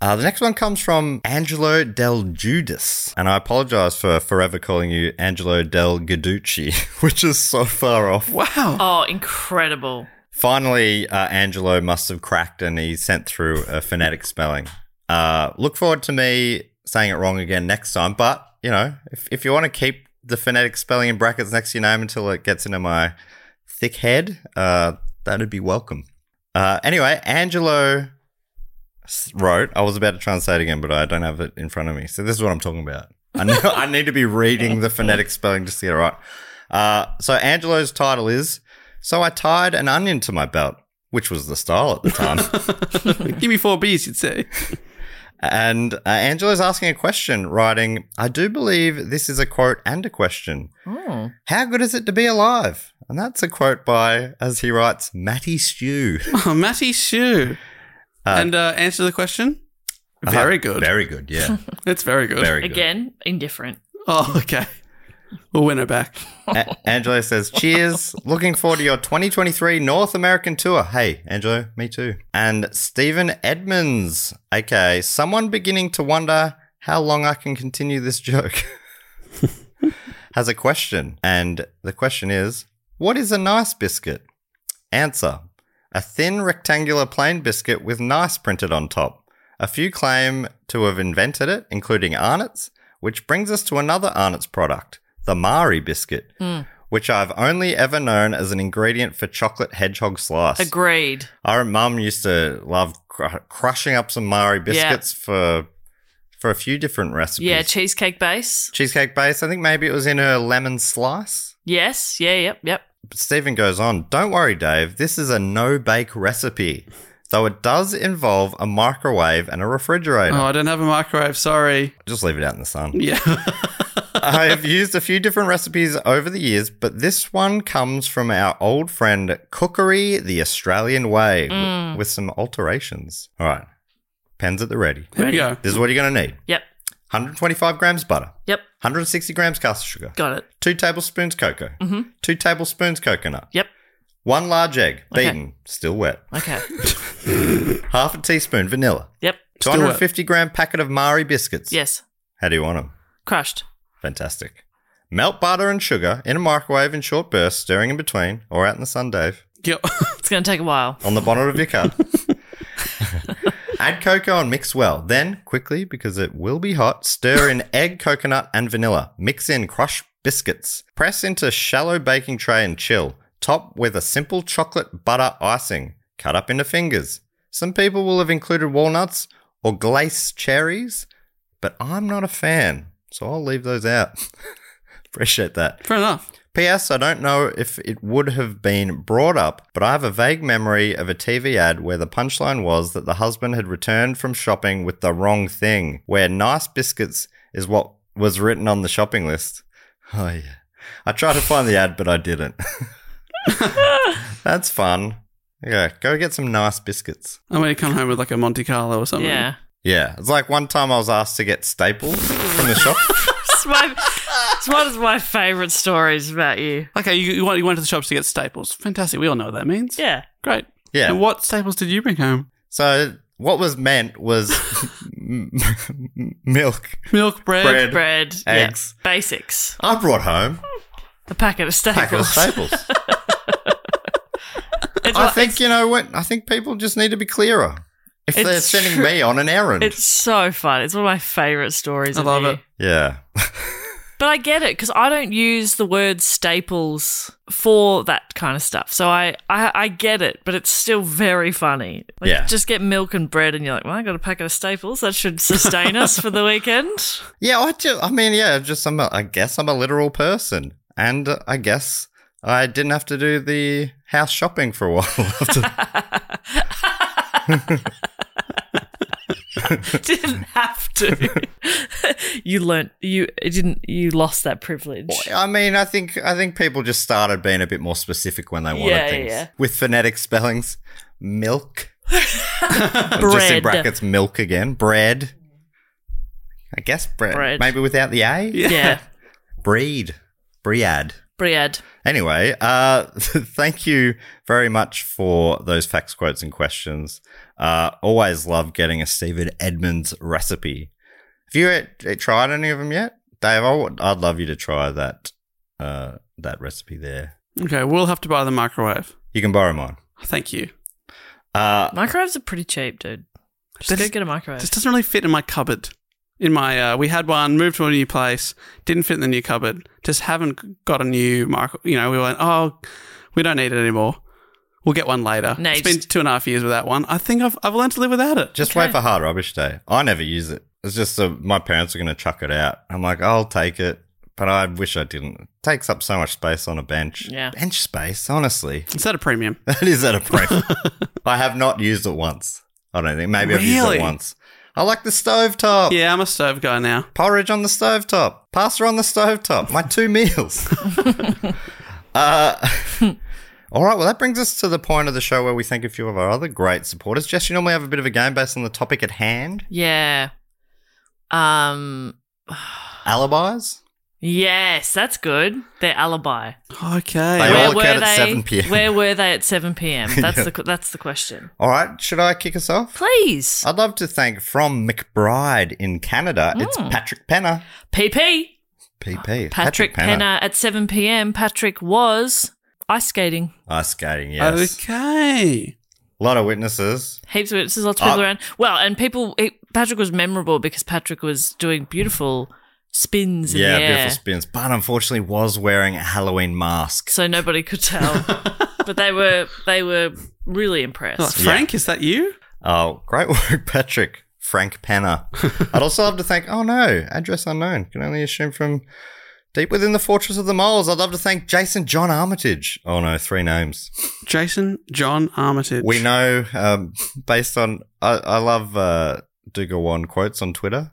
C: Uh, the next one comes from Angelo Del Judas. And I apologize for forever calling you Angelo Del Guiducci, which is so far off.
A: Wow.
B: Oh, incredible.
C: Finally, uh, Angelo must have cracked and he sent through a phonetic spelling. Uh, look forward to me saying it wrong again next time. But, you know, if, if you want to keep the phonetic spelling in brackets next to your name until it gets into my thick head, uh, that'd be welcome. Uh, anyway, Angelo s- wrote, I was about to try and say it again, but I don't have it in front of me. So this is what I'm talking about. I, know, I need to be reading the phonetic spelling just to get it right. Uh, so Angelo's title is So I Tied an Onion to My Belt, which was the style at the time.
A: Give me four B's, you'd say.
C: And uh, Angela's asking a question, writing, I do believe this is a quote and a question.
A: Hmm.
C: How good is it to be alive? And that's a quote by, as he writes, Matty Stew.
A: Oh, Matty Shoe. and uh, answer the question. Very good.
C: uh-huh. uh, Very good, yeah.
A: it's very good.
C: Very good.
B: Again, indifferent.
A: Oh, okay. We'll win it back.
C: A- Angela says, Cheers. Looking forward to your 2023 North American tour. Hey, Angelo, me too. And Stephen Edmonds, aka someone beginning to wonder how long I can continue this joke, has a question. And the question is, What is a nice biscuit? Answer A thin rectangular plain biscuit with nice printed on top. A few claim to have invented it, including Arnott's, which brings us to another Arnott's product, the Mari biscuit, which I've only ever known as an ingredient for chocolate hedgehog slice.
B: Agreed.
C: Our mum used to love cr- crushing up some Mari biscuits for for a few different recipes.
B: Yeah, cheesecake base.
C: cheesecake base. I think maybe it was in her lemon slice.
B: Yes. Yeah, yep, yep.
C: But Stephen goes on, don't worry, Dave, this is a no bake recipe, though it does involve a microwave and a refrigerator.
A: Oh, I don't have a microwave. Sorry.
C: Just leave it out in the sun.
A: Yeah.
C: I have used a few different recipes over the years, but this one comes from our old friend Cookery the Australian Way w- with some alterations. All right, pens at the ready.
A: Here we go.
C: This is what you're going to need
B: Yep.
C: 125 grams butter,
B: Yep.
C: 160 grams caster sugar,
B: Got it.
C: 2 tablespoons cocoa, 2 tablespoons coconut,
B: Yep.
C: One large egg,
B: Okay.
C: beaten, still wet.
B: Okay.
C: Half a teaspoon vanilla.
B: yep.
A: wet.
C: 250 gram packet of Mari biscuits.
B: Yes.
C: How do you want them?
B: Crushed.
C: Fantastic. Melt butter and sugar in a microwave in short bursts, stirring in between, or out in the sun, Dave,
A: Yep.
B: It's going to take a while.
C: on the bonnet of your car. Add cocoa and mix well. Then, quickly, because it will be hot, stir in egg, coconut, and vanilla. Mix in crushed biscuits. Press into shallow baking tray and chill. Top with a simple chocolate butter icing, cut up into fingers. Some people will have included walnuts or glazed cherries, but I'm not a fan, so I'll leave those out. Appreciate that.
A: Fair enough.
C: P.S. I don't know if it would have been brought up, but I have a vague memory of a TV ad where the punchline was that the husband had returned from shopping with the wrong thing, where nice biscuits is what was written on the shopping list. Oh, yeah. I tried to find the ad, but I didn't. That's fun. Yeah, go get some nice biscuits.
A: I'm going to come home with like a Monte Carlo or something.
B: Yeah.
C: Yeah, it's like one time I was asked to get staples from the shop.
B: it's my it's one of my favorite stories about you.
A: Okay, you, you, went, you went to the shops to get staples. Fantastic. We all know what that means.
B: Yeah.
A: Great.
C: Yeah.
A: And what staples did you bring home?
C: So what was meant was m- milk,
A: Milk,
C: Bread.
A: bread.
B: Bread,
C: Eggs.
B: yeah, basics,
C: I brought home
B: a packet of
C: a packet of
B: staples.
C: staples.
B: It's
C: I
B: like-
C: think
B: it's-
C: you know what? I think people just need to be clearer. If they're
B: It's
C: sending
B: true.
C: me on an errand,
B: It's so fun. It's one of my favorite stories.
A: I
B: of
A: love
B: you.
A: it.
C: yeah,
B: But I get it because I don't use the word staples for that kind of stuff. So I, I, I get it, but it's still very funny. Like,
C: Yeah.
B: Just get milk and bread, and you're like, well, I got a packet of staples. That should sustain us for the weekend.
C: yeah. I just, I mean, yeah. Just I'm. A, I guess I'm a literal person, and uh, I guess I didn't have to do the house shopping for a while. After.
B: didn't have to. you learnt, you it didn't, you lost that privilege.
C: I mean, I think I think people just started being a bit more specific when they wanted
B: Yeah,
C: things
B: yeah.
C: with phonetic spellings. Milk, just in
B: Bread.
C: brackets, milk again. Bread. I guess bread.
B: Bread.
C: Maybe without the A.
B: Yeah.
C: Breed. Bread.
B: Bread.
C: Anyway, uh, thank you very much for those facts, quotes, and questions. Uh, always love getting a Stephen Edmonds recipe. Have you uh, tried any of them yet, Dave? I would, I'd love you to try that uh, that recipe there.
A: Okay, we'll have to buy the microwave.
C: You can borrow mine.
A: Thank you.
C: Uh,
B: Microwaves are pretty cheap, dude. Just
A: This-
B: go get a microwave.
A: This doesn't really fit in my cupboard. In my, uh, we had one, moved to a new place, didn't fit in the new cupboard. Just haven't got a new micro. You know, we went, oh, we don't need it anymore. We'll get one later.
B: No,
A: it's
B: you
A: been two and a half years without one. I think I've I've learned to live without it.
C: just wait for hard rubbish day. I never use it. It's just uh, my parents are going to chuck it out. I'm like, I'll take it, but I wish I didn't. It takes up so much space on a bench.
B: Yeah.
C: bench space, honestly.
A: It's at a premium.
C: That is at a premium. I have not used it once. I don't think. Maybe I've used
A: Really?
C: it once. I like the stovetop.
A: Yeah, I'm a stove guy now.
C: Porridge on the stovetop. Pasta on the stovetop. My two meals. uh, all right. Well, that brings us to the point of the show where we thank a few of our other great supporters. Jess, you normally have a bit of a game based on the topic at hand.
B: yeah. Um.
C: Alibis?
B: Yes, that's good. They're alibi.
A: Okay.
C: They all
B: were
C: occurred at
B: they?
C: 7 p.m..
B: Where were they at seven p.m.? That's
C: Yeah.
B: the that's the question.
C: All right. Should I kick us off?
B: Please,
C: I'd love to thank from McBride in Canada. It's
B: Mm.
C: Patrick Penner.
B: PP
C: PP.
B: Patrick, Penner at seven p.m. Patrick was ice skating.
C: Ice skating, yes.
A: Okay.
C: A lot of witnesses.
B: Heaps of witnesses, lots of people
C: Uh,
B: around. Well, and people. It, Patrick was memorable because Patrick was doing beautiful spins in
C: Yeah,
B: the air,
C: beautiful spins. But unfortunately, was wearing a Halloween mask.
B: so nobody could tell. but they were they were really
A: Oh,
B: impressed.
A: Frank, is that you?
C: Oh, great work, Patrick. Frank Penner. I'd also love to thank. Oh no, address unknown. Can only assume from deep within the fortress of the moles. I'd love to thank Jason John Armitage. Oh no, three names.
A: Jason John Armitage.
C: We know um, based on I, I love uh, Dugawan quotes on Twitter.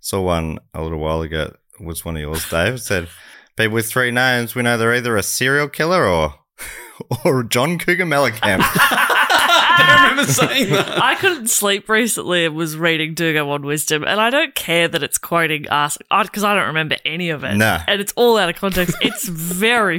C: Saw one a little while ago. It Was one of yours, Dave? It said people with three names. We know they're either a serial killer or or John Cougar Mellencamp.
A: I remember saying that.
B: I couldn't sleep recently and was reading Durgo on Wisdom, and I don't care that it's quoting us because I don't remember any of it.
C: Nah.
B: And it's all out of context. It's very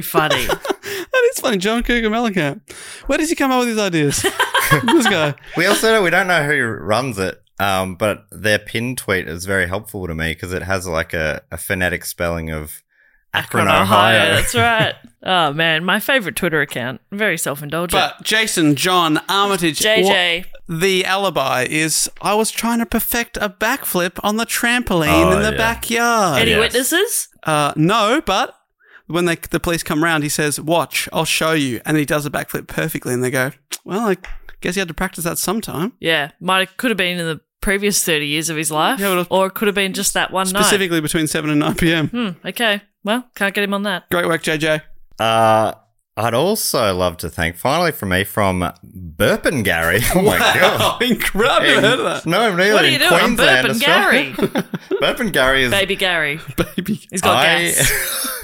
B: funny.
A: That is funny. John Cougar Mellencamp. Where does he come up with these ideas? this guy.
C: we also know, we don't know who runs it, um, but their pin tweet is very helpful to me because it has like a, a phonetic spelling of Akron, Ohio.
B: That's right. Oh, man. My favorite Twitter account. Very self indulgent.
A: But Jason John Armitage.
B: JJ.
A: the alibi is I was trying to perfect a backflip on the trampoline
C: Oh,
A: in the
C: yeah.
A: backyard.
B: Any
C: yes.
B: witnesses?
A: Uh, no, but when they, the police come round, he says, "Watch, I'll show you," and he does a backflip perfectly. And they go, "Well, I guess he had to practice that sometime."
B: Yeah. Might have, could have been in the previous 30 years of his life,
A: Yeah, but it was-
B: or it could have been just that one
A: Specifically between seven and nine p.m.
B: night. Hmm. Okay. Well, can't get him on that.
A: Great work, JJ.
C: Uh, I'd also love to thank, finally from me, from Burpin Gary. Oh my
A: Oh,
C: god.
A: incredible! I've never heard of
C: No, neither.
B: What are you
C: in
B: doing? I'm
C: Queensland,
B: burping
C: Australia.
B: Gary.
C: Burpin Gary is
B: Baby Gary.
A: that, baby.
B: He's got
C: I-
B: gas.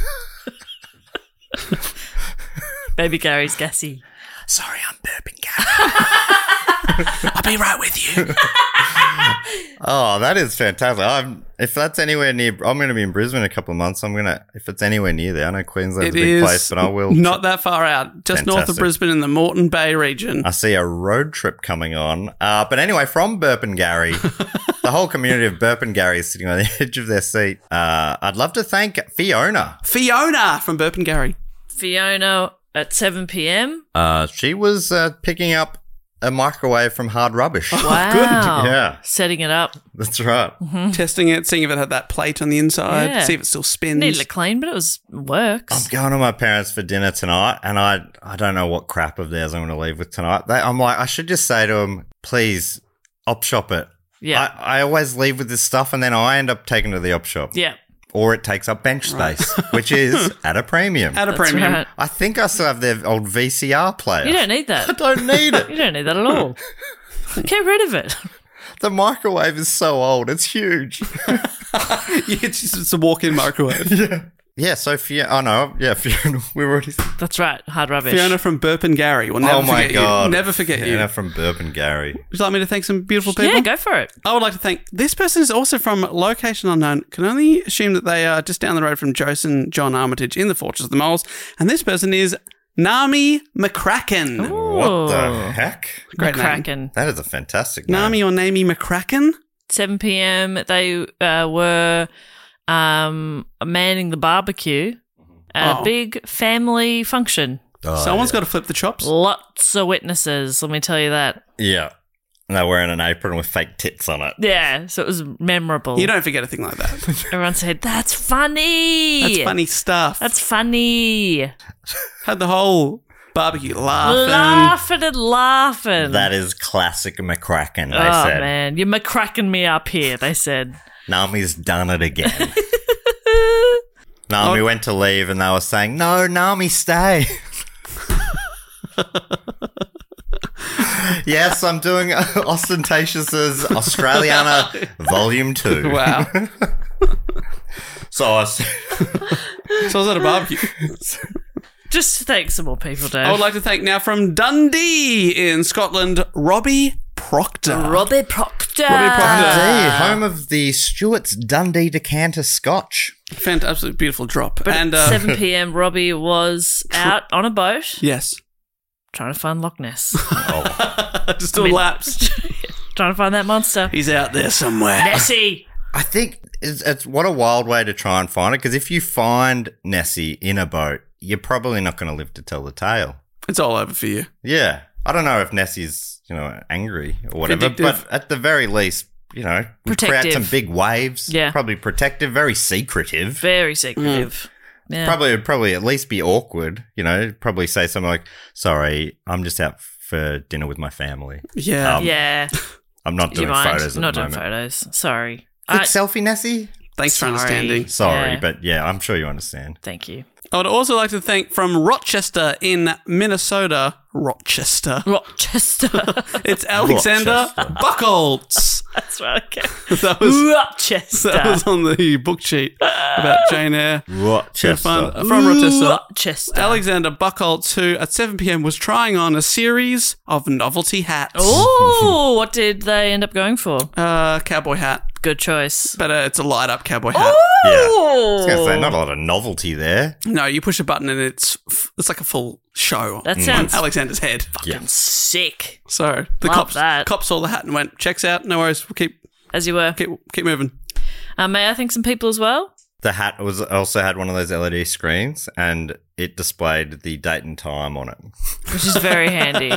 B: Baby Gary's gassy.
A: Sorry, I'm burping, Gary. I'll be right with you.
C: Oh, that is fantastic. I'm, if that's anywhere near, I'm going to be in Brisbane in a couple of months. I'm going to, if it's anywhere near there, I know Queensland's
A: It
C: a big
A: is
C: place, but I will.
A: Not that far out, just north of
C: Fantastic. Uh,
A: Brisbane in the Moreton Bay region.
C: I see a road trip coming on. Uh, but anyway, from Burpengary, the whole community of Burpengary is sitting on the edge of their seat. Uh, I'd love to thank Fiona.
A: Fiona from Burpengary.
B: Fiona at 7 p.m.
C: Uh, she was uh, picking up a microwave from Hard Rubbish.
B: Wow.
C: Oh, Yeah,
B: Setting it up.
C: that's right.
A: Testing it, seeing if it had that plate on the inside,
B: Hmm. Yeah.
A: see if it still spins.
B: Needed a clean, but it was
C: I'm
B: works.
C: going to my parents for dinner tonight, and I I don't know what crap of theirs I'm going to leave with tonight. They, I'm like, I should just say to them, please, op shop it.
B: Yeah.
C: I, I always leave with this stuff, and then I end up taking it to the op shop,
B: yeah.
C: or it takes up bench space, which is at a premium.
A: At a
B: That's
A: premium.
B: right.
C: I think I still have their old VCR player.
B: You don't need
C: I
B: that.
C: don't need
B: You
C: it.
B: don't need that at all. Get rid of it.
C: The microwave is so old; it's huge.
A: Yeah, it's just it's a walk-in microwave.
C: yeah, so Fiona. Oh no, yeah, Fiona. We were already.
B: That's right. Hard rubbish.
A: Fiona from Burpengary. We'll never
C: oh my
A: forget
C: god!
A: you. Never forget
C: Fiona
A: you.
C: from Burpengary.
A: Would you like me to thank some beautiful people?
B: Yeah, go for it.
A: I would like to thank this person is also from location unknown. Can only assume that they are just down the road from Joson John Armitage in the Fortress of the Moles. And this person is Nami McCracken.
C: What
B: Ooh.
C: the heck?
A: Great name.
B: Kraken.
C: That is a fantastic name.
A: Nami or Nami McCracken?
B: 7 p.m. They uh, were um, manning the barbecue at
A: Oh.
B: a big family function.
C: Oh,
A: Someone's got to flip the chops.
B: Oh. Lots of witnesses, let me tell you that.
C: Yeah. And they're wearing an apron with fake tits on it.
B: Yeah, so it was memorable.
A: You don't forget a thing like that.
B: Everyone said, That's funny.
A: That's funny stuff.
B: That's funny.
A: Had the whole barbecue laughing.
B: Laughing and laughing.
C: That is classic McCracken, they
B: oh,
C: said.
B: man. You're cracking me up here, they said.
C: Nami's done it again.
A: Oh.
C: Nami went to leave and they were saying, No, Nami, stay. yes, I'm doing Ostentatious's Australiana Volume 2.
A: Wow.
C: So I was-
A: so I was at a barbecue.
B: Just thank some more people, Dave.
A: I would Oh, like to thank now from Dundee in Scotland, Robbie Proctor.
B: Robbie Proctor.
A: Robbie Proctor.
C: Dundee, home of the Stewart's Dundee Decanter Scotch.
A: Fantastic, absolutely beautiful drop.
B: But
A: and
B: at
A: uh,
B: 7 p.m., Robbie was out on a boat
A: yes,
B: trying to find Loch Ness,
A: just a
B: mean-
A: lapse.
B: trying to find that monster.
A: He's out there somewhere.
B: Nessie.
C: I think it's, it's what a wild way to try and find it because if you find Nessie in a boat, you're probably not going to live to tell the tale.
A: It's all over for you.
C: Yeah, I don't know if Nessie's you know angry or whatever,
A: Vindictive.
C: but at the very least, you know, we create
B: Protective.
C: some big waves.
B: Yeah.
C: probably protective, very secretive.
B: Very secretive. Yeah.
C: Probably would probably at least be awkward. You know, probably say something like, "Sorry, I'm just out for dinner with my family.
A: Yeah.
C: Um,
B: Yeah.
C: I'm not
B: Do you
C: doing
B: mind?
C: photos at
B: Not
C: the
B: doing
C: moment."
B: photos. Sorry.
C: Quick
B: I-
C: selfie, Nessie.
A: Thanks for
B: sorry.
A: understanding.
C: Sorry,
B: Yeah.
C: but yeah, I'm sure you understand.
B: Thank you.
A: I would also like to thank from Rochester in Minnesota, Rochester.
B: Rochester.
A: It's Alexander Buckholz.
B: That's right. Okay.
A: That was
B: Rochester.
A: that was on the book sheet about Jane Eyre.
C: Rochester.
A: Fun- From Rochester.
B: Rochester.
A: Alexander Buckholz, who at 7 p.m. was trying on a series of novelty hats.
B: Oh, what did they end up going for?
A: Uh, cowboy hat,
B: Good choice.
A: but uh, it's a light up cowboy hat.
C: Yeah. I was gonna say not a
B: Oh.
C: lot of novelty there.
A: No, you push a button and it's f- it's like a full show.
B: That
A: on
B: sounds-
A: Alexander's head.
C: Yeah.
B: Sick.
A: So the
B: Love
A: cops
B: that.
A: cops saw the hat and went, "Checks out, no worries, we'll keep
B: As you were.
A: keep keep moving."
B: Um, may I thank some people as well?
C: The hat was also had one of those LED screens, and it displayed the date and time on it.
B: Which is very handy.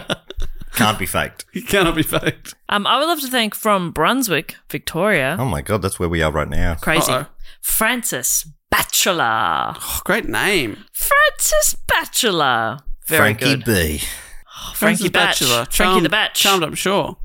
C: Can't be faked.
A: It cannot be faked.
B: Um, I would love to thank from Brunswick, Victoria.
C: Oh my god, that's where we are right now.
B: Crazy.
A: Uh-oh.
B: Francis Bachelor.
A: Oh, great name,
B: Francis Bachelor. Very
C: Frankie
B: good.
C: B.
B: Oh,
A: Francis
B: Frankie Batch.
A: Bachelor,
B: Frankie the
A: Charmed-
B: Batch.
A: Charmed, I'm sure.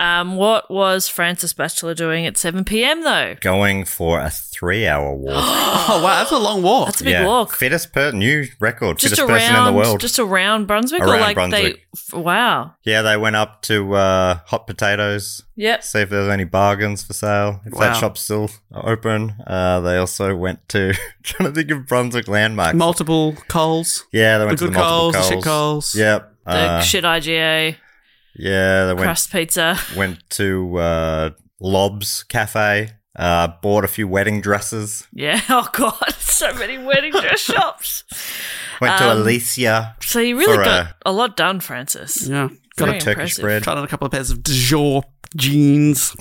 B: Um, what was Francis Bachelor doing at 7 p.m. though?
C: Going for a three-hour walk.
A: Oh wow, that's a long walk.
B: That's a big walk.
C: Fittest per- new record.
B: just
C: fittest person in the
B: around,
C: world.
B: just around Brunswick, or
C: Around
B: like
C: Brunswick.
B: they? f- Wow.
C: yeah, they went up to uh, hot potatoes.
B: Yep.
C: See if there was any bargains for sale. If that
A: Wow.
C: shop's still open. Uh, they also went to trying to think of Brunswick landmarks.
A: Multiple coals.
C: yeah, they went
A: the
C: to
A: good
C: the multiple
A: coals, the shit coals.
C: Yep.
B: The
C: Uh,
B: shit IGA
C: yeah, they went
B: crust pizza.
C: went to uh, Lob's Cafe. Uh, bought a few wedding dresses.
B: Yeah. Oh God, so many wedding dress shops.
C: Went to
B: Um,
C: Alicia.
B: So you really
C: For,
B: got
C: uh,
B: a lot done, Francis.
A: Yeah.
C: Got
B: very
C: a Turkish
B: impressive.
C: bread.
A: Tried on a couple of pairs of Dior jeans.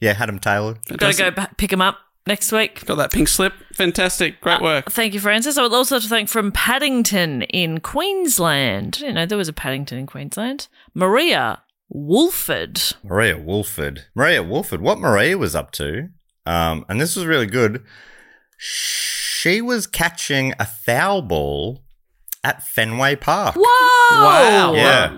C: Yeah, had him tailored.
B: Got to go ba- pick him up next week.
A: Got that pink slip. Fantastic. Great work.
B: Thank you, Francis. I would also like to thank from Paddington in Queensland. You know, there was a Paddington in Queensland. Maria Wolford.
C: Maria Wolford. Maria Wolford. What Maria was up to, um, and this was really good. She was catching a foul ball at Fenway Park.
B: Whoa!
A: Wow.
C: Yeah.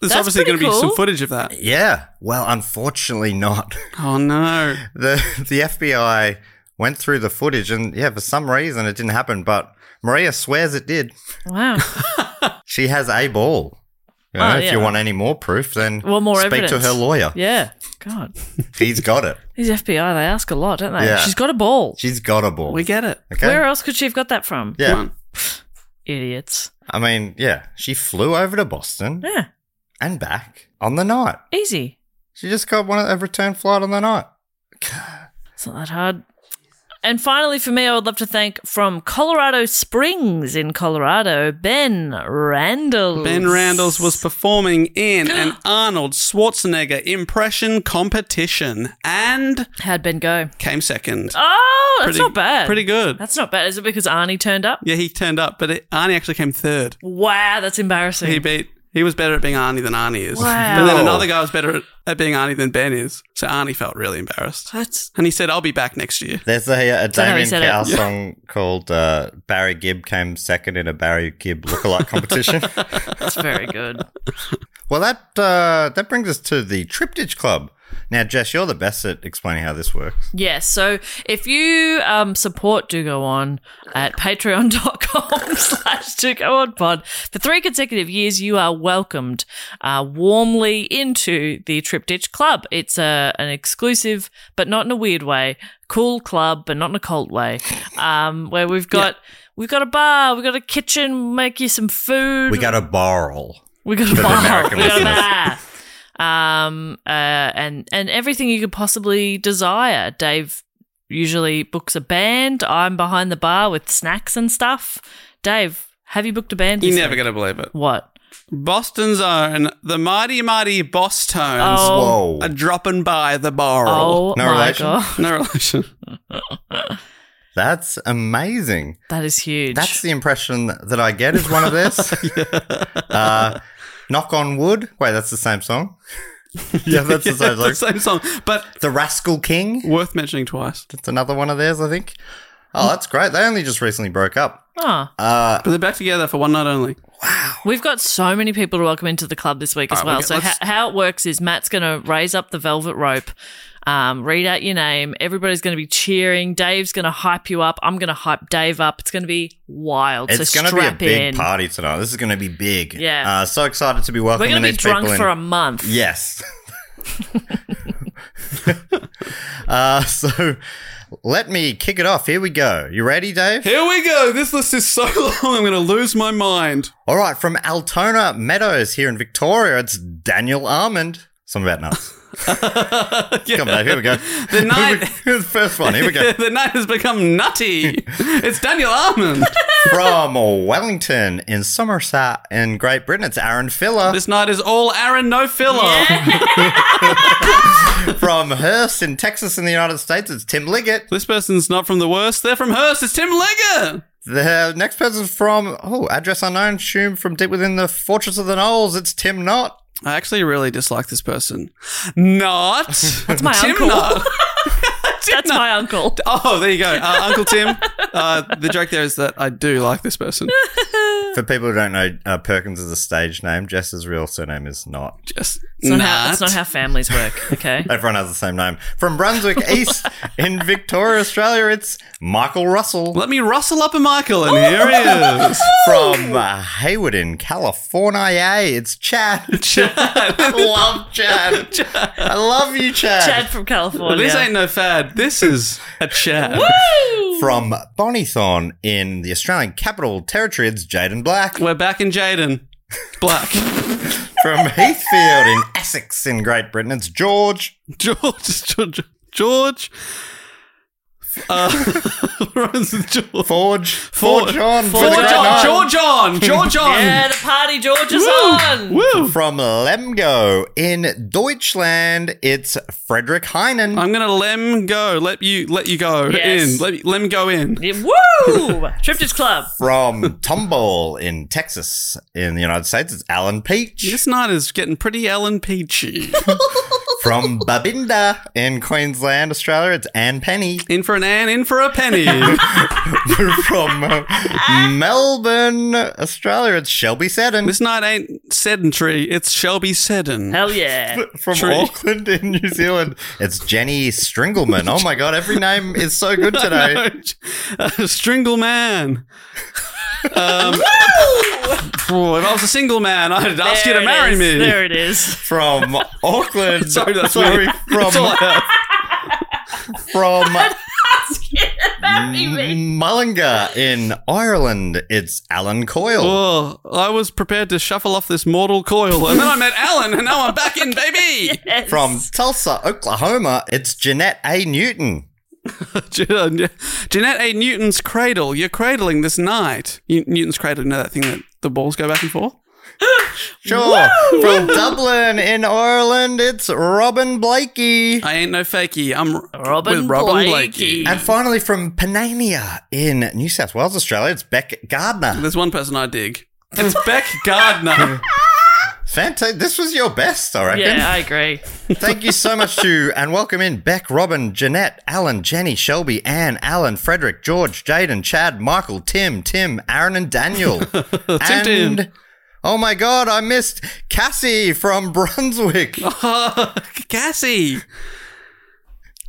A: There's
B: That's
A: obviously going
B: pretty
A: to be some
B: cool.
A: footage of that.
C: Yeah. Well, unfortunately, not.
A: Oh no.
C: the the FBI went through the footage, and yeah, for some reason it didn't happen. But Maria swears it did.
B: Wow.
C: She has a ball. You know,
B: Oh,
C: If
B: yeah.
C: you want any more proof, then
B: Well, more
C: speak
B: evidence.
C: to her lawyer.
B: Yeah. God.
C: He's got it.
B: These FBI, they ask a lot, don't they?
C: Yeah.
B: She's got a ball.
C: She's got a ball.
A: We get it.
C: okay.
B: Where else could she have got that from?
C: yeah.
B: Idiots.
C: I mean, yeah, she flew over to Boston
B: Yeah.
C: and back on the night.
B: Easy.
C: She just got one a return flight on the night.
B: It's not that hard. And finally, for me, I would love to thank from Colorado Springs in Colorado, Ben Randalls.
A: Ben Randalls was performing in an Arnold Schwarzenegger impression competition and
B: How'd Ben go?
A: came second.
B: Oh, that's
A: Pretty-
B: not bad.
A: Pretty good.
B: That's not bad. Is it because Arnie turned up?
A: yeah, he turned up, but it, Arnie actually came third.
B: Wow, that's embarrassing.
A: He beat. He was better at being Arnie than Arnie is.
B: Wow.
A: But then another guy was better at, at being Arnie than Ben is. So Arnie felt really embarrassed.
B: That's-
A: and he said, "I'll be back next year."
C: There's a, a
B: how he
C: Damien
B: said it.
C: Cow song called uh, Barry Gibb came second in a Barry Gibb lookalike competition.
B: that's very good.
C: well, that uh, that brings us to the Triptych Club. Now, Jess, you're the best at explaining how this works.
B: Yes. So if you um, support Do Go On at patreon.com slash Do Go On Pod for three consecutive years, you are welcomed uh, warmly into the Triptych Club. It's a, an exclusive, but not in a weird way, cool club, but not in a cult way, um, where we've got. We've got a bar, we've got a kitchen, make you some food.
C: We got a barrel.
B: We got a
C: the
B: bar.
C: American
B: We got a
C: listeners.
B: bar. Um, uh, and and everything you could possibly desire. Dave usually books a band. I'm behind the bar with snacks and stuff. Dave, have you booked a band?
A: You're
B: this
A: never
B: week?
A: gonna believe it.
B: What?
A: Boston's own, the mighty mighty Boss Tones
B: Oh,
C: Whoa.
A: are dropping by the barrel.
B: oh
C: No
B: my
C: relation?
B: god,
A: No relation.
C: That's amazing.
B: that is huge.
C: That's the impression that I get is one of this. uh, Knock on Wood. Wait, that's the same song. yeah, that's the same song.
A: It's the same song, but
C: The Rascal King.
A: worth mentioning twice.
C: That's another one of theirs, I think. Oh, that's great. They only just recently broke up.
B: Ah,
C: Uh,
A: But they're back together for one night only.
B: we've got so many people to welcome into the club this week as
A: All right,
B: well.
A: okay,
B: so
A: let's-
B: ho- how it works is Matt's going to raise up the velvet rope, um, read out your name. Everybody's going to be cheering. Dave's going to hype you up. I'm going to hype Dave up. It's going to be wild.
C: it's
B: so
C: going to be a
B: strap
C: big
B: in.
C: party tonight. This is going to be big.
B: Yeah.
C: Uh, so excited to be
B: We're
C: welcoming
B: going to be
C: these
B: drunk
C: people in.
B: for a month.
C: Yes. uh, so let me kick it off. Here we go. You ready, Dave?
A: Here we go. This list is so long, I'm going to lose my mind.
C: All right, from Altona Meadows here in Victoria, it's Daniel Armand. Something about nuts. Come on, Dave. Here we go.
A: The night-
C: Here's the first one. Here we go.
A: the night has become nutty. it's Daniel Armand.
C: From Wellington in Somerset in Great Britain, it's Aaron Filler.
A: this night is all Aaron, no filler.
C: From Hearst in Texas in the United States, it's Tim Liggett.
A: This person's not from the worst. They're from Hearst. It's Tim Legger.
C: The next person's from, oh, address unknown, Shum from deep within the Fortress of the Knolls, it's Tim Knott.
A: I actually really dislike this person. Not. That's
B: my
A: Tim
B: uncle.
A: Knott.
B: That's my uncle.
A: Oh, there you go. Uh, Uncle Tim. Uh, the joke there is that I do like this person.
C: For people who don't know, uh, Perkins is a stage name. Jess's real surname is Knott.
A: Just
B: It's not, how,
A: not.
B: it's not how families work, okay?
C: Everyone has the same name. From Brunswick East in Victoria, Australia, it's Michael Russell.
A: Let me rustle up a Michael, and here he is.
C: From uh, Hayward in California, it's Chad. I love Chad. I love you, Chad.
B: Chad from California.
A: This ain't no fad. This is a chat.
C: From Bonnythorn in the Australian Capital Territory, it's Jaden Black.
A: We're back in Jaden. Black.
C: From Heathfield in Essex in Great Britain, it's George.
A: George. George. George. Uh, runs with George.
C: Forge.
A: Forge.
C: Forge on. for the
A: George
C: great
A: on.
C: night.
A: George on. George on.
B: Yeah, the party George is on.
A: Woo.
C: From Lemgo in Deutschland, it's Frederick Heinen.
A: I'm gonna let him go. Let you let you go
B: Yes.
A: in. Let, me- let him go in.
B: Yeah, woo! Triptych Club.
C: From Tomball in Texas in the United States, it's Alan Peach.
A: This night is getting pretty Ellen Peachy.
C: From Babinda in Queensland, Australia, it's Anne Penny.
A: in for an Ann, in for a penny.
C: From uh, Melbourne, Australia, it's Shelby Seddon.
A: this night ain't sedentary. It's Shelby Seddon.
B: Hell yeah.
C: From Auckland in New Zealand, it's Jenny Stringleman. Oh my god, every name is so good today.
A: uh, Stringle man. Um, oh, if I was a single man, I'd ask you
B: There
A: to
B: it
A: marry
B: is.
A: me.
B: There it is.
C: From Auckland,
A: Sorry, that's
C: sorry,
A: me.
C: from
A: That's all I have.
C: from
B: Marry me.
C: Mullingar in Ireland, it's Alan Coyle.
A: Oh, I was prepared to shuffle off this mortal coil, and then I met Alan, and now I'm back in, baby.
B: Yes.
C: From Tulsa, Oklahoma, it's Jeanette A. Newton.
A: Jean- uh, Jeanette A. Newton's cradle. You're cradling this night. You- Newton's cradle. You know that thing that the balls go back and forth.
C: Sure. From Dublin in Ireland, it's Robin Blakey.
A: I ain't no fakey. I'm r-
B: Robin
A: with Robin
B: Blakey.
A: Blakey.
C: And finally, from Panania in New South Wales, Australia, it's Beck Gardner.
A: There's one person I dig. It's Beck Gardner.
C: Fantastic. This was your best, I reckon.
B: Yeah, I agree.
C: Thank you so much to and welcome in Beck, Robin, Jeanette, Alan, Jenny, Shelby, Anne, Alan, Frederick, George, Jaden, Chad, Michael, Tim, Tim, Aaron, and Daniel. and
A: Tim.
C: oh my god, I missed Cassie from Brunswick.
A: Cassie.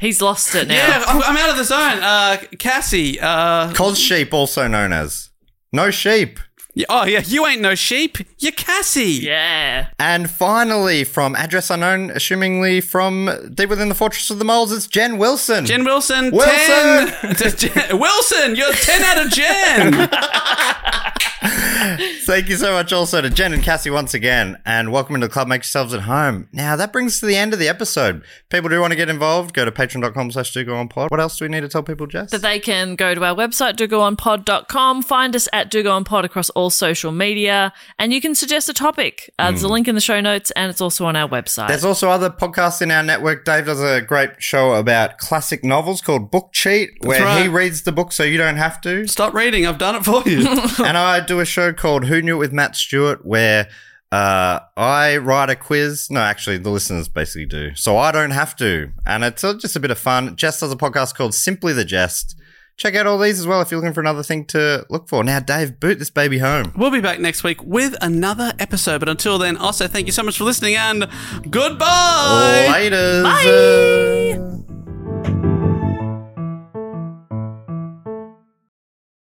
B: He's lost it now.
A: Yeah, I'm, I'm out of the zone. Uh, Cassie. Uh,
C: Cos sheep, also known as no sheep.
A: y- oh yeah, you ain't no sheep. You're Cassie.
B: Yeah.
C: And finally, from address unknown, assumingly from deep within the fortress of the moles, it's Jen Wilson.
A: Jen Wilson,
C: Wilson!
A: 10. Jen- Wilson, you're 10 out of Jen.
C: Thank you so much also to Jen and Cassie once again. And welcome into the club. Make yourselves at home. Now, that brings us to the end of the episode. People do want to get involved. Go to patreon.com slash do go on pod. What else do we need to tell people, Jess?
B: That they can go to our website, dogoonpod.com, find us at dogoonpod across all social media, and you can suggest a topic. Uh,
A: Hmm.
B: There's a link in the show notes, and it's also on our website.
C: There's also other podcasts in our network. Dave does a great show about classic novels called Book Cheat, where he
A: right.
C: reads the book so you don't have to.
A: Stop reading. I've done it for you.
C: and I do a show called Who Knew It with Matt Stewart, where uh, I write a quiz. No, actually, the listeners basically do, so I don't have to. And it's uh, just a bit of fun. Jess does a podcast called Simply the Jest. Check out all these as well if you're looking for another thing to look for. Now, Dave, boot this baby home.
A: we'll be back next week with another
C: Oh,
A: episode. But until then, also thank you so much for listening and goodbye.
C: Later.
B: Bye.